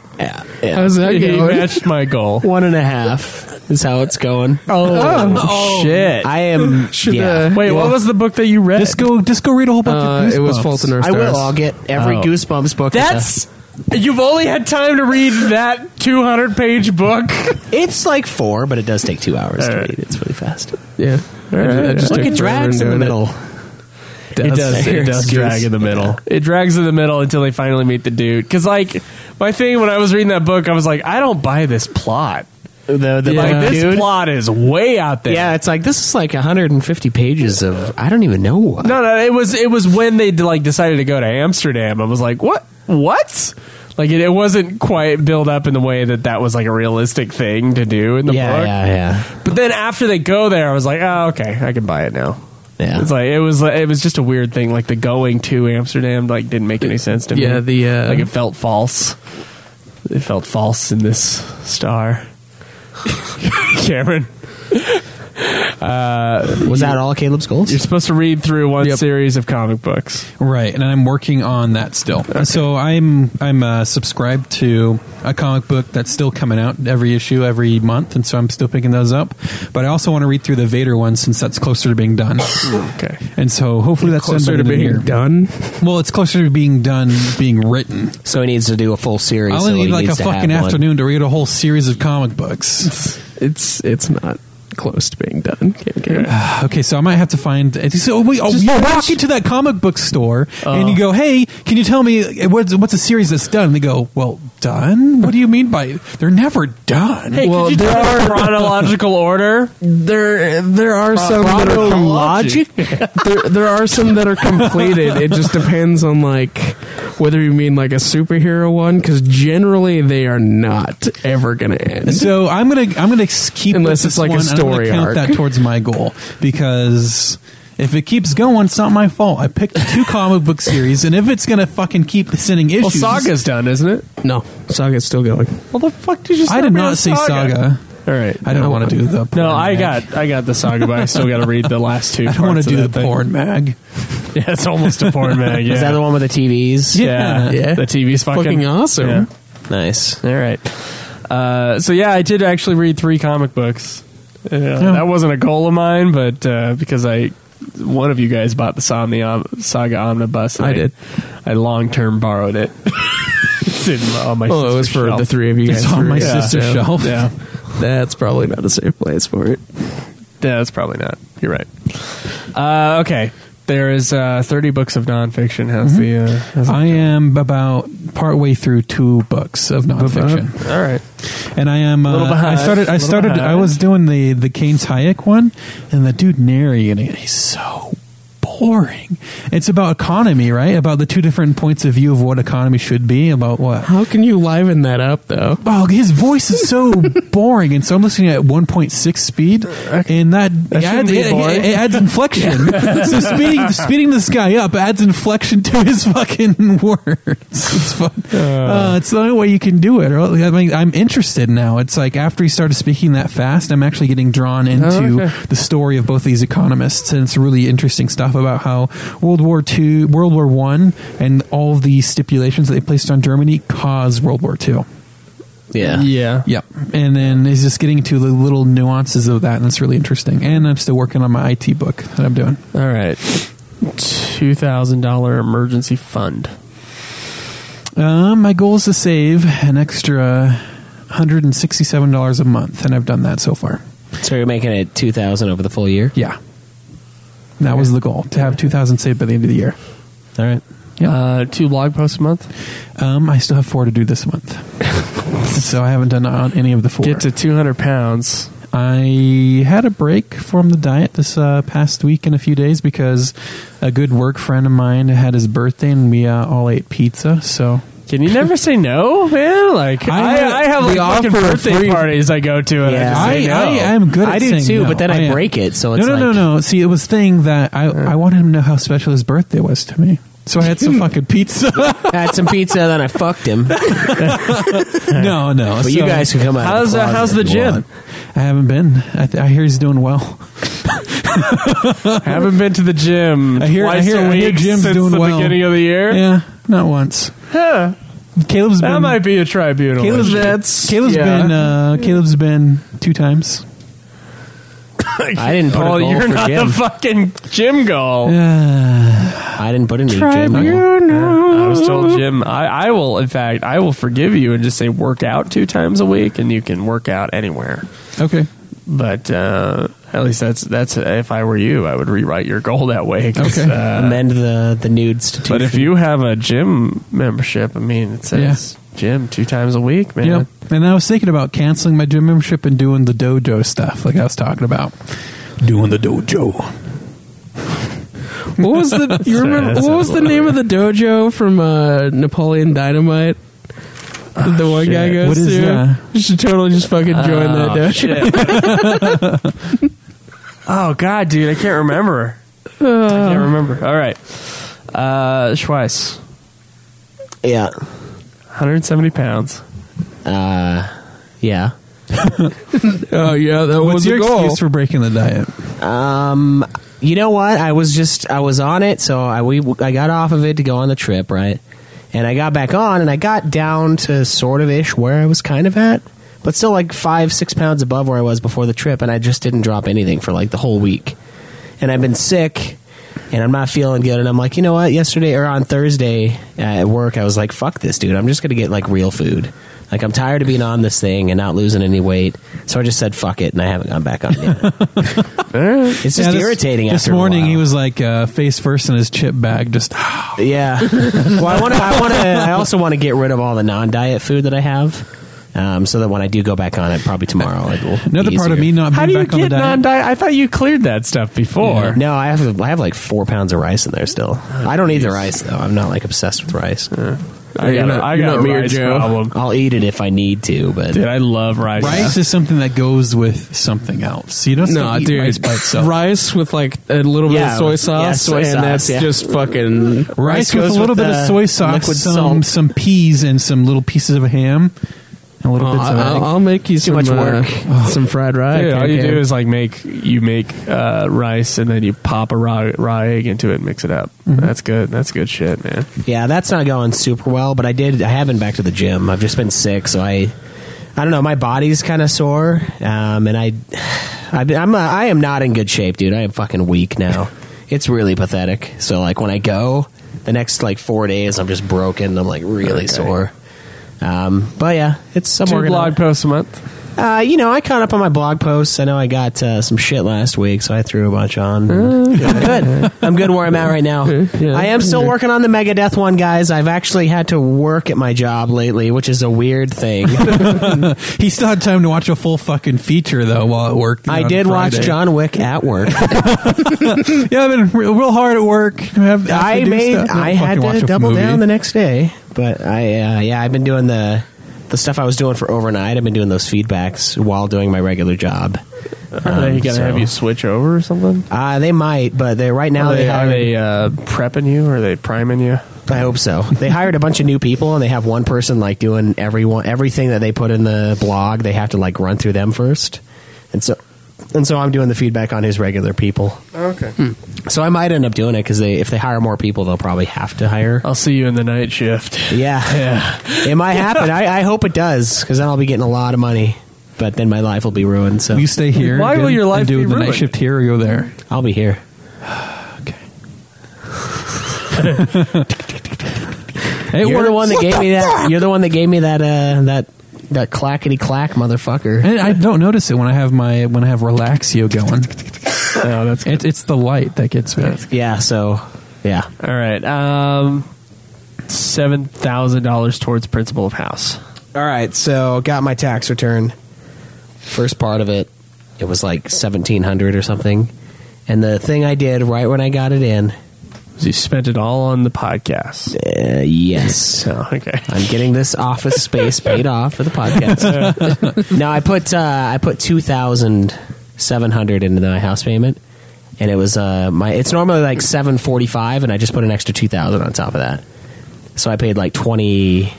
S6: yeah.
S8: How's that
S2: He
S8: going?
S2: matched my goal.
S6: One and a half is how it's going. uh,
S2: Oh, shit.
S6: I [laughs] am. yeah,
S2: Wait, what was the book that you read?
S7: Just go, just go read a whole bunch
S8: Uh,
S7: of Goosebumps.
S8: it was Fault in Our
S6: I
S8: Stars.
S6: will. I'll get every
S2: Oh.
S6: Goosebumps book. at
S2: That's. You've only had time to read that 200 page book.
S6: the- it's like four, but it does take two hours to
S2: Alright.
S6: read. It's really fast.
S8: Yeah, I ju- I just
S6: Look,
S8: took
S6: it
S8: forever
S6: drags in the
S8: doing
S6: middle.
S2: It does. It does
S6: Excuse.
S2: drag in the middle. It drags in the middle until they finally meet the dude. Because like my thing when I was reading that book, I was like, I don't buy this plot.
S6: The, the
S2: Like
S6: like,
S2: this
S6: dude.
S2: plot is way out there.
S6: Yeah, it's like this is like 150 pages of I don't even know what.
S2: No, no. It was. It was when they like decided to go to Amsterdam. I was like, what? What? Like it, it wasn't quite built up in the way that that was like a realistic thing to do in the
S6: yeah,
S2: book.
S6: yeah, yeah,
S2: But then after they go there, I was like, oh, okay, I can buy it now.
S6: yeah.
S2: It's like it was. It was just a weird thing. Like the going to Amsterdam, like didn't make any sense to me.
S8: Yeah, the uh,
S2: like it felt false. It felt false in this [laughs] star, Cameron.
S6: Was that all Caleb's goals?
S2: You're supposed to read through one
S7: Yep.
S2: series of comic books.
S7: Right, and I'm working on that still. So I'm I'm uh, subscribed to a comic book that's still coming out every issue every month, and so I'm still picking those up. But I also want to read through the Vader one since that's closer to being done,
S2: Okay,
S7: and so hopefully that's done by
S8: Hmm.
S7: the
S8: closer
S7: end
S8: to
S7: of the
S8: being
S7: year.
S8: done.
S7: Well, it's closer to being done, being written.
S6: So he needs to do a full series.
S7: I
S6: so
S7: only
S6: he
S7: need like a
S6: needs to have
S7: fucking
S6: one.
S7: afternoon to read a whole series of comic books.
S8: It's it's not close to being done. Cam, Cam.
S7: okay, so I might have to find. it's- Oh, wait, oh,
S8: Just
S7: you
S8: watch-
S7: walk into that comic book store and you go, "Hey, can you tell me eh, what's, what's a series that's done?" And they go, "Well, done? What do you mean by they're never done?"
S2: Hey,
S8: Well,
S2: could you do
S8: there
S2: it in chronological order?
S8: There there are some that are
S2: chronology.
S8: logic. [laughs] there, there are some that are completed. It just depends on like whether you mean like a superhero one, because generally they are not ever going to end.
S7: so I'm gonna I'm gonna s- keep
S8: Unless
S7: with this
S8: it's like a
S7: one, and I'm
S8: story
S7: gonna
S8: arc.
S7: count that towards my goal because. If it keeps going, it's not my fault. I picked two comic book series, and if it's gonna fucking keep sending issues,
S2: Well, Saga's done, isn't it?
S8: No, Saga's still going.
S2: Well, the fuck did you?
S7: I did not say Saga.
S2: All right.
S7: I don't want to do the. Porn
S2: No, I
S7: mag.
S2: got I got the saga, but I still got to read the last two.
S7: I don't want
S2: parts
S7: to
S2: of
S7: do
S2: that
S7: the
S2: thing.
S7: porn mag.
S2: [laughs] Yeah, it's almost a porn mag. Yeah.
S6: Is that the one with the TVs?
S2: Yeah,
S8: Yeah.
S2: The TV's fucking,
S8: Fucking awesome.
S2: Yeah.
S6: Nice.
S2: All right. Uh, so yeah, I did actually read three comic books. Uh, That wasn't a goal of mine, but uh, because I, one of you guys bought the Somni Saga Omnibus. and
S8: I did.
S2: I long term borrowed it. [laughs] it's in, on my
S8: Well, it was
S2: sister's
S8: for
S2: shelf.
S8: the three of you guys.
S7: It's on
S8: three,
S7: my
S8: yeah.
S7: sister's
S8: So
S7: shelf.
S2: Yeah.
S8: That's probably not a safe place for it.
S2: Yeah, that's probably not. You're right. Uh, Uh, okay. There is uh, 30 books of nonfiction. How's
S8: Mm-hmm.
S2: the. Uh, how's it
S7: I am about partway through two books of nonfiction.
S2: All right.
S7: and I am.
S2: Little
S7: Uh, I
S2: behind,
S7: started. I
S2: little
S7: started. I
S2: behind.
S7: was doing the the Keynes Hayek one, and the dude narrating it. He's so boring. It's about economy, right? About the two different points of view of what economy should be. About what?
S8: How can you liven that up though?
S7: Oh, his voice
S2: [laughs]
S7: is so boring, and so I'm listening at 1.6 speed, and that, it,
S2: shouldn't
S7: adds,
S2: be
S7: it- it-
S2: boring.
S7: it adds
S2: [laughs]
S7: inflection. so speeding speeding this guy up adds inflection to his fucking [laughs] words. It's fun. Uh, it's the only way you can do it. Or, I mean, I'm interested now. It's like after he started speaking that fast, I'm actually getting drawn into
S2: Oh, okay.
S7: the story of both these economists, and it's really interesting stuff about how World War Two, World War One, and all the stipulations that they placed on Germany caused World War Two.
S6: Yeah.
S2: Yeah.
S7: Yep. And then it's just getting to the little nuances of that, and it's really interesting. And I'm still working on my IT book that I'm doing.
S2: All right. $2,000 emergency fund.
S7: Uh, my goal is to save an extra $167 a month, and I've done that so far.
S6: So you're making it two thousand over the full year.
S7: Yeah. That was the goal to have 2000 saved by the end of the year.
S6: All right.
S7: Yeah.
S2: Uh, two blog posts a month.
S7: Um, I still have four to do this month. so I haven't done on any of the four.
S2: Get to 200 pounds.
S7: I had a break from the diet this uh, past week and a few days because a good work friend of mine had his birthday and we uh, all ate pizza. So
S2: Can you never say no, man? Like
S8: [laughs]
S7: I
S2: I,
S7: have-
S2: I have
S7: the
S2: like fucking
S7: offer of
S2: birthday
S7: free-
S2: parties I go to, and
S6: Yeah.
S2: I
S7: I,
S2: just say
S7: I,
S2: no.
S7: am good. At
S6: I do
S7: saying
S6: too,
S7: no.
S6: but then I
S7: am.
S6: break it, so
S7: no,
S6: it's
S7: no,
S6: like-
S7: no, no. See, it was thing that I I wanted him to know how special his birthday was to me. So I had
S6: [laughs]
S7: some fucking pizza. [laughs]
S6: I had some pizza, then I fucked him. But
S7: no, no. so,
S6: you guys can come out.
S2: How's
S6: of the
S2: uh,
S6: closet
S2: how's
S6: if
S2: the
S6: you
S2: gym?
S6: want.
S7: I haven't been. I, th- I hear he's doing well.
S2: Haven't been to the gym.
S7: I hear- I
S2: twice
S7: hear-
S2: a
S7: I hear
S2: week
S7: Jim's
S2: since
S7: doing
S2: the
S7: well.
S2: beginning of the year.
S7: Yeah, not once.
S2: Huh.
S7: Caleb's
S2: That
S7: been.
S2: might be a tribunal.
S7: Caleb's,
S2: That's-
S7: Caleb's
S2: yeah.
S7: been. Uh, Caleb's been two times.
S6: I didn't put
S2: Oh,
S6: a goal
S2: you're
S6: for
S2: not
S6: gym.
S2: the fucking gym goal.
S6: I didn't put in a gym. goal.
S2: I was told, Jim, I, I will. In fact, I will forgive you and just say work out two times a week, and you can work out anywhere.
S7: Okay.
S2: But uh, at least that's that's if I were you, I would rewrite your goal that way. 'cause,
S7: Okay.
S2: uh,
S6: Amend the the nudes to.
S2: but if you have a gym membership, I mean, it says gym two times a week, man.
S7: Yep. And I was thinking about canceling my gym membership and doing the dojo stuff, like I was talking about. Doing the dojo.
S8: What was the you remember,
S2: that
S8: what was the
S2: sounds
S8: name of the dojo from uh, Napoleon Dynamite? that the one guy
S2: shit.
S8: goes
S7: What is uh,
S8: to.
S7: that?
S8: You should totally just fucking join that dojo. [laughs]
S2: shit. oh god, dude, I can't remember. I can't remember. All right, uh, Schweiss,
S6: yeah,
S2: 170 pounds.
S6: uh, yeah.
S8: Oh yeah, that
S7: What's
S8: was
S7: your
S8: the goal.
S7: excuse for breaking the diet?
S6: Um, you know what? I was just I was on it, so I we I got off of it to go on the trip, right? And I got back on, and I got down to sort of ish where I was kind of at, but still like five six pounds above where I was before the trip, and I just didn't drop anything for like the whole week. And I've been sick, and I'm not feeling good, and I'm like, you know what? Yesterday or on Thursday uh, at work, I was like, fuck this, dude. I'm just gonna get like real food. Like I'm tired of being on this thing and not losing any weight, so I just said fuck it, and I haven't gone back on it.
S7: [laughs]
S6: Yet. It's just
S7: Yeah, this-
S6: irritating.
S7: This
S6: after a
S7: morning
S6: while. Ah,
S7: he was like uh, face first in his chip bag, just
S6: Yeah. well, I want to. I want to. I also want to get rid of all the non-diet food that I have, um, so that when I do go back on it, probably tomorrow, it will. be
S7: another part of me
S6: easier.
S7: not
S2: How do you
S7: being back on the
S2: get
S7: diet.
S2: non-diet? I thought you cleared that stuff before.
S6: No, I have. I have like four pounds of rice in there still. I don't eat the rice though. I'm not like obsessed with rice.
S2: I got, a, I got a
S8: me or
S2: rice
S8: Joe.
S2: problem.
S6: I'll eat it if I need to, but
S2: Dude, I love rice.
S7: Rice is something that goes with something else. You don't
S8: No,
S7: eat
S8: dude,
S7: rice by itself.
S8: rice with like a little bit
S6: Yeah,
S8: of soy
S6: yeah,
S8: sauce,
S6: soy
S8: and
S6: sauce,
S8: that's
S6: yeah.
S8: just fucking
S7: rice with a
S6: goes
S7: little
S6: with,
S7: bit
S6: uh,
S7: of soy sauce,
S6: liquid
S7: some
S6: salt.
S7: some peas, and some little pieces of ham, and a little
S8: Oh,
S7: bits of
S8: I- I'll,
S7: egg.
S8: I'll make you some
S6: much work.
S8: uh, some fried rice.
S2: Dude, all you do is like make you make uh, rice and then you pop a raw, raw egg into it and mix it up. That's good. That's good shit, man.
S6: yeah, that's not going super well. But I did. I have been back to the gym. I've just been sick, so I. I don't know. My body's kind of sore, um, and I, I've been, I'm, uh, I am not in good shape, dude. I am fucking weak now. It's really pathetic. So like when I go, the next like four days, I'm just broken. I'm like really sore. Um, but yeah, it's I'm
S2: Two
S6: working on
S2: blog
S6: it.
S2: posts a month.
S6: Uh, you know, I caught up on my blog posts. I know I got uh, some shit last week, so I threw a bunch on.
S7: Mm. [laughs]
S6: I'm good. I'm good where I'm at right now. I am still working on the Megadeth one, guys. I've actually had to work at my job lately, which is a
S7: [laughs]
S6: weird thing.
S7: He still had time to watch a full fucking feature though while at work.
S6: I
S7: on
S6: did watch
S7: Friday.
S6: John Wick at work.
S7: [laughs] Yeah, I've been real, real hard at work. Have- have
S6: I
S7: to do
S6: made.
S7: stuff. Don't
S6: I
S7: fucking
S6: had
S7: watch
S6: to
S7: a
S6: double
S7: movie.
S6: down the next day. But I, uh, yeah, I've been doing the the stuff I was doing for overnight. I've been doing those feedbacks while doing my regular job.
S2: Are they
S6: Um,
S2: gonna
S6: so-
S2: have you switch over or something?
S6: Uh, they might, but they right now
S2: Are
S6: they,
S2: they, are
S6: hired,
S2: they uh, prepping you? Or are they priming you?
S6: I hope so. They hired a bunch of new people, and they have one person like doing everyone everything that they put in the blog. They have to like run through them first, and so and so I'm doing the feedback on his regular people.
S2: Oh, Okay.
S6: So I might end up doing it because they if they hire more people, they'll probably have to hire.
S2: I'll see you in the night shift. [laughs]
S6: Yeah, it might happen. I, I hope it does because then I'll be getting a lot of money, but then my life will be ruined. So
S7: You stay here.
S2: Why
S7: and
S2: will your
S7: and
S2: life
S7: do
S2: be
S7: the
S2: ruined?
S7: night shift here or go there?
S6: I'll be [sighs] here.
S7: Hey,
S6: You're the one that gave me that. You're the one that gave me that uh, that that clackety clack motherfucker.
S7: And I don't notice it when I have my when I have relaxio going. oh, that's it, it's the light that gets me.
S6: [laughs] Yeah. So yeah.
S2: All right. Um, seven thousand dollars towards principal of house.
S6: All right, so got my tax return. First part of it, it was like seventeen hundred or something. And the thing I did right when I got it in,
S2: You spent it all on the podcast. [laughs]
S6: uh, yes,
S2: So Oh, okay.
S6: I'm getting this office space paid off for
S2: [laughs]
S6: the podcast. now I put uh, I put two thousand seven hundred into my house payment, and it was uh, my it's normally like seven forty five, and I just put an extra two thousand on top of that. So I paid like twenty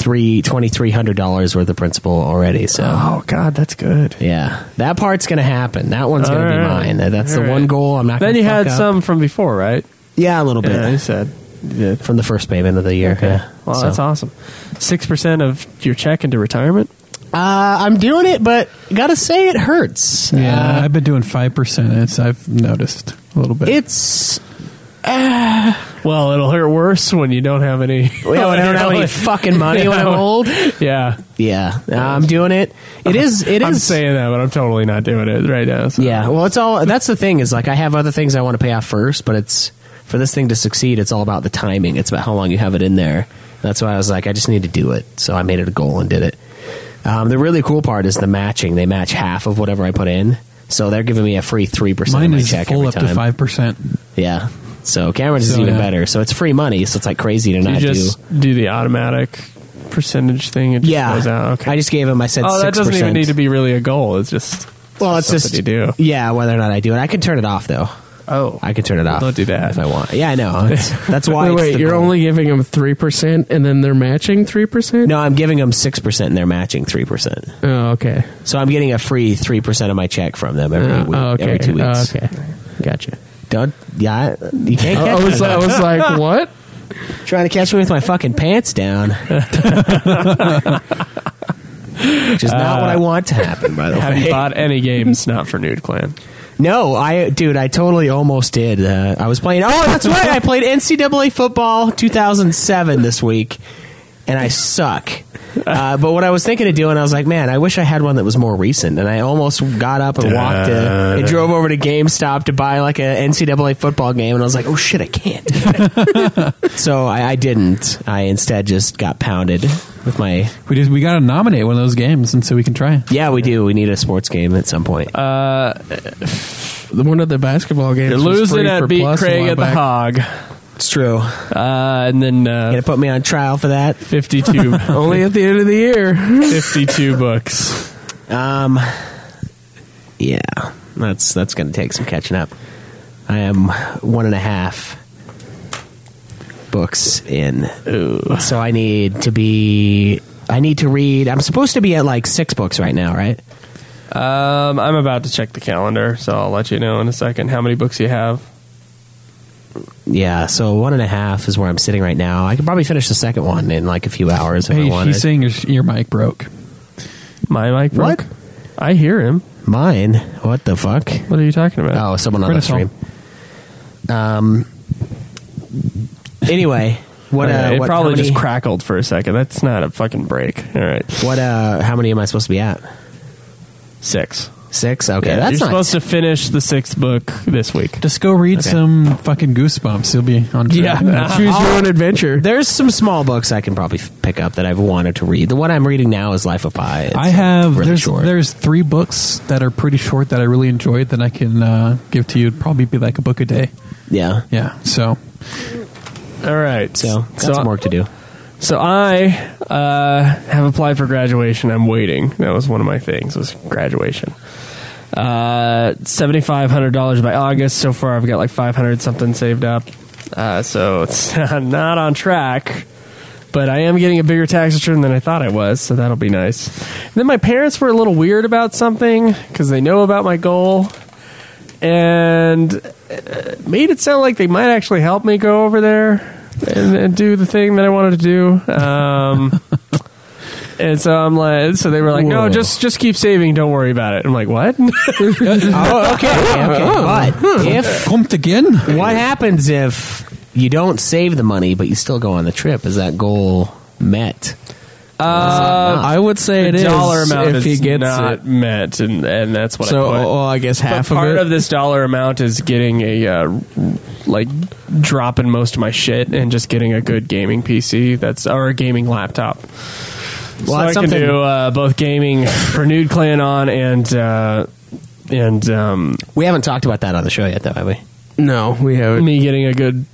S6: three twenty three hundred dollars worth of principal already. So
S2: Oh God, that's good.
S6: Yeah, that part's gonna happen. That one's gonna be
S2: All right.
S6: mine. That's the
S2: All
S6: one
S2: right.
S6: goal I'm not.
S2: Then
S6: gonna
S2: you
S6: fuck
S2: had
S6: up.
S2: some from before, right?
S6: yeah, a little bit
S2: Yeah, you said.
S6: from the first payment of the year. Yeah,
S2: Well,
S6: So-
S2: that's awesome. Six percent of your check into retirement.
S6: Uh, I'm doing it, but gotta say it hurts.
S7: Yeah,
S6: Uh,
S7: I've been doing five percent. It's I've noticed a little bit.
S6: it's
S2: Well, it'll hurt worse when you don't have any. [laughs]
S6: yeah, when I don't have any fucking money when I'm
S2: Yeah.
S6: old.
S2: yeah,
S6: Yeah, I'm doing it. It is. It
S2: I'm
S6: is-
S2: saying that, but I'm totally not doing it right now. So.
S6: Yeah. Well, it's all. That's the thing is like I have other things I want to pay off first, but it's for this thing to succeed. It's all about the timing. It's about how long you have it in there. That's why I was like, I just need to do it. So I made it a goal and did it. Um, the really cool part is the matching. They match half of whatever I put in, so they're giving me a free three percent of
S7: Mine
S6: my
S7: is
S6: check
S7: full
S6: every
S7: up
S6: time.
S7: to five percent.
S6: Yeah. So Cameron's is
S7: So,
S6: even
S7: yeah.
S6: better. So it's free money. So it's like crazy to
S2: you
S6: not do.
S2: just do. the automatic percentage thing. It just
S6: Yeah.
S2: goes out. Okay.
S6: I just gave him. I said
S2: oh,
S6: 6%.
S2: that doesn't even need to be really a goal. It's just
S6: Well, it's
S2: something
S6: just
S2: you do.
S6: Yeah, whether or not I do it, I can turn it off though.
S2: oh.
S6: I can turn it off.
S2: Don't do that.
S6: if I want. Yeah, I
S2: [laughs]
S6: know. It's- that's why.
S8: Wait,
S6: it's
S8: wait,
S6: the
S8: you're
S6: goal.
S8: only giving them 3% and then they're matching 3%?
S6: No, I'm giving them six percent, and they're matching three percent.
S8: Oh, okay.
S6: So I'm getting a free three percent of my check from them every
S2: Uh,
S8: Oh,
S6: week,
S8: okay.
S6: every two
S8: Oh,
S6: weeks.
S8: okay. Gotcha.
S6: Don't, yeah, you
S2: Uh, Oh,
S6: can't
S8: I
S6: catch
S8: was,
S6: me.
S8: I was [laughs] like, what?
S6: trying to catch me with my fucking pants down. Which is not what I want to happen, by the
S2: Have you
S6: way.
S2: bought any games not for Nude Clan?
S6: No, I, dude, I totally almost did. Uh, I was playing. Oh, that's right. I played NCAA football 2007 this week, and I suck. Uh, but what I was thinking of doing, I was like, man, I wish I had one that was more recent. And I almost got up and walked to, and drove over to GameStop to buy like a NCAA football game. And I was like, oh shit, I can't. do it. so I, I didn't. I instead just got pounded with my.
S7: We just we gotta nominate one of those games, and so we can try.
S6: Yeah, we do. We need a sports game at some point.
S8: The One of the basketball games.
S2: You're
S8: was
S2: losing
S8: free
S2: at
S8: for
S2: Beat
S8: Plus a
S2: Craig
S8: while
S2: at the
S8: back.
S2: Hog.
S6: it's true.
S2: Uh, and then
S6: Gonna
S2: uh,
S6: put me on trial for that.
S2: 52,
S8: [laughs]
S2: [laughs]
S8: Only at the end of the year. [laughs]
S2: 52 books.
S6: Um, yeah, that's that's going to take some catching up. I am one and a half books in, so I need to be. I need to read. I'm supposed to be at like six books right now, right?
S2: Um, I'm about to check the calendar, so I'll let you know in a second how many books you have.
S6: Yeah, so one and a half is where I'm sitting right now. I could probably finish the second one in like a few hours if I
S7: Hey,
S6: wanted.
S7: he's saying your, your mic broke.
S2: My mic broke.
S6: What?
S2: I hear him.
S6: Mine? What the fuck?
S2: What are you talking about?
S6: Oh, someone on the
S7: Renaissance.
S6: stream. Um. Anyway, What,
S2: Okay,
S6: uh,
S2: it
S6: what-
S2: probably
S6: how many-
S2: just crackled for a second. That's not a fucking break. All right,
S6: What? Uh, how many am I supposed to be at?
S2: six.
S6: Six. Okay,
S2: Yeah,
S6: that's
S2: you're
S6: not
S2: supposed to finish the sixth book this week.
S7: Just go read
S6: Okay.
S7: some fucking goosebumps. You'll be on track.
S2: Uh,
S8: Choose your own adventure.
S6: There's some small books I can probably f- pick up that I've wanted to read. The one I'm reading now is Life of Pi. It's,
S7: I
S6: like,
S7: have
S6: really
S7: there's
S6: short.
S7: there's three books that are pretty short that I really enjoyed that I can uh, give to you. It'd probably be like a book a day.
S6: yeah.
S7: Yeah. So
S2: All right,
S6: So got
S2: so
S6: some work to do.
S2: So I uh, have applied for graduation. I'm waiting. That was one of my things was graduation. Uh, seventy five hundred dollars by August. So far, I've got like five hundred something saved up. Uh, so it's [laughs] not on track, but I am getting a bigger tax return than I thought I was. So that'll be nice. And then my parents were a little weird about something because they know about my goal, and uh, made it sound like they might actually help me go over there and, and do the thing that I wanted to do. Um, and so I'm like, so they were like, no,
S7: Whoa.
S2: just just keep saving, don't worry about it. I'm like, what? [laughs]
S6: [laughs] [laughs] Oh, Hmm. okay. okay. But if
S7: pumped again.
S6: what happens if you don't save the money but you still go on the trip? Is that goal met?
S2: Uh,
S8: I would say it
S2: the
S8: is
S2: dollar amount
S8: if
S2: is
S8: he gets
S2: not
S8: it.
S2: met, and and that's what
S8: So,
S2: I put.
S8: well, I guess
S2: But
S8: half of
S2: part
S8: it.
S2: of, this dollar amount is getting a uh, like dropping most of my shit and just getting a good gaming PC that's or a gaming laptop.
S6: Well,
S2: so I
S6: that's
S2: can
S6: something-
S2: do uh, both gaming for Nude Clan on and uh, and um,
S6: We haven't talked about that on the show yet, though, have we?
S8: no, we haven't.
S2: me getting a good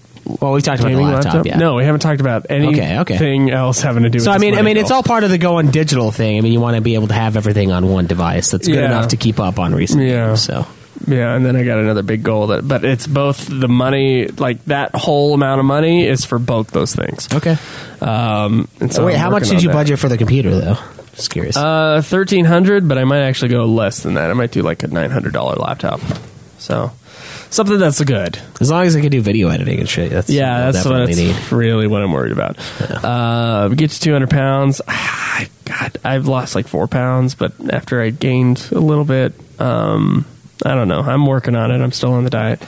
S6: Well, we talked about the
S2: gaming
S6: laptop.
S2: laptop.
S6: Yeah.
S2: No, we haven't talked about anything
S6: Okay, okay.
S2: else having to do.
S6: So
S2: with
S6: I
S2: this
S6: mean, I
S2: money
S6: mean,
S2: bill.
S6: it's all part of the going digital thing. I mean, you want to be able to have everything on one device that's good
S2: Yeah.
S6: enough to keep up on recent
S2: Yeah.
S6: years. So
S2: Yeah, and then I got another big goal that, but it's both the money, like that whole amount of money is for both those things.
S6: okay.
S2: Um, and so
S6: Wait,
S2: I'm
S6: how much
S2: working
S6: did
S2: on
S6: you
S2: that.
S6: budget for the computer though? Just curious.
S2: Uh, thirteen hundred, but I might actually go less than that. I might do like a nine hundred dollar laptop. So something that's good.
S6: as long as I can do video editing and shit, that's
S2: Yeah,
S6: I'll
S2: that's what
S6: definitely
S2: that's
S6: need.
S2: really what I'm worried about. Uh, get to 200 pounds. I God, I've lost like four pounds, but after I gained a little bit, um, I don't know. I'm working on it. I'm still on the diet.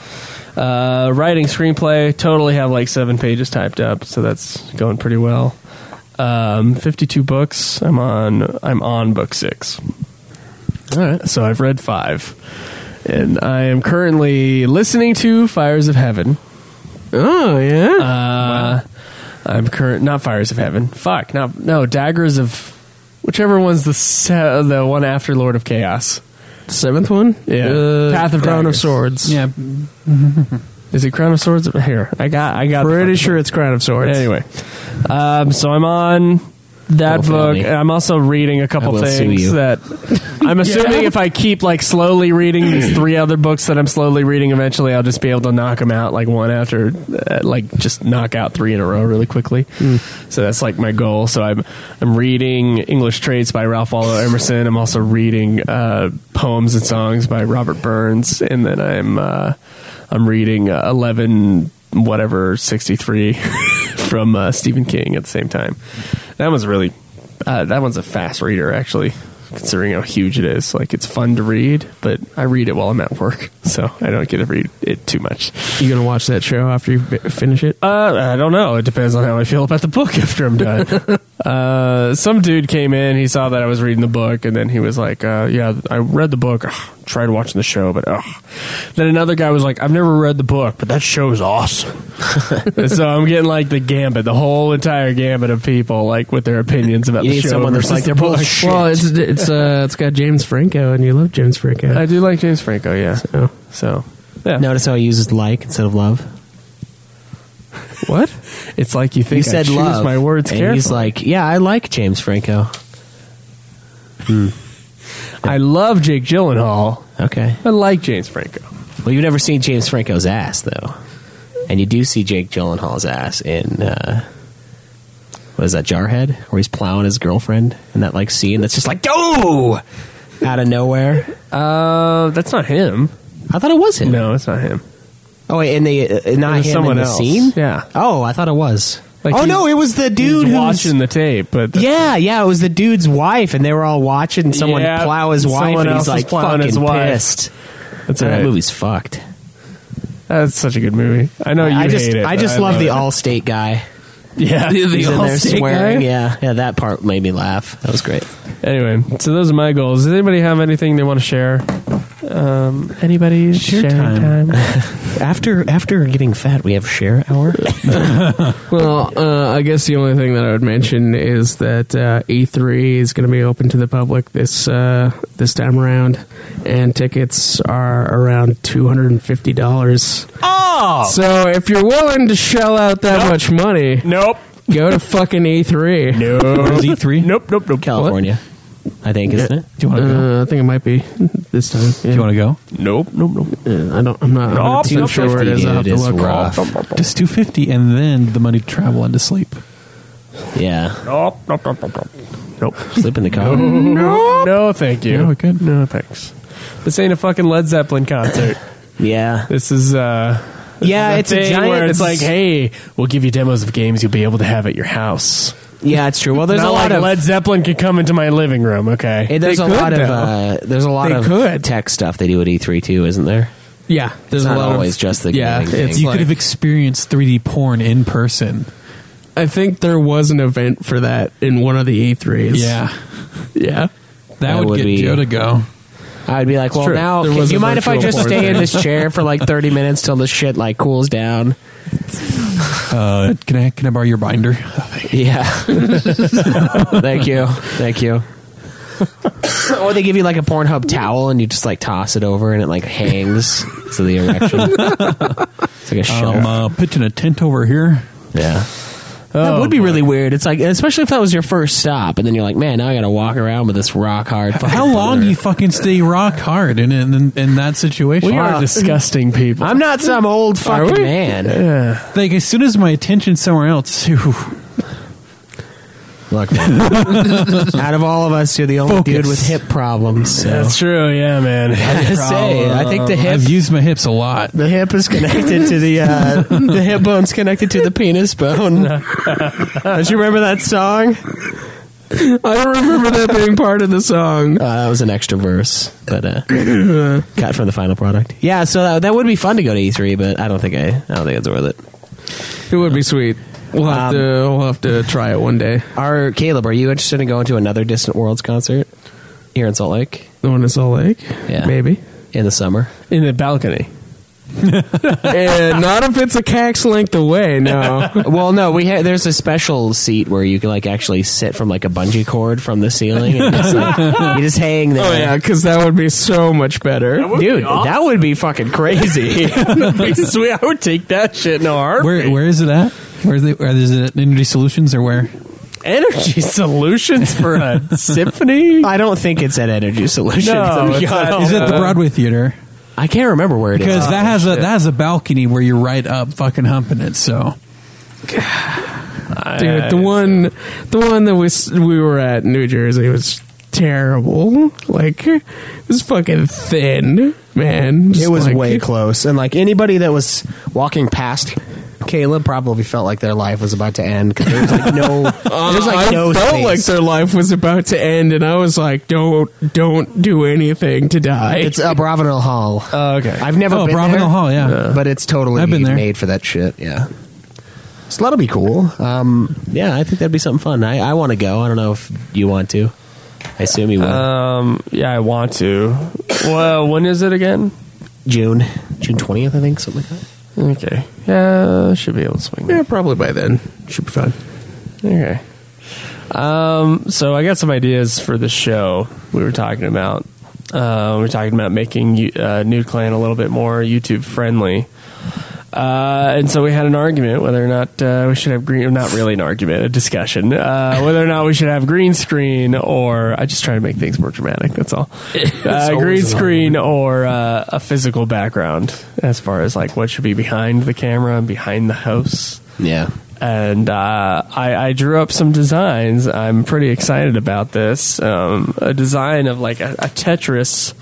S2: Uh, writing screenplay. Totally have like seven pages typed up, so that's going pretty well. Um, 52 books. I'm on. I'm on book six. All right. So I've read five, and I am currently listening to Fires of Heaven.
S8: oh yeah.
S2: Uh, I'm current not Fires of Heaven. Fuck, not no Daggers of whichever one's the se- the one after Lord of Chaos.
S8: Seventh one?
S2: Yeah.
S8: Uh,
S2: Path of
S8: Crown
S2: Daggers.
S8: of Swords.
S7: Yeah.
S2: Is it Crown of Swords here? I got I got the
S8: Pretty
S2: fucking
S8: sure it's Crown of
S2: book.
S8: Swords.
S2: Anyway, um, so I'm on that
S6: Little
S2: book.
S6: family.
S2: I'm also reading a couple
S6: I will sue
S2: things
S6: you.
S2: that
S6: [laughs]
S2: I'm assuming if I keep like slowly reading these three other books that I'm slowly reading, eventually I'll just be able to knock them out like one after, uh, like just knock out three in a row really quickly.
S6: Hmm.
S2: So that's like my goal. So I'm I'm reading English Traits by Ralph Waldo Emerson. I'm also reading uh, poems and songs by Robert Burns, and then I'm uh, I'm reading uh, eleven whatever sixty three [laughs] from uh, Stephen King at the same time. That one's really uh, that one's a fast reader actually considering how huge it is like it's fun to read but i read it while i'm at work [laughs] so i don't get to read it too much
S8: You gonna watch that show after you fi- finish it?
S2: uh, i don't know it depends on how i feel about the book [laughs] after i'm done
S6: [laughs]
S2: uh, some dude came in he saw that i was reading the book and then he was like uh, yeah i read the book Ugh, tried watching the show but ugh. then another guy was like i've never read the book but that show is awesome
S6: [laughs]
S2: And so i'm getting like the gambit the whole entire gambit of people like with their opinions about
S6: You
S2: the
S6: need
S2: show
S6: someone that's
S2: versus
S6: like
S2: the
S6: they're
S2: book.
S6: both shit.
S8: Well, it's it's uh it's got James Franco, and you love James Franco.
S2: I do like James Franco, yeah. So, yeah.
S6: Notice how he uses like instead of love.
S2: what? It's like you think
S6: You said
S2: I choose
S6: love.
S2: my words
S6: and
S2: carefully.
S6: he's like, yeah, I like James Franco.
S2: I love Jake Gyllenhaal.
S6: Okay.
S2: I like James Franco.
S6: Well, you've never seen James Franco's ass though, and you do see Jake Gyllenhaal's ass in. Uh, what is that Jarhead, where he's plowing his girlfriend in that like scene that's just like, oh, out of nowhere.
S2: Uh, that's not him.
S6: I thought it was him.
S2: No, it's not him.
S6: Oh, wait, in the uh, not
S2: It was
S6: him
S2: someone
S6: in the
S2: else.
S6: scene.
S2: Yeah.
S6: Oh, I thought it was.
S2: Like
S6: oh
S2: he's-
S6: no, it was the dude
S2: he's
S6: who's
S2: watching the tape, but the-
S6: Yeah, yeah, it was the dude's wife, and they were all watching someone
S2: Yeah,
S6: plow his wife,
S2: someone
S6: and
S2: else
S6: he's
S2: is
S6: like
S2: plowing
S6: fucking
S2: his wife.
S6: pissed.
S2: that's
S6: That
S2: right.
S6: movie's fucked.
S2: That's such a good movie. I know you
S6: I just,
S2: hate it.
S6: I
S2: but
S6: just love the
S2: it.
S6: Allstate guy.
S2: [laughs] Yeah,
S6: He's in there swearing. Yeah, yeah, that part made me laugh. That was great.
S2: Anyway, so those are my goals. Does anybody have anything they want to share? Um, anybody
S6: Share
S2: sharing
S6: time.
S2: time?
S6: After after getting fat, we have share hour.
S8: Well, uh, I guess the only thing that I would mention is that uh, E3 is going to be open to the public this uh, this time around, and tickets are around two hundred and fifty dollars.
S2: Oh
S8: So if you're willing to shell out that much money,
S2: nope,
S8: go to fucking E E3.
S2: nope,
S7: Z E three.
S2: nope, nope, nope.
S6: [laughs] California, I think, isn't it?
S7: Do you want to go?
S8: Uh, I think it might be this time.
S7: Do you want to go?
S2: Nope, nope, nope.
S8: Yeah, I don't. I'm not.
S2: Nope,
S8: 100% sure where it is. I have
S6: Dude,
S8: to
S6: it's
S8: look.
S6: rough.
S7: Just two fifty, and then the money to travel and to sleep.
S6: Yeah,
S2: Nope, nope, nope, nope, nope.
S6: sleep in the car. [laughs]
S2: No, thank you.
S7: Yeah, we could.
S2: No, thanks. This ain't a fucking Led Zeppelin [laughs] concert.
S6: Yeah,
S2: this is uh
S6: yeah,
S2: the
S6: it's a
S2: thing
S6: giant.
S2: where it's like, hey, we'll give you demos of games you'll be able to have at your house.
S6: yeah, it's true. Well, there's
S2: Not
S6: a lot
S2: like
S6: of
S2: Led Zeppelin could come into my living room, okay?
S6: Hey, there's
S8: They
S6: a
S8: could,
S6: lot of
S8: though.
S6: uh, there's a lot
S8: They
S6: of
S8: could.
S6: tech stuff they do at E3 too, isn't there?
S8: Yeah, there's
S6: It's
S8: a
S6: not
S8: lot
S6: always
S8: of,
S6: just the
S8: yeah.
S6: gaming
S8: it's
S6: thing.
S7: You
S8: like-
S7: could have experienced 3D porn in [laughs] person.
S8: I think there was an event for that in one of the E E3s. yeah.
S7: that,
S6: That
S7: would,
S6: would
S7: get
S6: be-
S7: Joe to go.
S6: I'd be like, well,
S8: true.
S6: now
S8: There
S6: can-
S8: was
S6: do you
S8: a
S6: mind if I
S8: virtual
S6: just
S8: board
S6: stay in
S8: thing.
S6: this chair for like 30 minutes till this shit like cools down?
S7: Uh, can I can I borrow your binder?
S6: Yeah. [laughs] Thank you. Thank you. or they give you like a Pornhub towel and you just like toss it over and it like hangs to the erection. [laughs] it's like a shelf.
S7: I'm uh, pitching a tent over here.
S6: yeah. that would be really weird. It's like, especially if that was your first stop, and then you're like, "Man, now I got to walk around with this rock hard." fucking
S7: How long
S6: boulder."
S7: do you fucking stay rock hard in in, in that situation?
S2: we are disgusting people.
S6: I'm not some old fucking
S2: we?
S6: man.
S7: [laughs] Like as soon as my attention's somewhere else, [laughs] phew,
S6: Look, man. [laughs] out of all of us, you're the only
S7: Focus.
S6: dude with hip problems. So.
S2: That's true, yeah, man.
S6: I gotta say, I think the hip,
S7: I've used my hips a lot.
S6: [laughs] the hip is connected to the uh, the hip bone's connected to the penis [laughs] bone. Don't you remember that song?
S8: I don't remember that being part of the song.
S6: Uh, that was an extra verse, but uh, cut from the final product. Yeah, so that, that would be fun to go to E3, but I don't think I, I don't think it's worth it.
S8: It would be sweet. We'll
S6: Um,
S8: have to we'll have to try it one day.
S6: Are Caleb? Are you interested in going to another Distant Worlds concert here in Salt Lake
S8: The one in Salt Lake,
S6: Yeah.
S8: maybe.
S6: in the summer?
S2: In the balcony.
S8: [laughs] and not if it's a cax length away. No,
S6: [laughs] well, no, we ha- there's a special seat where you can like actually sit from like a bungee cord from the ceiling. And just,
S8: [laughs]
S6: like, you just hang there.
S8: oh yeah, because that would be so much better.
S6: Dude, that would be
S2: [laughs]
S6: fucking crazy.
S2: Sweet, I would take that shit in a
S7: Where where is it at? Where is it? Where is it at Energy Solutions or where?
S6: [laughs]
S2: Energy solutions for a symphony?
S6: I don't think it's at Energy Solutions.
S2: No,
S6: [laughs] I'm
S2: it's
S6: gonna-
S2: not.
S7: Is it at the Broadway Theater?
S6: I can't remember where it is.
S7: Because that has a that has a balcony where you're right up fucking humping it. So
S8: Dude, the one the one that we s- we were at in New Jersey was terrible. Like it was fucking thin, man. Just
S6: It was
S8: like-
S6: way close. And like anybody that was walking past Caleb probably felt like their life was about to end because there was like no, there was like
S8: Uh, I
S6: no
S8: felt
S6: space.
S8: like their life was about to end, and I was like, "Don't, don't do anything to die."
S6: it's a Bravenel Hall.
S2: Oh, okay.
S6: I've never
S7: oh,
S6: been
S7: Bravo
S6: there,
S7: Hall, yeah.
S6: but it's totally
S7: I've been there.
S6: made for that shit. Yeah. So that'll be cool. Um, yeah, I think that'd be something fun. I, I want to go. I don't know if you want to. I assume you will.
S2: Um, yeah, I want to. Well, uh, when is it again?
S6: June, June twentieth, I think, something like that.
S2: Okay. Yeah, should be able to swing.
S8: yeah,
S2: that.
S8: probably by then should be fine.
S2: Okay. Um, so I got some ideas for the show we were talking about. Uh, we were talking about making you- uh, Nude Clan a little bit more YouTube friendly. Uh, and so we had an argument whether or not uh, we should have green. Not really an argument, a discussion. Uh, whether or not we should have green screen or I just try to make things more dramatic. That's all. Uh, green screen or uh, a physical background as far as like what should be behind the camera and behind the house
S6: Yeah.
S2: and uh, I, I drew up some designs. I'm pretty excited about this. Um, a design of like a, a Tetris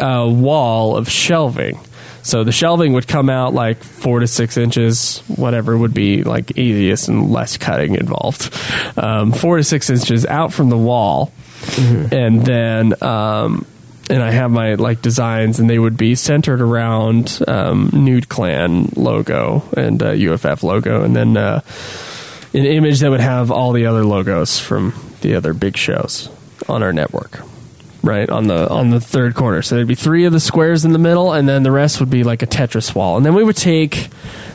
S2: uh, wall of shelving. So the shelving would come out like four to six inches, whatever would be like easiest and less cutting involved. Um, four to six inches out from the wall,
S8: Mm-hmm.
S2: and then um, and I have my like designs, and they would be centered around um, Nude Clan logo and uh, UFF logo, and then. Uh, an image that would have all the other logos from the other big shows on our network, right on the on the third corner. So there'd be three of the squares in the middle, and then the rest would be like a Tetris wall. And then we would take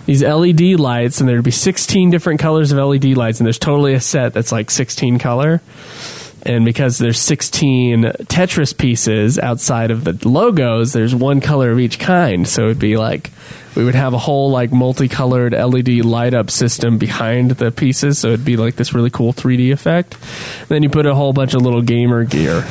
S2: these LED lights, and there'd be sixteen different colors of LED lights, and there's totally a set that's like sixteen color. And because there's 16 Tetris pieces outside of the logos, there's one color of each kind. So it'd be like we would have a whole like multicolored LED light up system behind the pieces. So it'd be like this really cool 3D effect. then you put a whole bunch of little gamer gear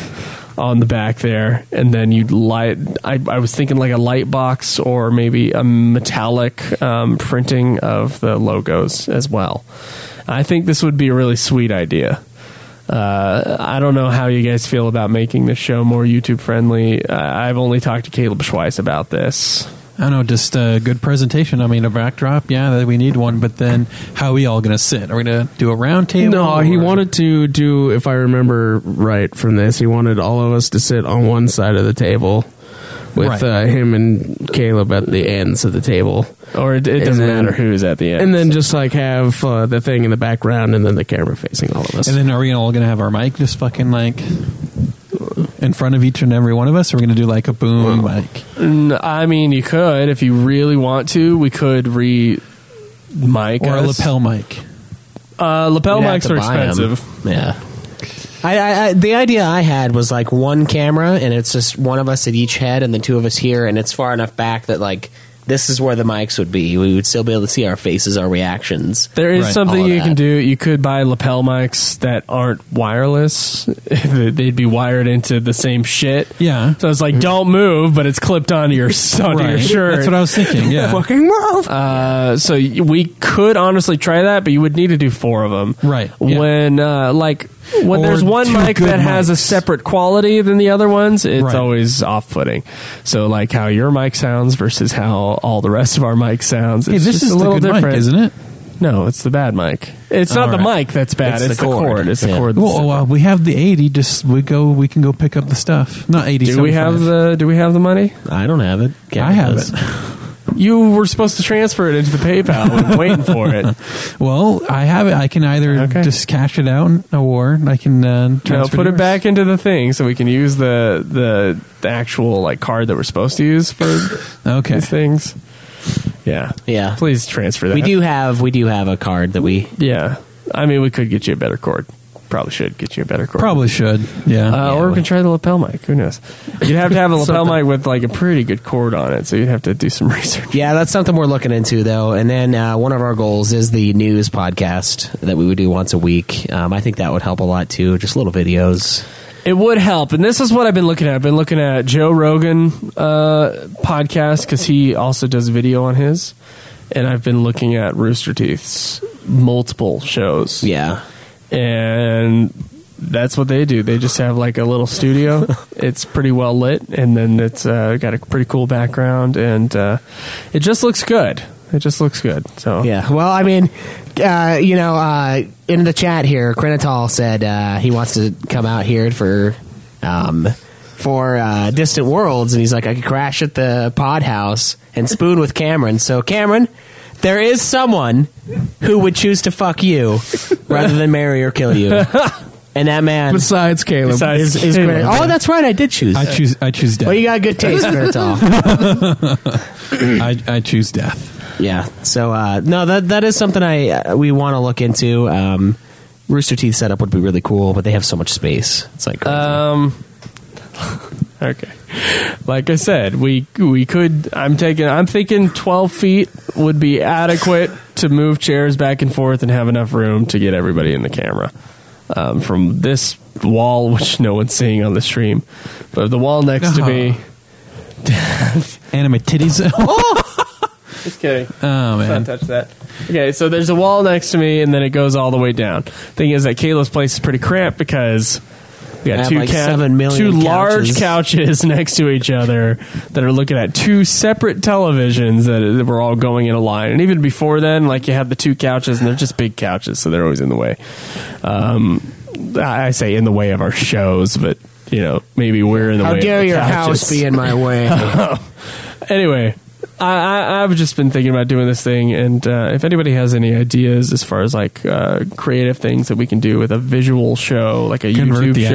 S2: on the back there, and then you'd light. I, I was thinking like a light box or maybe a metallic um, printing of the logos as well. I think this would be a really sweet idea. Uh, I don't know how you guys feel about making this show more YouTube friendly. Uh, I've only talked to Caleb Schweiss about this.
S7: I don't know, just a good presentation. I mean, a backdrop, yeah, that we need one. But then, how are we all going to sit? Are we going to do a round table?
S8: No,
S7: or-
S8: he wanted to do, if I remember right from this, he wanted all of us to sit on one side of the table with
S7: Right.
S8: uh, him and Caleb at the ends of the table.
S2: Or it, it
S8: And
S2: doesn't
S8: then-
S2: matter who's at the end.
S8: And then just like have uh, the thing in the background and then the camera facing all of us.
S7: And then, are we all going to have our mic just fucking like in front of each and every one of us? Or are we going to do like a boom mic?
S2: N- I mean, you could if you really want to. We could re mic
S7: Or a
S2: us.
S7: lapel mic?
S2: Uh, lapel
S6: We'd have
S2: mics
S6: to
S2: are
S6: buy 'em.
S2: expensive.
S6: Yeah. I, I, I the idea I had was like one camera and it's just one of us at each head and the two of us here and it's far enough back that like this is where the mics would be. We would still be able to see our faces, our reactions.
S2: There is
S6: Right.
S2: something
S6: All of
S2: you
S6: that.
S2: can do. You could buy lapel mics that aren't wireless. [laughs] They'd be wired into the same shit.
S7: Yeah.
S2: So it's like, don't move, but it's clipped onto your [laughs] onto your
S7: Right.
S2: shirt.
S7: That's what I was
S2: [laughs]
S7: thinking. Yeah.
S8: fucking move.
S2: Uh, so y- we could honestly try that, but you would need to do four of them.
S7: Right, yeah.
S2: When uh, like when
S7: Or
S2: there's one
S7: two
S2: mic
S7: good
S2: that has a
S7: mics.
S2: separate quality than the other ones, it's
S7: Right.
S2: always off-putting. So like how your mic sounds versus how all the rest of our mic sounds. It's
S7: Hey, this
S2: just
S7: is
S2: a
S7: the
S2: little
S7: good
S2: different,
S7: mic, isn't it?
S2: No, it's the bad mic. It's not
S7: All
S2: the
S7: right.
S2: mic that's bad. It's, the, cord. It's the
S6: Yeah.
S2: cord. that's
S7: Well, well, we have the eighty. Just we go. We can go pick up the stuff. Not eighty.
S2: do we have
S7: 75.
S2: the Do we have the money?
S6: I don't have it.
S7: I have it.
S2: You were supposed to transfer it into the PayPal. I'm waiting for
S7: [laughs]
S2: it.
S7: Well, I have it. I can either
S2: Okay.
S7: just cash it out or I can uh,
S2: No,
S7: transfer
S2: put
S7: to
S2: it back into the thing so we can use the the, the actual like card that we're supposed to use [laughs] for
S7: yours. Okay.
S2: these things. Yeah,
S6: Yeah.
S2: Please transfer that.
S6: We do have we do have a card that we
S2: Yeah, I mean, we could get you a better cord. Probably should get you a better cord.
S7: Probably should.
S2: Uh,
S7: Yeah.
S2: or we
S6: we-
S2: can try the lapel mic. Who knows? You'd have to [laughs] have a lapel mic with like a pretty good cord on it, so you'd have to do some [laughs] research.
S6: Yeah, that's something we're looking into, though. And then uh, one of our goals is the news podcast that we would do once a week. Um, I think that would help a lot too. Just little videos.
S2: It would help, and this is what I've been looking at. I've been looking at Joe Rogan uh, podcast because he also does video on his, and I've been looking at Rooster Teeth's multiple shows.
S6: Yeah,
S2: and that's what they do. They just have like a little studio. it's pretty well lit, and then it's uh, got a pretty cool background, and uh, it just looks good. It just looks good. So
S6: yeah. Well, I mean, uh, you know, uh, in the chat here, Krenatol said uh, he wants to come out here for um, for uh, Distant Worlds, and he's like, I could crash at the Pod House and spoon with Cameron. So, Cameron. There is someone who would choose to fuck you rather than marry or kill you. And that man
S8: Besides Caleb.
S2: Besides-
S6: is, is
S2: Anyway.
S6: great. Oh, that's right. I did choose.
S7: I
S2: uh,
S7: choose. I choose death.
S6: well, you got good taste, Gritol.
S7: I, I choose death.
S6: yeah. So uh, no, that that is something I uh, we want to look into. Um, Rooster Teeth setup would be really cool, but they have so much space. It's like crazy.
S2: Um. Okay. Like I said, we we could. I'm taking. I'm thinking 12 feet would be adequate to move chairs back and forth and have enough room to get everybody in the camera. Um, from this wall, [laughs] which no one's seeing on the stream, but the wall next to me.
S7: Uh-huh. Anime titties.
S2: Just kidding. Don't
S7: oh man.
S2: touch that. Okay, so there's a wall next to me, and then it goes all the way down. Thing is that Kayla's place is pretty cramped because we
S6: I
S2: got
S6: have
S2: two
S6: like
S2: ca-
S6: seven million
S2: two large
S6: couches.
S2: couches [laughs] next to each other that are looking at two separate televisions that, that were all going in a line. And even before then, like you had the two couches, and they're just big couches, so they're always in the way. Um, I I say in the way of our shows, but you know maybe we're in the
S6: How
S2: way.
S6: dare
S2: of the [laughs]
S6: your
S2: couches
S6: house be in my way?
S2: anyway, I, I, I've just been thinking about doing this thing, and uh, if anybody has any ideas as far as like uh, creative things that we can do with a visual show, like a
S7: Convert
S2: YouTube
S7: the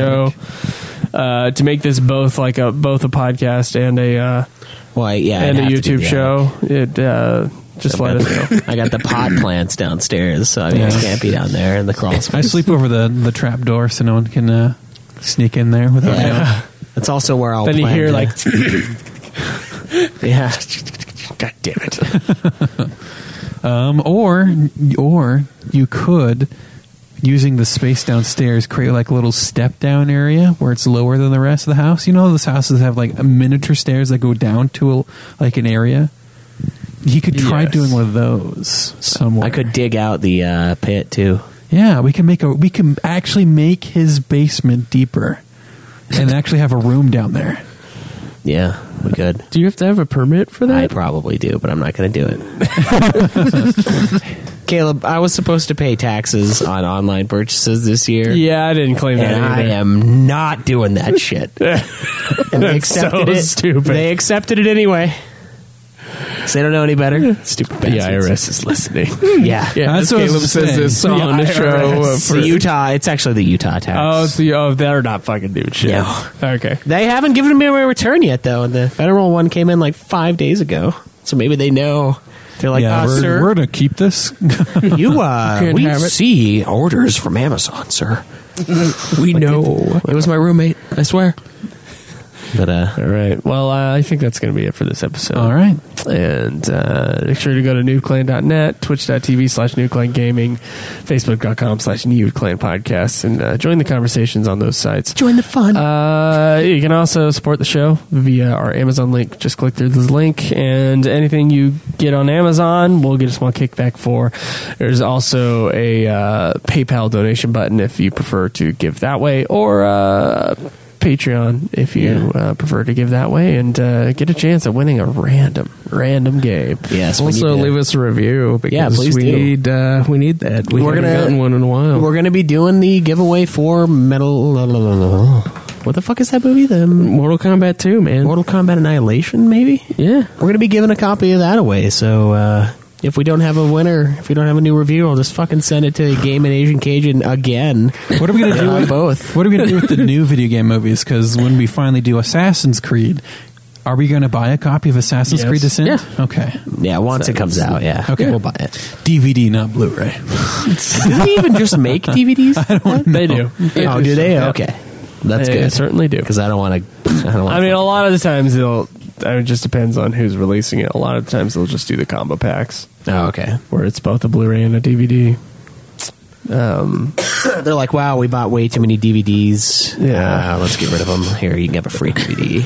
S2: show, uh, to make this both like a both a podcast and a uh,
S6: Why? yeah,
S2: and a
S6: it'd have to
S2: YouTube
S6: be the
S2: show, it uh, just let us know.
S6: attic. I got the
S2: [laughs]
S6: pot plants downstairs, so I mean,
S7: Yeah.
S6: I can't be down there in the crawl
S7: [laughs]
S6: space.
S7: I sleep over the the trap door so no one can uh, sneak in there without
S6: Yeah.
S7: knowing.
S6: That's also where I'll.
S2: Then you
S6: plan
S2: hear
S6: to-
S2: like,
S6: [laughs] yeah.
S2: [laughs] God damn it!
S7: Um, or or you could using the space downstairs create like a little step down area where it's lower than the rest of the house. You know, how those houses have like miniature stairs that go down to a, like an area. You could try
S2: Yes.
S7: doing one of those somewhere.
S6: I could dig out the uh, pit too.
S7: Yeah, we can make a we can actually make his basement deeper and actually have a room down there.
S6: Yeah, we could.
S8: Do you have to have a permit for
S6: I
S8: that?
S6: probably do, but I'm not going to do it. [laughs] Caleb, I was supposed to pay taxes on online purchases this year.
S2: yeah, I didn't claim that.
S6: And I
S2: either.
S6: am not doing that shit. and they accepted
S2: so
S6: it.
S2: stupid.
S6: They accepted it anyway. 'Cause they don't know any better. Stupid
S2: The
S6: bastards.
S2: IRS is listening.
S6: Yeah.
S8: Yeah,
S7: That's what I
S8: Caleb
S7: was
S8: says
S7: saying.
S8: this on the show. uh,
S6: It's the Utah. It's actually the Utah tax.
S2: oh, it's the oh, they're not fucking doing shit.
S6: No.
S2: Okay.
S6: They haven't given me a return yet, though. And the federal one came in like five days ago, so maybe they know. They're like,
S7: yeah,
S6: "Ah,
S7: we're,
S6: sir,
S7: we're gonna keep this.
S6: you uh,
S8: [laughs] Can't
S6: we
S8: have it."
S6: see orders from Amazon, sir.
S8: we know.
S6: It was my roommate, I swear. But uh,
S2: All right. Well, uh, I think that's going to be it for this episode.
S7: All right.
S2: And uh, make sure to go to newclan.net, twitch.tv slash newclangaming, facebook.com slash newclanpodcasts, and uh, join the conversations on those sites.
S6: join the fun.
S2: Uh, you can also support the show via our Amazon link. Just click through this link, and anything you get on Amazon, we'll get a small kickback for. There's also a uh, PayPal donation button if you prefer to give that way, or uh, Patreon if you uh, prefer to give that way, and uh, get a chance at winning a random, random game.
S6: yes. we
S8: Also,
S6: need to-
S8: leave us a review because
S6: Yeah, please
S8: we
S6: do.
S8: need uh, we need that. We
S6: We're
S8: haven't
S6: gonna-
S8: gotten one in a while.
S6: We're gonna be doing the giveaway for metal. la, la, la, la. What the fuck is that movie? The
S8: Mortal Kombat 2, man.
S6: Mortal Kombat Annihilation, maybe.
S8: yeah,
S6: We're gonna be giving a copy of that away. So uh, if we don't have a winner, if we don't have a new review, I'll just fucking send it to Game and Asian Cajun again.
S7: What are we gonna do?
S6: Uh,
S7: with- [laughs]
S6: both.
S7: What are we gonna do with the new video game movies? Because when we finally do Assassin's Creed, are we gonna buy a copy of Assassin's
S2: Yes.
S7: Creed Descent?
S8: Yeah.
S7: Okay.
S6: Yeah, once it comes out, yeah.
S7: Okay.
S6: we'll buy it.
S7: DVD, not Blu-ray.
S6: [laughs] Do they even just make [laughs] DVDs?
S2: They do.
S6: Oh, do they? Okay, that's
S2: They
S6: good.
S2: certainly do.
S6: Because I don't want to. I don't want.
S2: I mean, a lot of the times they'll. It just depends on who's releasing it. A lot of the times they'll just do the combo packs.
S6: oh, okay.
S2: where it's both a Blu-ray and a DVD.
S6: They're like, wow, we bought way too many DVDs.
S2: Yeah.
S6: Uh, let's get rid of them. Here, you can have a free [laughs] DVD.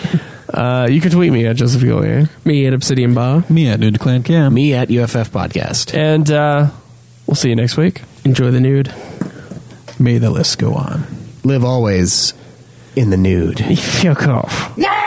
S2: Uh, you can tweet me at Joseph Gillier.
S8: me at Obsidian Bar.
S7: Me at Nude Clan Cam.
S6: Me at UFF Podcast.
S2: And uh, we'll see you next week.
S8: Enjoy the [laughs] nude.
S7: May the list go on.
S6: Live always in the nude.
S2: Fuck off.
S3: No!